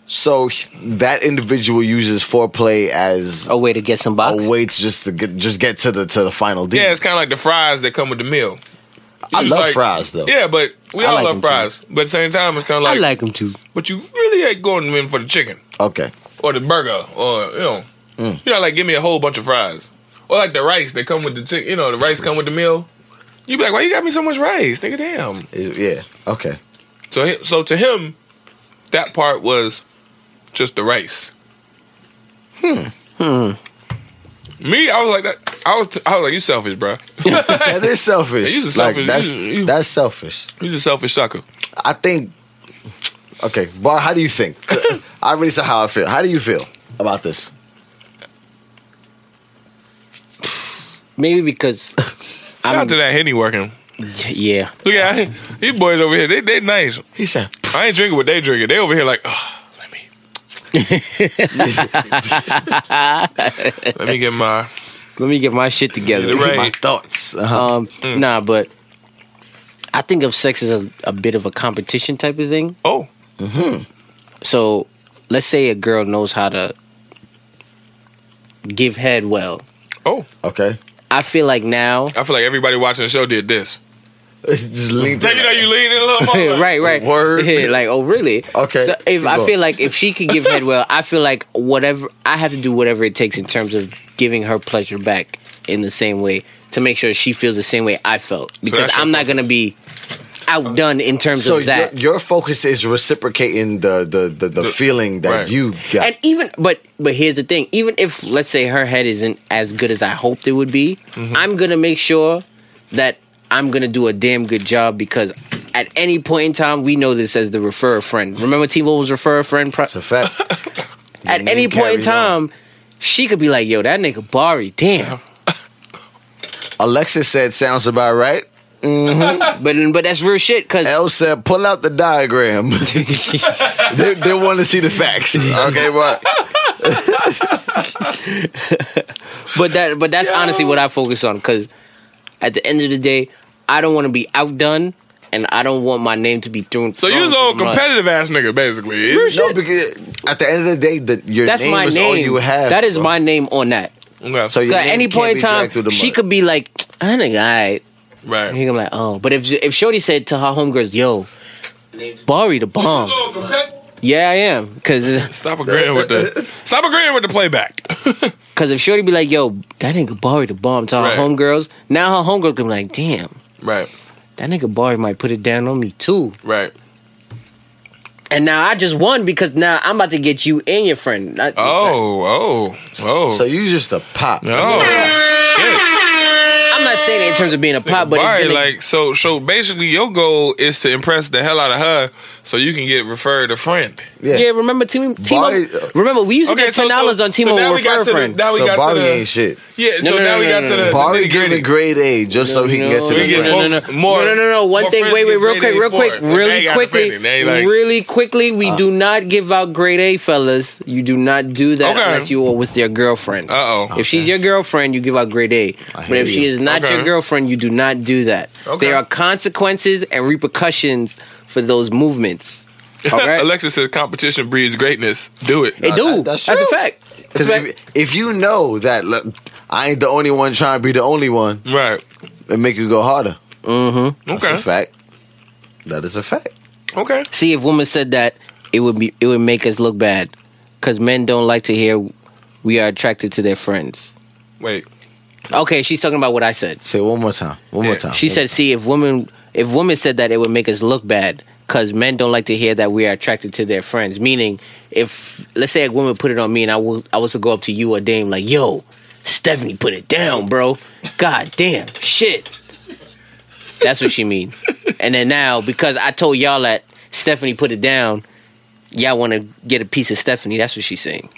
so h- that individual uses foreplay as
A way to get some box.
a way to just to get, just get to the to the final deal.
yeah, it's kind of like the fries that come with the meal." He
I
was
love
like-
fries though.
Yeah, but we
I
all
like
love
them too.
fries. But at the same time, it's kind of
I
like,
like them too.
but you really ain't going in for the chicken.
Okay.
or the burger or you know you know like give me a whole bunch of fries or like the rice that come with the chick you know the rice come with the meal you be like why you got me so much rice nigga damn
Yeah. Okay.
so he- so to him that part was just the rice hmm hmm me I was like that I was t- I was like you selfish bro
That is selfish.
He's a selfish-
Like that's
he's a- he's-
that's selfish.
you just selfish sucker
I think. Okay, Bar, how do you think? I already said how I feel. How do you feel about this?
Maybe because
shout out
I'm
to that Henny working
yeah.
look at these boys over here they they nice
He said,
I ain't drinking what they drinking they over here like oh, let me let me get my
Let me get my shit together.
Yeah, right. Mm.
"My thoughts." Uh-huh.
Um, nah, but I think of sex as a, a bit of a competition type of thing.
oh
So let's say a girl knows how to give head well.
Oh,
Okay,
I feel like now,
I feel like everybody watching the show did this.
just lean.
Now you know you lean in a little more.
right, right,
Word.
Yeah, like oh really?
Okay,
So if
keep
I
going.
feel like if she could give head well, I feel like whatever I have to do whatever it takes in terms of giving her pleasure back in the same way to make sure she feels the same way I felt because
that's your
I'm not gonna be outdone in terms
So
of that.
your, your focus is reciprocating the the the, the feeling that
right.
you got.
And even but but here's the thing, even if let's say her head isn't as good as I hoped it would be,
Mm-hmm.
I'm gonna make sure that I'm gonna do a damn good job because at any point in time we know this as the refer a friend. Remember T Wolves refer a friend pro-
it's a fact.
mm,
at any
name
point in
carries on.
time, she could be like, yo, that nigga Bari, damn.
Alexis said, "Sounds about right."
But but that's real shit because
L said, "Pull out the diagram." they they want to see the facts. Okay, but
But that but that's honestly what I focus on because at the end of the day, I don't want to be outdone and I don't want my name to be thrown.
So
thrown
you was
to
old
the mud.
competitive ass nigga, basically.
no, because at the end of the day, that your
That's
name
my
is
name.
all you have.
that is
bro.
my name on that.
Okay.
So
So
your
At
name
any
can't
point
be
in
dragged
time,
through the
she
mud.
could be like, "I think I."
right.
I'm like, "Oh," but if if Shorty said to her homegirls, "Yo, Bari the bomb," yeah, I am, because
Stop agreeing with the stop agreeing with the playback.
because if Shorty be like, "Yo, that nigga Bari the bomb," to her
Right.
homegirls, now her homegirls can be like, "Damn,
right.
that nigga Bari might put it down on me too,"
Right.
and now I just won because now I'm about to get you and your friend. I-
Oh. Oh. Oh.
So you just a pop.
no.
I'm not saying it in terms of being a pop, but
Right,
it's been a-
like so. So basically, your goal is to impress the hell out of her so you can get referred a friend.
yeah. remember Team Timo?
Barry-
remember we used to
Okay,
get
so-
ten dollars
so-
on
so
Timo
now
so
we got
refer
to the-
friend.
now we
so
got to
Bobby
the-
ain't shit.
Yeah.
No,
so
no,
now
no,
we
no,
got
no,
to
no.
the
Barry
nitty
giving
gritty.
grade A just so he can get to
We
the
get
front.
most-
no, no, no.
more-
no, no, no, no. One
more
thing,
friends
wait, wait,
get
real
grade
quick,
A
real
for
quick,
it. They ain't
really
got the
quickly,
rating. They like- Uh.
really quickly. We do not give out grade A, fellas. You do not do that
Okay.
unless you are with your girlfriend.
Uh oh.
If she's your girlfriend, you give out grade A. But
hear
if she
you.
is not
Okay.
your girlfriend, you do not do that.
Okay.
There are consequences and repercussions for those movements. All right,
Alexis says competition breeds greatness. Do it.
it do.
that-
that's,
that's
a
true.
fact. That's
Because
a fact.
if, if you know that, look, I ain't the only one trying to be the only one,
Right.
it make you go harder. That's
Okay.
a fact. That is a fact.
Okay.
See, if women said that, it would be it would make us look bad because men don't like to hear we are attracted to their friends.
Wait.
Okay, she's talking about what I said.
Say it one more time. One more
Yeah.
time.
She said, "See, if women if women said that, it would make us look bad because men don't like to hear that we are attracted to their friends. Meaning, if let's say a woman put it on me and I was I was to go up to you or Dame like, yo, Stephanie, put it down, bro. God damn, shit. That's what she mean. And then now because I told y'all that Stephanie put it down, y'all want to get a piece of Stephanie. That's what she's saying.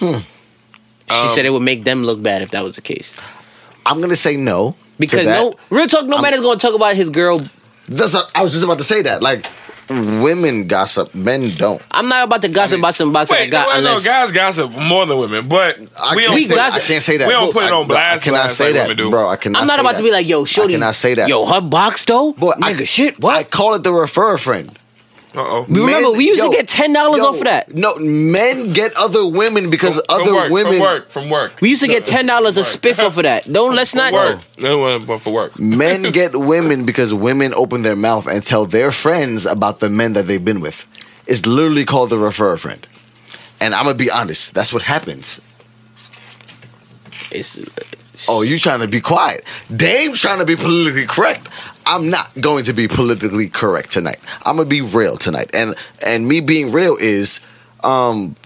She said it would make them look bad if that was the case.
I'm gonna say no to
Because
that.
no real talk, no man is gonna talk about his girl.
That's not, I was just about to say that. Like women gossip, men don't.
I'm not about to gossip about some box that I
Wait.
got
well,
unless
no, guys gossip more than women, but
I
we
can't,
don't
we
say,
say
that. I
gossip.
can't say that.
We don't put it
I-
on blast
I cannot
blast
say
like
that,
women do.
bro. I cannot.
I'm not
say
about
that.
to be like yo, shorty.
I cannot say that.
Yo, her box though.
Boy, I-
nigga, shit.
I
What?
call it the refer friend.
Uh
You
oh.
remember, we used to get $10
yo,
off of that.
No, men get other women because other
from work,
women
From work. From work.
we used to get ten dollars a spiff off for that. Don't let's
For
not.
work. No one, but for work.
men get women because women open their mouth and tell their friends about the men that they've been with. It's literally called the refer friend. And I'm gonna be honest, that's what happens.
It's,
Oh, you trying to be quiet. Dame trying to be politically correct. I'm not going to be politically correct tonight. I'm gonna be real tonight. And and me being real is um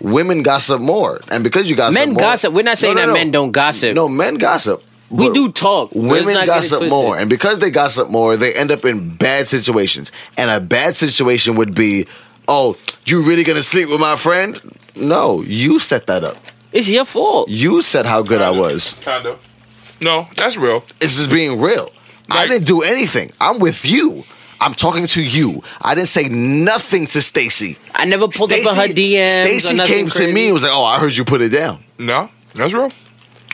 women gossip more. And because you gossip
Men
more,
gossip. We're not saying that men don't gossip.
No, men gossip.
we
but
do talk. Let's not
Women
get it
gossip
twisted.
more, and because they gossip more, they end up in bad situations. And a bad situation would be, oh, you really gonna sleep with my friend? No, you set that up.
It's your fault.
You said how good I was.
Kind of. No, that's real.
It's just being real. I
Right.
didn't do anything. I'm with you. I'm talking to you. I didn't say nothing to Stacy.
I never pulled up on her DMs. or
Stacy
nothing
came
crazy.
to me and was like, "Oh, I heard you put it down."
No, that's real.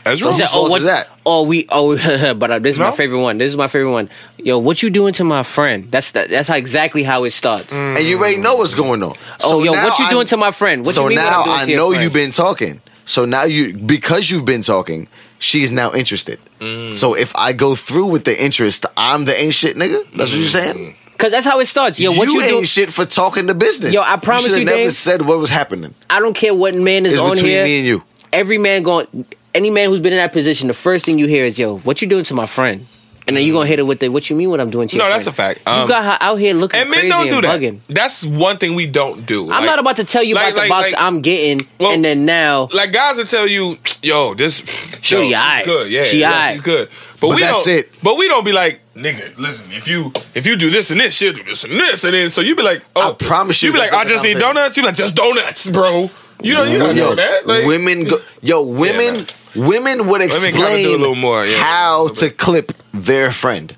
That's
So
real.
whose
Said, oh,
fault
what
is that?
Oh, we. Oh, but uh, this is my
No?
favorite one. This is my favorite one. Yo, what you doing to my friend? That's that, that's how exactly how it starts.
Mm.
And you already know what's going on.
oh, yo,
now
what you
I-
doing to my friend? What
so
you mean what I'm
now
doing
I
to your
know
friend?
you've been talking. So now you because you've been talking, she's now interested.
Mm.
So if I go through with the interest, I'm the ain't shit nigga. That's what you're saying.
Cause that's how it starts. Mm. Yo, what you,
ain't
doing?
shit for talking the business.
Yo, I promise
you,
you,
shoulda never
Dave-
said what was happening.
I don't care what man is
It's
on
between
here.
me and you.
Every man going, any man who's been in that position, the first thing you hear is, "Yo, what you doing to my friend?" And then you gonna hit it with the, "What you mean? What I'm doing to
No,
your
that's
friend?"
a fact.
you
Um,
got her out here looking
and men
crazy
don't do
and
that.
bugging.
That's one thing we don't do.
I'm not about to tell you
like-
about the
like-
box
like-
I'm getting,
Well-
and then now
like guys will tell you, yo, this
She
yo,
all
she's
right.
good, yeah,
She
yeah,
all right.
she's good. But,
But
we
that's
don't,
it.
But we don't be like, nigga, listen, if you if you do this and this, she'll do this and this, and then so you be like, oh,
I promise you
you be like,
that's
I
what
just
I'm
need
saying.
donuts. You be like, just donuts, bro. You know, you don't know that. Like,
women, go, yo, women,
man.
women would
gotta do a
explain
little more, yeah, a
how
little
to clip their friend.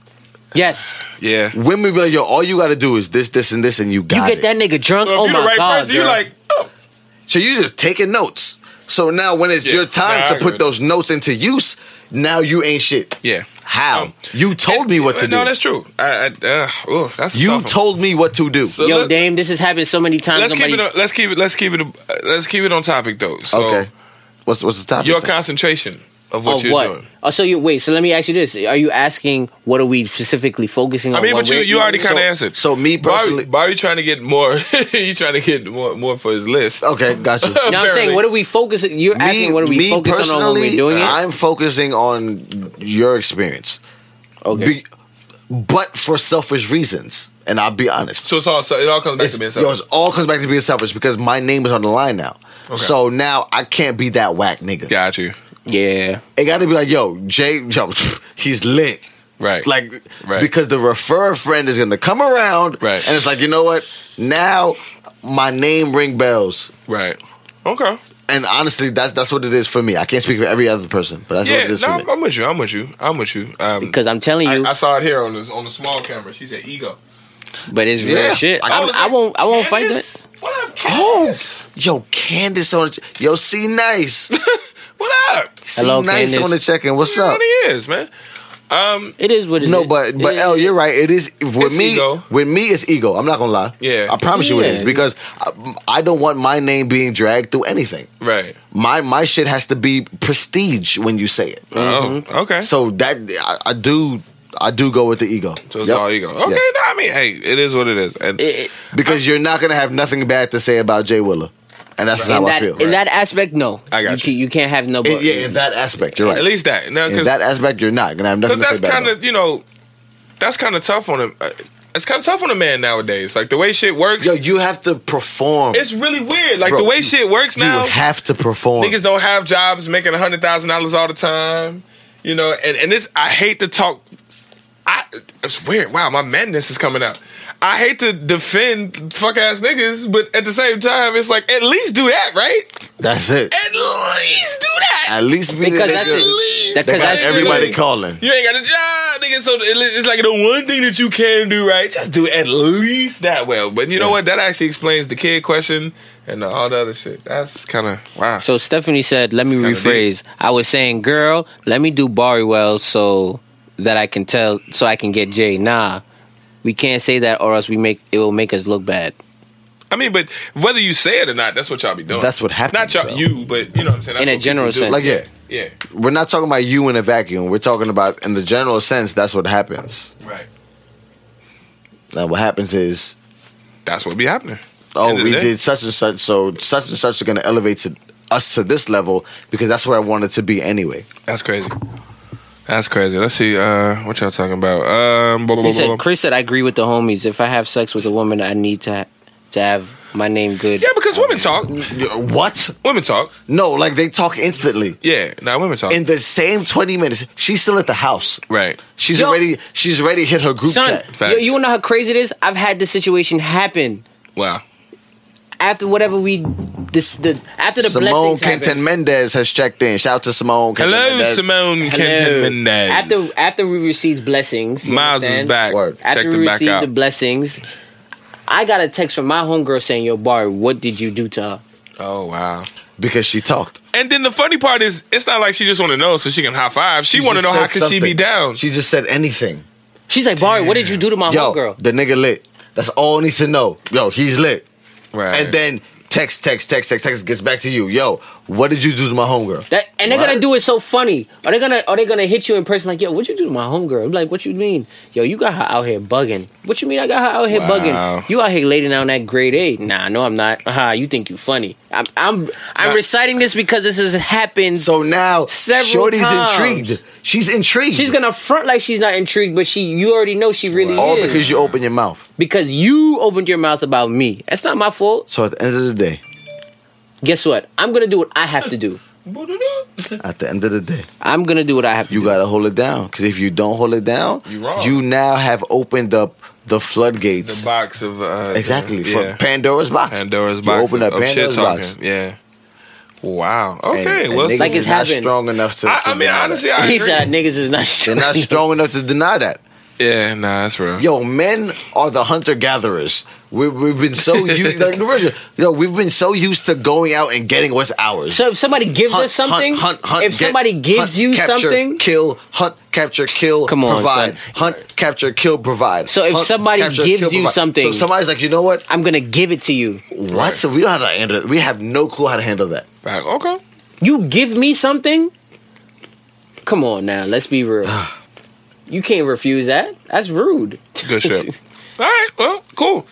yes,
yeah. So
Women be like, yo, all you got to do is this, this, and this, and you
you
got
get
it.
that nigga drunk.
if
oh
you're
my
the right
god,
person, you
girl.
like, oh,
So you just taking notes. So now when it's
Yeah.
your time
Nah, I
to
agree
put those notes into use, now you ain't shit.
yeah.
How?
Um,
you told
And-
me what to
No,
do.
that's true. I, I, uh, ooh, that's a tough
you
one.
told me what to do.
So
Yo,
let-
damn, this has happened so many times.
Let's keep
somebody-
it. on- Let's keep it. Let's keep it. uh, Let's keep it on topic though. So
okay. What's what's the topic?
your
then?
concentration of what
of
you're
what?
doing.
Oh, so you wait. So let me ask you this: Are you asking what are we specifically focusing on?
I mean,
What
but you
we're-
you already
so-
kind of answered.
so me
Why-
personally-
why, are you trying to get more? you trying to get more more for his list?
okay, got you.
No, I'm saying
Barely.
what are we focusing? You're asking what are we focusing on when we're doing it?
I'm focusing on your experience,
okay.
Be- but for selfish reasons. And I'll be honest.
So it's all so it all comes back to being
It's- yo,
selfish.
it's all comes back to being selfish because my name is on the line now. So now I can't be that whack nigga.
Got you.
Yeah.
It got to be like, yo, Jay, yo, he's lit.
Right.
Like,
Right.
because the refer friend is gonna come around,
Right.
And it's like, you know what? Now my name ring bells,
Right. Okay.
and honestly, that's that's what it is for me. I can't speak for every other person, but that's what
yeah.
it is
No,
for me.
I'm with you. I'm with you. I'm with you. Um,
Because I'm telling you,
I, I saw it here on the on the small camera. She said ego.
but it's
Yeah.
real shit.
I
I,
was
I
like,
won't. I won't fight that.
Candace? What up,
Oh,
Candace?
yo, Candace on, yo, see nice,
What up?
see
Hello,
nice
Candace.
on the check in. What's
You know
up?
what it is, man. Um,
It is what it is.
No, but but
It-
L, you're right. It is with
It's
me.
ego.
With me, it's ego. I'm not gonna lie.
Yeah.
I promise you, it
Yeah.
is because I, I don't want my name being dragged through anything.
right.
My my shit has to be prestige when you say it. Mm-hmm.
Oh, okay. So,
So that I, I do I do go with the ego.
it's
Yep.
all ego. Okay.
Yes.
No, I mean, hey, it is what it is. And
it- it-
Because you're not gonna have nothing bad to say about Jay Willer, and that's
in
how I
that
feel.
in that aspect, no.
I got you.
Can, you can't have no.
In-
But,
yeah, in that aspect, you're right.
at least that. No,
in
because
that aspect, you're not gonna have nothing to say
that's
bad
kind
about.
of you know, that's kind of tough on him. It's kind of tough on a man nowadays. Like the way shit works,
Yo, you have to perform.
it's really weird. Like
Bro,
the way
you-
shit works
you
now,
have to perform.
niggas don't have jobs making hundred thousand dollars all the time. You know, and and this I hate to talk. I it's weird. Wow, my madness is coming out. I hate to defend fuck ass niggas, but at the same time, it's like at least do that, right?
That's it.
At least do that.
At least be the
Because
nigga-
that's, that's,
They got
that's
everybody
Like-
calling.
You ain't got a job, nigga. So it- it's like the one thing that you can do right, just do at least that well. But you know what? That actually explains the kid question and all the other shit. That's kind of wow.
So Stephanie said, "Let me
kinda
rephrase. I was saying, girl, let me do Barry well so that I can tell, so I can get Jay. Nah, we can't say that, or else we make it will make us look bad.
I mean, but whether you say it or not, that's what y'all be doing.
That's what happens,
Not y'all,
though.
you, but you know what I'm saying. That's
In
what
a
people
general
do.
sense.
Like, yeah,
yeah,
we're not talking about you in a vacuum. We're talking about, in the general sense, that's what happens.
right.
Now, what happens is,
That's what be happening.
oh,
End of
we
the day.
did such and such, so such and such are going to elevate to us to this level because that's where I wanted to be anyway.
That's crazy. That's crazy. Let's see uh, what y'all talking about. Um, blah, blah,
He
blah, blah.
said, Chris said, I agree with the homies. If I have sex with a woman, I need to ha- to have my name good.
yeah, because women talk.
You- What?
Women talk.
No, like they talk instantly.
Yeah, now women talk.
In the same 20 minutes, she's still at the house.
right.
She's
Yo.
already she's already hit her group
Son,
chat.
Facts.
you, you wanna know how crazy it is? I've had this situation happen
Wow.
after whatever we this the after the
Simone
blessings happened.
Kenton Mendez has checked in. Shout out to Simone Kenton
Hello,
Mendez.
Simone
Hello.
Kenton Mendez.
After after we received blessings, you
Miles is
understand?
back.
Word.
Check
After we
them back
received
out.
the blessings, I got a text from my homegirl saying, "Yo, Barry, what did you do to her?"
oh wow.
Because she talked.
And then the funny part is, it's not like she just want to know so she can high five. She, want to
just
know how
said
could she be
something.
down.
She just said anything.
She's like, "Barry, what did you do to my
Yo,
homegirl?"
the nigga lit. That's all I need to know. Yo, he's lit.
right.
And then text, text, text, text, text gets back to you. Yo, what did you do to my homegirl?
That, and they're
What?
gonna do it so funny. Are they gonna Are they gonna hit you in person like, "Yo, what you do to my homegirl?" I'm like, "What you mean? Yo, you got her out here bugging. What you mean? I got her out here
Wow.
bugging. You out here laying down that grade eight? Nah, no, I'm not. Uh-huh, you think you funny? I'm I'm I'm
Nah.
reciting this because this has happened.
So now
Several
Shorty's
times.
intrigued. She's intrigued.
She's gonna front like she's not intrigued, but she you already know she really
all
is.
because you open your mouth.
Because you opened your mouth about me. That's not my fault.
So at the end of the day,
Guess what? I'm gonna do what I have to do.
at the end of the day,
I'm gonna do what I have to
you
do.
gotta hold it down. Because if you don't hold it down,
You wrong.
you now have opened up the floodgates.
the box of uh,
exactly
yeah.
for Pandora's box.
Pandora's
You
box.
opened up
of
Pandora's
shit talking.
box.
Yeah. Wow.
And-
Okay.
and
well,
niggas
so-
Like
is
it's
not
happened.
strong enough to.
I, I
to
mean,
deny that.
honestly, I
he
agree.
said niggas is not
they're
strong.
not strong enough to deny that.
yeah, nah, that's real.
Yo, men are the hunter gatherers. We, we've been so used, like, Marisha, yo, we've been so used to going out and getting what's ours.
So if somebody gives
Hunt,
us something,
hunt, hunt, hunt,
if
get-
somebody gives
hunt,
you
capture,
something,
kill, hunt, capture, kill,
Come on,
provide,
son.
hunt, capture, kill, provide.
So if
Hunt,
somebody gives
kill,
you
provide.
something-
so somebody's like, you know what?
I'm gonna give it to you.
What? So we don't know how to handle it. We have no clue how to handle that.
Right, Okay.
You give me something. Come on now, let's be real. you can't refuse that. That's rude.
Good shit. All right. Well, cool.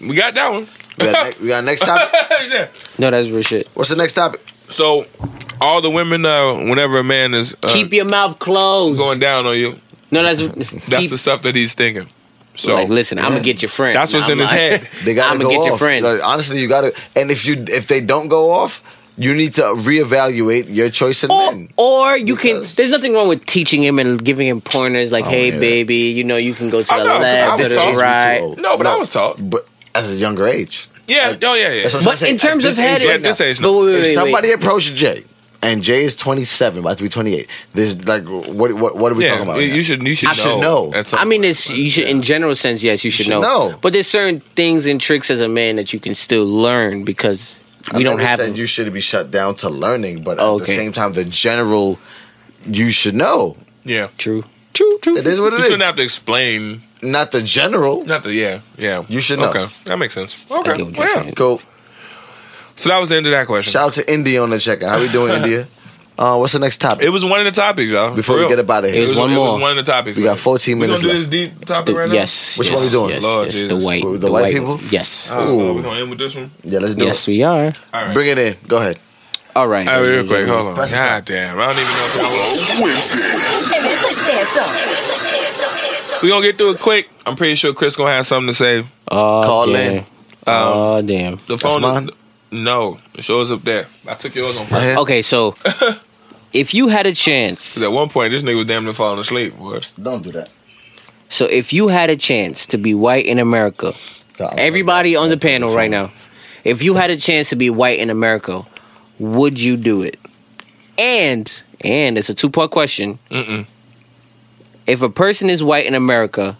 We got that one.
We got, ne- we got next topic.
yeah.
No, that's real shit.
What's the next topic?
So, all the women, uh, whenever a man is uh,
Keep your mouth closed.
going down on you,
no, that's
that's
keep,
the stuff that he's thinking. So,
like listen, I'm gonna get your friend.
That's what's
Nah,
in
I'm
his
not-
head.
They gotta
I'ma
go
get
off.
your friend.
Like, honestly, you gotta. And if you if they don't go off, you need to reevaluate your choice in
Or,
men.
or you
Because- Oh,
can. There's nothing wrong with teaching him and giving him pointers like, "Hey,
yeah.
baby, you know you can go to
I
the
know, 'cause I
left or
was
the
taught-
right."
No, but I was taught.
But as a younger age.
Yeah, oh yeah, yeah.
That's what I'm
But
saying.
in terms
At
of
this
head,
age right
At this
now,
age,
but
no.
wait, wait,
if
wait, wait.
somebody approaches Jay and Jay is 27, about to be 28, there's like, what, what, what are we
yeah,
talking about? right
you
now?
should you should
I should know.
That's all.
I mean, it's you should, in general sense, yes, you should,
should
know.
know.
But there's certain things and tricks as a man that you can still learn because
I
we don't
never
have.
said
them.
you should be shut down to learning, but at
Oh,
the
okay.
same time, the general you should know.
yeah.
true, true, true.
It is what
You
it is.
shouldn't have to explain.
Not the general.
Not the yeah, yeah.
You should know.
Okay, that makes sense.
get
Okay,
what you're
well, yeah.
saying.
Cool.
So that was the end of that question.
Shout out to India on the check. How we doing, India? Uh, what's the next topic?
It was one of the topics, y'all.
Before
for
we
real.
get up out of
It
here,
was one
it
more.
was one of the topics.
We got 14
we
minutes
gonna
left.
do this deep topic right now.
yes.
Which
yes,
one we doing?
Yes,
Lord
yes, the
Jesus.
white,
The
the,
white
white
people? Oh.
one. Yes,
I don't know. We
Ooh.
gonna end with this one.
yeah, let's do
yes,
it.
we are.
All right.
Bring it in. Go ahead.
All right.
All right, real quick. Hold on.
Press it.
God damn. I don't even know. If I want- we gonna get through it quick. I'm pretty sure Chris gonna have something to say.
Oh,
Call
damn.
in. Um,
oh damn.
The phone.
mine?
Is, no, it's yours up there. I took yours on purpose.
ahead.
Okay, so if you had a chance,
'Cause At one point, this nigga was damn near falling asleep. Boy.
Don't do that.
so if you had a chance to be white in America, everybody on the panel right now, if you had a chance to be white in America, would you do it? And and it's a two part question.
Mm-mm.
If a person is white in America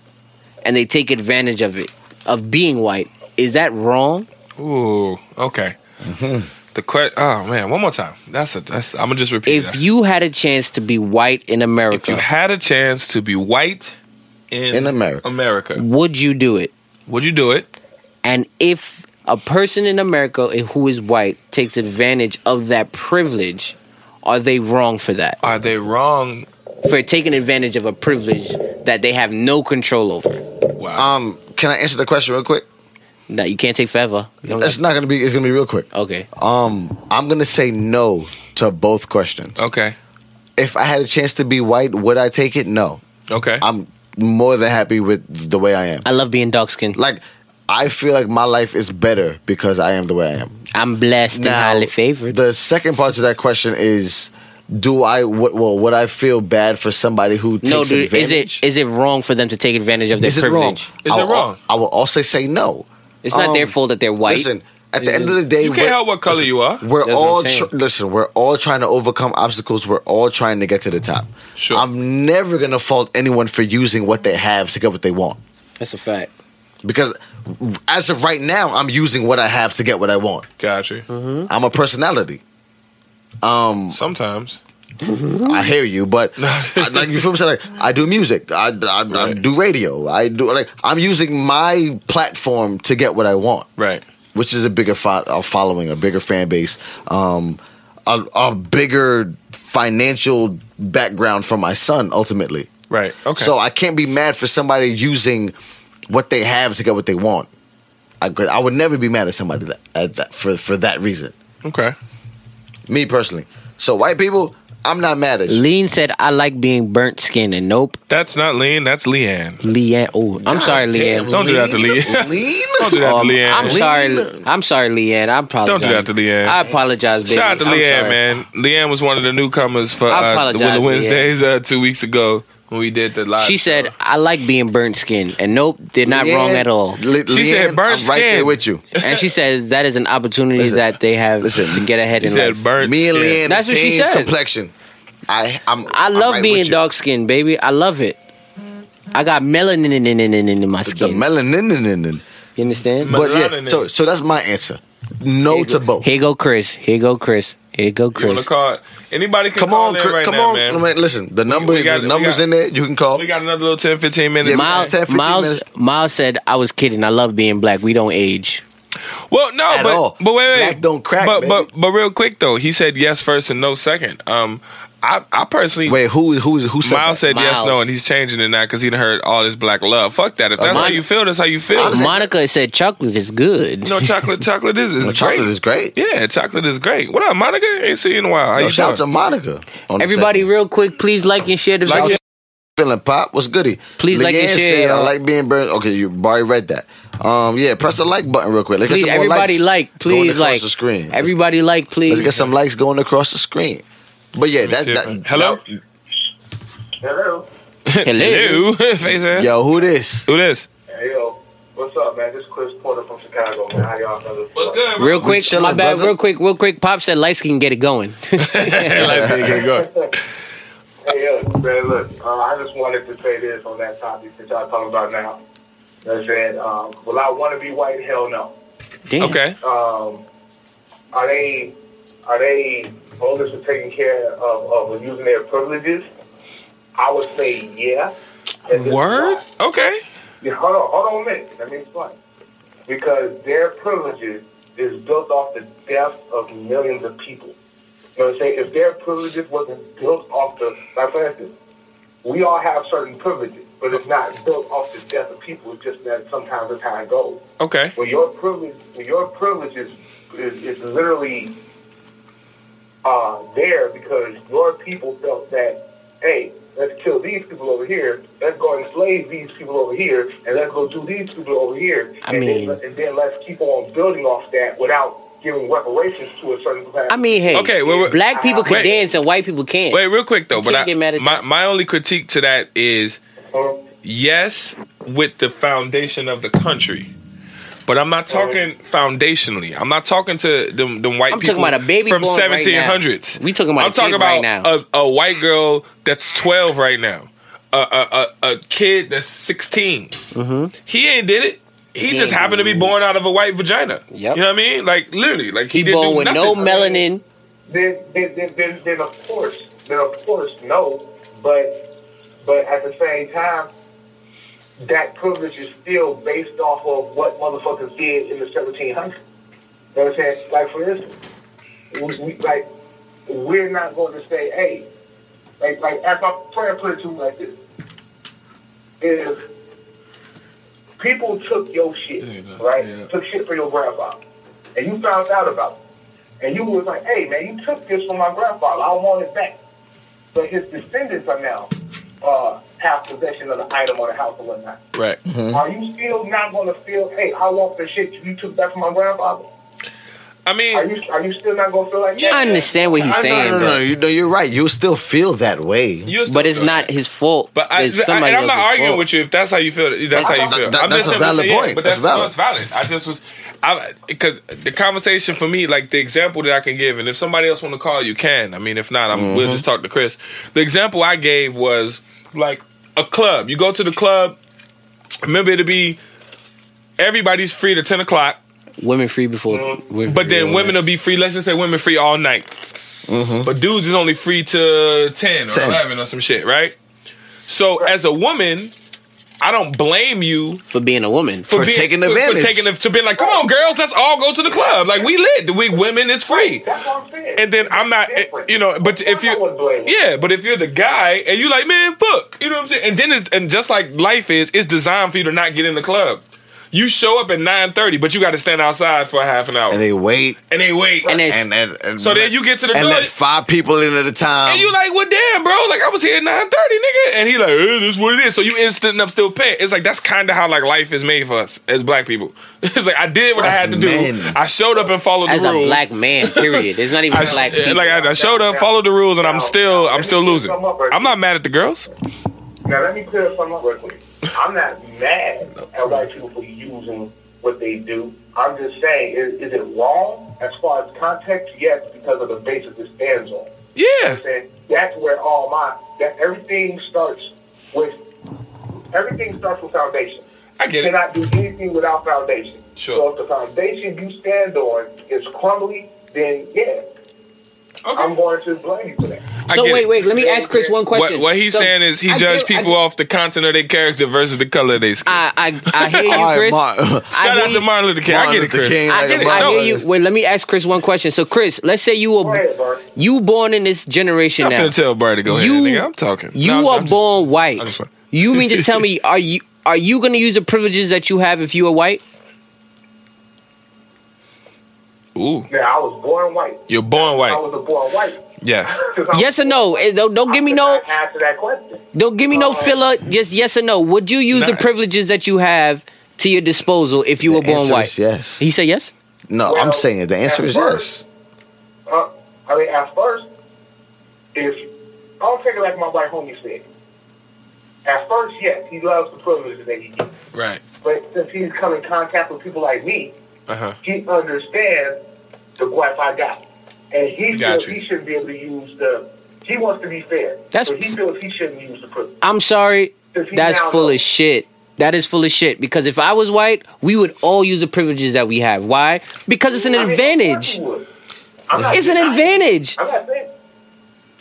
and they take advantage of it of being white, is that wrong?
Ooh. Okay. The question. Oh man, one more time. That's a. That's. I'm gonna just repeat.
If
that.
you had a chance to be white in
if you
America,
had a chance to be white in,
In America.
America,
would you do it?
would you do it?
And if a person in America who is white takes advantage of that privilege, are they wrong for that?
Are they wrong?
For taking advantage of a privilege that they have no control over?
Wow.
Um, can I answer the question real quick?
That you can't take forever. You don't
That's not gonna be. It's gonna be real quick.
got- okay.
Um, I'm gonna say no to both questions.
okay.
If I had a chance to be white, would I take it? No.
Okay.
I'm more than happy with the way I am.
I love being dark skinned.
Like, I feel like my life is better because I am the way I am.
I'm blessed and highly favored.
The second part to that question is, do I what? Well, would I feel bad for somebody who takes
no, dude, is
advantage?
it is it wrong for them to take advantage of their
Is it wrong?
privilege?
Is
I
it
will-
wrong?
I will also say no.
It's not their
Um,
fault that they're white.
Listen, at the end of the day,
you can't
we're-
help what color you are.
We're
That's what
all
I'm saying.
tr- listen. We're all trying to overcome obstacles. We're all trying to get to the top.
Sure.
I'm never gonna fault anyone for using what they have to get what they want
That's a fact.
because as of right now, I'm using what I have to get what I want.
Gotcha.
I'm a personality. Um,
Sometimes.
I hear you, but I, like you feel me? So, Like I do music. I, I, I
Right.
do radio. I do like I'm using my platform to get what I want.
Right.
which is a bigger fo- a following, a bigger fan base, um, a, a bigger financial background for my son ultimately.
Right. Okay.
So I can't be mad for somebody using what they have to get what they want. I could, I would never be mad at somebody that, at that for for that reason.
okay.
Me personally. So white people, I'm not mad at you.
Lean said, I like being burnt skinned, and nope.
That's not Lean. That's Leanne.
Leanne, oh, I'm sorry,
God
Leanne.
damn,
Don't do that to
lean,
Leanne.
Lean.
Don't do that
Um,
to Leanne.
I'm sorry. I'm sorry, Leanne. I
Don't
apologize.
do that to Leanne.
I apologize, baby.
Shout out to
I'm
Leanne,
sorry.
man. Leanne was one of the newcomers for
I
uh, the
apologize,
Willow
Leanne.
Wednesdays uh, two weeks ago when we did the live.
She said,
show.
"I like being burnt skin," and nope, they're not wrong
Leanne,
at all.
Le-
She said
Leanne,
burnt
I'm right there
skin.
with you.
And she said that is an opportunity
Listen,
that they have
listen,
to get ahead
She
in
said
life.
burnt.
Me and
skin.
Leanne,
That's
the
what she
same
said.
complexion. I I'm
I
I'm
love
right
being
with you.
dark skinned, baby. I love it. I got melanin in, in, in, in, in my
The
skin.
melanin.
you understand?
Mel-
But yeah,
Melanin.
so so that's my answer. No
Here
to
go-
both.
Here go Chris. Here go Chris. Here go
You want to
Chris.
call? it? Anybody can
Come
call
on,
in
Cri-
right
come
now,
on.
man.
man, Listen, the number,
we got-
the
we
numbers
got-
in there. You can call.
We got another little 10, 15 minutes.
Yeah, we
Miles,
10, 15
Miles,
minutes.
Miles said, "I was kidding. I love being black. We don't age."
Well, no,
At
but
all.
but wait, wait,
Black don't crack,
But
baby.
but but real quick though, he said yes first and no second. Um, I I personally
Wait, who who who said?
Miles
that?
said yes,
Miles.
no, and he's changing it now because he done heard all this black love. Fuck that. If that's how
Mon-
you feel, that's how you feel.
Monica said, "Chocolate is good."
No chocolate, chocolate is, is
Well,
great.
chocolate is great.
Yeah, chocolate is great. What up, Monica? Ain't seen you in a while. How
Yo,
you
shout out to
doing?
Monica. on the
Everybody,
second.
real quick, please like and share the
Like
video.
it.
feeling pop. What's goody?
Please like and
Leanne
share,
said, I
y'all.
like being burned. Okay, you already read that. Um, yeah, press the like button real quick. Let's
Please,
get some more
everybody
likes
like,
going
please
across
like.
the screen. Let's-
Everybody like, please.
Let's get some likes going across the screen. But yeah, that,
see if
that
I- Hello?
that-
Hello.
Hello.
Hello. Face ass.
yo, who this?
Who this?
Hey, yo. What's up, man? This is Chris Porter from Chicago, man. How y'all feeling?
What's good? bro?
Real quick,
chilling,
my bad.
brother.
Real quick, real quick. Pop said lights can get it going.
Hey, yo, man, look, uh, I just wanted to say this on that topic that y'all talking about now. I said, um, will I want to be white? Hell no.
Damn.
Okay.
Um, are they are they homeless for taking care of, of using their privileges? I would say yeah. And this is
Word?
why.
Okay.
Yeah, hold on, hold on a minute. Let me explain. Because their privileges is built off the death of millions of people. You know what I'm saying? If their privileges wasn't built off the, like for instance, we all have certain privileges, but it's not built off the death of people. It's just that sometimes it's how it goes.
Okay.
When your privilege, when your privilege is, is, is literally uh, there because your people felt that, hey, let's kill these people over here, let's go enslave these people over here, and let's go do these people over here,
I
and,
mean-
then, let- and then let's keep on building off that without giving reparations to a certain capacity.
I mean, hey.
Okay, wait, wait.
black people can
Wait.
dance and white people can't.
Wait, real quick though,
You
but
can't
I,
get mad at
my
that.
my only critique to that is
Huh?
yes, with the foundation of the country. But I'm not talking foundationally. I'm not talking to them, them white
I'm talking
people
about a baby
from
born right now.
1700s.
We talking about
I'm
a
talking
kid
about
right now.
A, a white girl that's 12 right now. A a, a, a kid that's 16. He ain't did it. He, just
Mm-hmm. ain't
happened to be born out of a white vagina.
Yep.
You know what I mean? Like literally, like he,
He
didn't
born
do
with
nothing.
no melanin.
then, then, then, then, then of course, then of course, no. But, but at the same time, that privilege is still based off of what motherfuckers did in the 1700s. You know what I'm saying? Like for instance, we, we, like we're not going to say, hey, like, like as my prayer put it to me like this, is people took your shit, right? Took shit from your grandfather, and you found out about it. And you was like, hey, man, you took this from my grandfather. I want it back. But his descendants are now uh, have possession of the item or the house or whatnot.
Right.
Are you still not going to feel, hey, I want the shit you took back from my grandfather?
I mean,
Are you are you still not going to feel like that?
I understand what he's
I know,
saying,
No, no, no, you know you're right. You still feel that way.
you're still
but it's
doing
not
that.
his fault.
But I,
It's
I,
somebody
and I'm not
else's
arguing
fault.
with you if that's how you feel. That's how you
That-
feel.
that-
I'm
that's
just
a
simply
valid
saying,
point.
But
That's
that's, no,
valid.
it's valid. I just was, I because the conversation for me, like the example that I can give, and if somebody else want to call, you can. I mean, if not, I'm,
Mm-hmm.
we'll just talk to Chris. The example I gave was like a club. You go to the club. Remember to be everybody's free to ten o'clock.
Women free before, women
Mm-hmm. But then
free
women will be free. Let's just say women free all night.
Mm-hmm.
But dudes is only free to ten or
10.
eleven or some shit, right? So as a woman, I don't blame you
for being a woman.
for,
For
being,
taking
for-
advantage.
For taking the- to be like, come on, girls, let's all go to the club. Like we lit. We women, it's free.
That's what I'm saying.
And then I'm not, eh, you know. But if you,
I wouldn't blame you.
yeah, but if you're the guy and you like, man, fuck, you know what I'm saying. And then it's and just like life is, it's designed for you to not get in the club. You show up at nine thirty, but you got to stand outside for a half an hour,
And they wait.
and they wait,
And it's
And, and, and
So then you get to the
and
door-
let five people in at a time.
And you like, well, damn, bro. Like I was here at nine thirty, nigga. And he like, eh, this what it is. So you instant up still paying. It's like that's kind of how like life is made for us as black people. It's like I did what I
As
had to do.
men.
I showed up and followed
As
the
a
rules.
black man, period. It's not even
I,
black
sh- eh,
people.
like I, I showed up, followed the rules, and I'm still, I'm still losing. I'm not mad at the girls.
Now let me clear something up real quick. I'm not mad at white people for using what they do. I'm just saying, is, is it wrong as far as context? Yes, because of the basis it stands on.
Yeah,
And that's where all my that everything starts with. Everything starts with foundation.
I get
You
it.
cannot do anything without foundation.
Sure.
So if the foundation you stand on is crumbly, then yeah, I'm going to blame you for that.
I
so
get
wait,
it.
wait. Let me ask Chris one
What,
question.
what he's
So,
saying is he
I
judged
get- I
people
get-
off the content of their character versus the color of their skin.
I, I, I hear
All
you,
right,
Chris.
Mar-
I
Shout
hear
out to
you.
Martin Luther King. I
Martin
get it,
Luther
Chris.
King,
I
like
get
a
it.
I
Martin
No,
hear you. Wait, let me ask Chris one question. So, Chris, let's say you
Go
were
ahead, Bart.
you born in this generation
I'm
now.
finna tell Barry to go
You-
ahead, nigga. I'm talking.
You
No, I'm-
are
I'm just-
born
I'm just
white.
playing.
You mean to tell me are you are you going to use the privileges that you have if you are white?
Ooh,
Now I was born white.
you're born
I
white.
was a born white.
Yes.
'Cause I was
Yes or no? Eh, Don't, don't
I
give me
could
no
not Answer that question.
don't give me no filler. Just yes or no. Would you use the
Nah.
privileges that you have to your disposal if you
The
were born
answer
white?
is yes.
He said yes.
No,
Well,
I'm saying the answer is
at
yes.
first- Uh, I mean, at first, if I'll take it like my white homie said. At first, yes, he loves the privileges that he gets,
Right.
but since he's come in contact with people like me,
Uh huh.
he understands the guap I got, and he feels
Gotcha.
he shouldn't be able to use the. He wants to be fair,
That's-
so he feels he shouldn't use the privilege.
I'm sorry.
Does he
That's
now
full
know?
of shit. That is full of shit. Because if I was white, we would all use the privileges that we have. Why? Because it's an
I mean, of course
advantage.
he would. I'm not-
It's an advantage.
I'm not saying.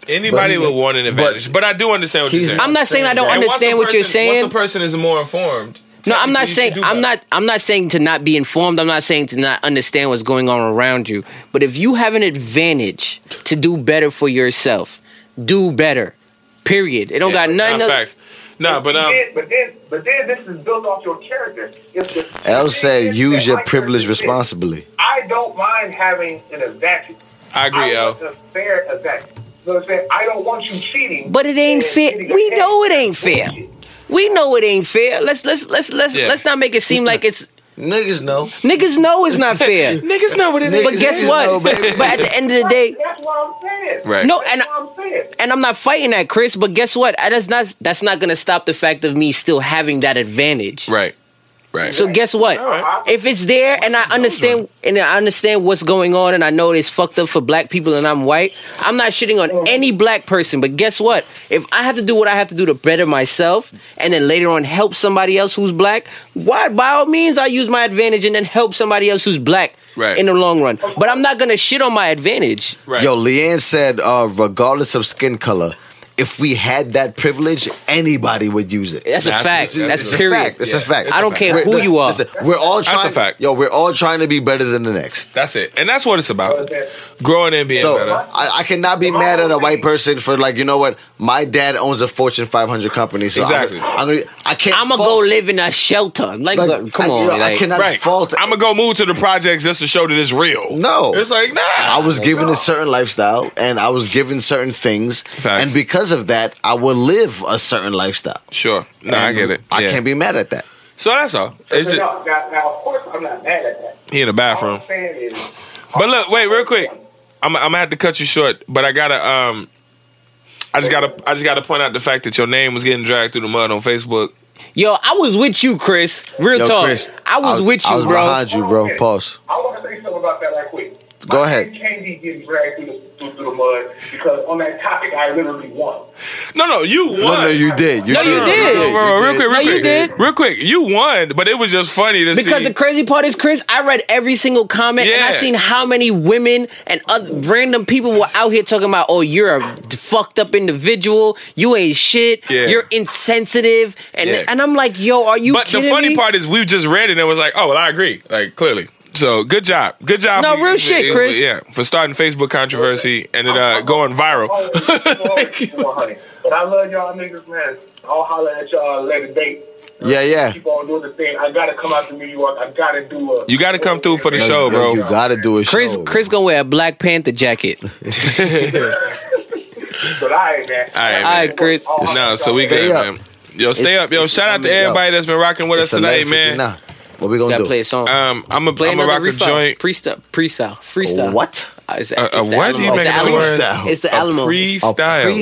Anybody
But-
would want an advantage, but, I do understand what you're
He's-
saying.
I'm not saying I don't
And once a
understand what you're
person-
saying.
Once a person is more informed,
No, I'm not
technically you
saying
should do
I'm
that.
not I'm not saying to not be informed. I'm not saying to not understand what's going on around you. But if you have an advantage to do better for yourself, do better. Period. It don't got nothing.
Nah,
to-
facts. Nah, but um,
then, but then, but then this is built off your character. If the-
L
if
said,
it's
use
that
your
my
privilege
character is-
responsibly.
I don't mind having an advantage.
I agree,
I
L.
want a fair advantage. You know what I'm saying? I don't want you cheating.
But it ain't
and
fair.
getting
We
ahead.
know it ain't fair. We know it ain't fair. Let's let's let's let's
Yeah.
let's not make it seem like it's
Niggas know.
niggas know it's not fair.
Niggas know what it
is.
but guess
niggas
what?
know, baby.
but at the end of the day,
That's what I'm saying.
Right.
no,
That's
and
what I'm saying.
and I'm not fighting that, Chris. But guess what? I- That's not that's not gonna stop the fact of me still having that advantage.
Right. Right.
So guess what?
right.
If it's there and I understand and I understand what's going on and I know it's fucked up for black people and I'm white, I'm not shitting on any black person. But guess what? If I have to do what I have to do to better myself and then later on help somebody else who's black, why by all means I use my advantage and then help somebody else who's black
Right.
in the long run. But I'm not gonna shit on my advantage.
right.
Yo, Leanne said, uh, regardless of skin color, if we had that privilege, anybody would use it.
That's a
That's-
fact.
that's-
That's,
It's
period.
a fact. It's a
Yeah,
fact.
it's
I don't care who you are.
Listen, we're all
That's a
trying.
fact.
Yo, we're all trying to be better than the next.
that's it, and that's what it's about.
Okay.
Growing and being
So
better.
I, I cannot be mad at a white person for like you know what my dad owns a Fortune 500 company so
Exactly.
I'm, I'm gonna, I can't
I'ma go
fault-
live in a shelter. Like,
Like,
look, come
I-
on.
you know, I
like-
cannot-
Right.
fault-
I'm gonna go move to the projects just to show that it's real.
No.
It's like nah.
I was given a certain lifestyle and I was given certain things
Facts.
and because of that I will live a certain lifestyle.
sure. Nah, I
And
get it.
I
Yeah.
can't be mad at that.
So that's all. It's
So
just,
no, now, now, of course, I'm not mad at that.
he in the
All
bathroom.
I'm saying is,
But look, wait, real quick. I'm, I'm gonna have to cut you short, but I gotta um, I just gotta I just gotta point out the fact that your name was getting dragged through the mud on Facebook.
Yo, I was with you, Chris. Real
Yo,
talk.
Chris,
I was with you,
I was
bro.
behind you, bro. Pause.
I want to say something about that right quick.
Go
My
ahead.
team can't be getting dragged through the, through, through the mud because on that topic, I literally won.
No, no, you won.
No, no, you did.
No, you did.
Bro, bro, bro, real quick, real
No, you
quick,
did.
real quick. You won, but it was just funny to
Because
see.
the crazy part is, Chris, I read every single comment and I
Yeah.
seen how many women and other random people were out here talking about, oh, you're a d- fucked up individual. You ain't shit.
Yeah.
You're insensitive. And
Yeah.
and I'm like, yo, are you
but the
kidding
funny
me?
part is, we just read it and was like, "Oh, well, I agree." Like clearly. So good job, good job.
No,
for-
real shit,
for-
Chris.
Yeah, for starting Facebook controversy and it uh, going viral.
Oh, it's always 400. But I love y'all niggas, man. I'll holler at y'all later date.
Yeah, yeah.
Keep on doing the thing. I gotta come out to New York. I gotta do a.
You got to come through for the
No, no,
show, bro.
You gotta do a
Chris,
show.
Chris gonna wear a Black Panther jacket.
But I ain't, man.
All right, man.
All right, Chris.
No, so we
Stay
good,
up.
man. Yo, stay
It's-
up. Yo,
it's-
shout
I
out to
mean, yo,
everybody that's been rocking with us
It's
tonight, man.
11:59. What we gonna
That
do?
play a song.
Um, I'm a,
Play
I'm a
another
rock a
freestyle.
joint.
Freestyle. Freestyle. Freestyle.
What?
Uh, it's,
A-
it's
a
the
what? You
Alamo.
make
It's the
a
Alamo.
freestyle.
It's the
A
Alamo.
freestyle.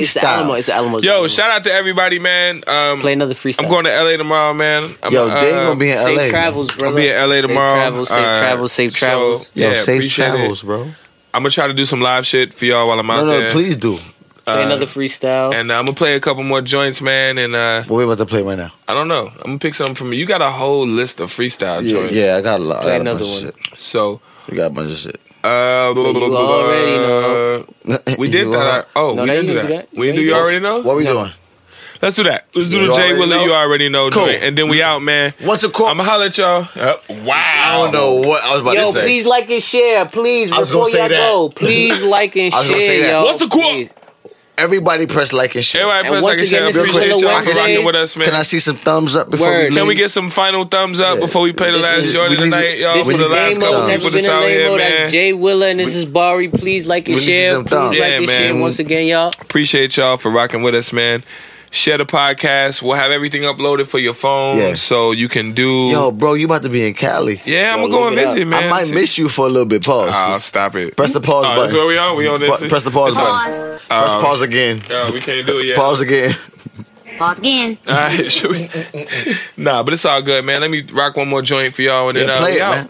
It's the Alamo. It's the Alamo. It's the
Yo,
Alamo.
shout out to everybody, man. Um,
Play another freestyle.
I'm going to LA tomorrow, man. I'm,
Yo, they ain't
uh,
gonna be in LA.
Safe
man.
travels, bro.
I'll be in LA tomorrow.
Safe travels, safe
Uh,
travels, safe
so,
travels.
Yo,
yeah,
safe
appreciate it.
travels, bro.
I'm gonna try to do some live shit for y'all while I'm out
No, no,
there.
please do.
Play another freestyle.
uh, And uh, I'm gonna play a couple more joints, man. And uh,
What we about to play right now?
I don't know. I'm gonna pick something from you. You got a whole list of freestyle
Yeah,
joints.
yeah, I got a lot.
Play
I got a bunch
another
of
one.
shit.
So.
We got a bunch of shit.
Uh, blah, blah, blah,
you
blah, blah.
already know.
We
You
did
wanna-
that. Oh,
No,
we
they
didn't do that.
didn't do that.
We didn't do.
They
You
didn't.
already know.
What we doing?
Let's do that. Let's do
You
the Jay
already
Willie.
know?
You already know.
Cool.
joint. And then we out, man.
Once a
I'm
quarter.
gonna holler at y'all. Uh,
I
wow.
don't know what I was about
Yo,
to say.
please like and share. Please,
I was gonna
before
say
y'all
that.
go, please like and
I was gonna say
share,
that.
yo.
What's the quote?
Please.
Everybody press like and share.
Everybody,
And
press
once
like and
again,
share.
this
is
Appreciate
Killer
y'all for
Wednesdays.
rocking with us, man.
Can I see some thumbs up before
Word.
we
Can we
leave?
get some final thumbs up
Yeah.
before we play the
This
last
is-
Jordan
we leave-
tonight, y'all?
This
For
With
the
is
last
Damo,
couple
Lamo,
of
never
people
been
that's
a
out here,
Lamo.
man.
That's Jay Willa, and this is Bari. Please like and
We need
share.
some
Please
thumbs.
like
Yeah,
and
man.
share once again, y'all.
Appreciate y'all for rocking with us, man. Share the podcast. We'll have everything uploaded for your phone,
Yeah.
so you can do.
Yo, bro, you about to be in Cali.
yeah, I'm gonna
Yo,
go
look
and
it
visit,
up.
man.
I might miss you for a little bit. Pause.
Ah, stop it.
press the pause
Oh,
button.
that's where we are. We on this.
Pu- press the pause
It's on.
button. Press pause again.
Oh, we can't do it yet.
Pause again.
Pause again.
All right, should we? nah, but it's all good, man. Let me rock one more joint for y'all, and then
Yeah,
uh,
play
we
it,
out.
man.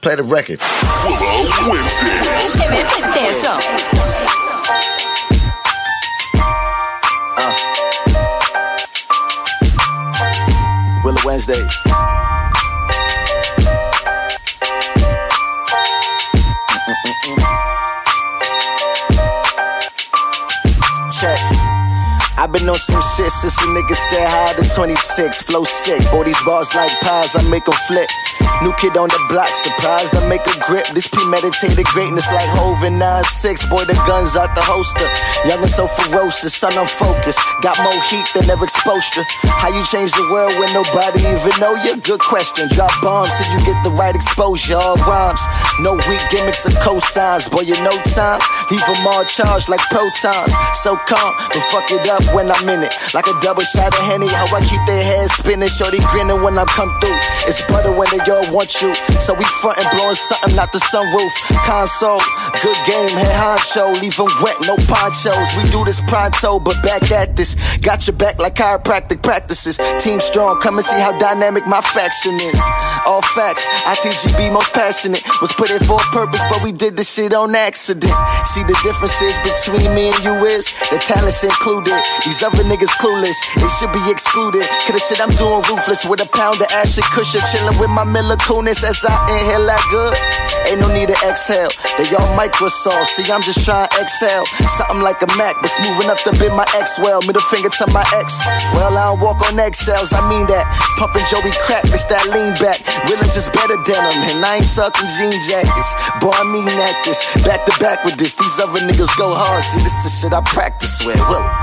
Play the record.
dance on.
Willow Wednesday. Check. I've been on some shit since a nigga said hi to 26. Flow sick, boy, these bars like pies, I make 'em flip. New kid on the block, surprised I make a grip. This premeditated greatness like Hov and 9-6. Boy, the guns out the holster. Young and so ferocious, son, I'm focused. Got more heat than ever exposure. How you change the world when nobody even know you? Good question. Drop bombs till you get the right exposure. All rhymes, no weak gimmicks or cosigns. Boy, you know time. Leave 'em all charged like protons. So calm, but fuck it up when I'm in it. Like a double shot of Henny, how I keep their heads spinning. Shorty grinning when I come through. It's butter when they all want you. So we frontin', blowing something out the sunroof. Console, good game, head honcho. Leave 'em wet, no ponchos. We do this pronto, but back at this. Got your back like chiropractic practices. Team strong, come and see how dynamic my faction is. All facts, ITGB most passionate. Was put in for a purpose, but we did this shit on accident. See the differences between me and you is the talents included. These other niggas clueless, they should be excluded. Cause the shit I'm doing ruthless with a pound of acid cushion, chilling with my Miller Kunis as I inhale that good. Ain't no need to exhale, they all Microsoft. See, I'm just trying to exhale. Something like a Mac, but smooth enough to bend my ex well. Middle finger to my ex. Well, I don't walk on eggshells, I mean that. Pumping Joey crap, it's that lean back. Really just better denim, and I ain't talking jean jackets. Boy, I mean actors. Back to back with this, these other niggas go hard. See, this the shit I practice with. Whoa.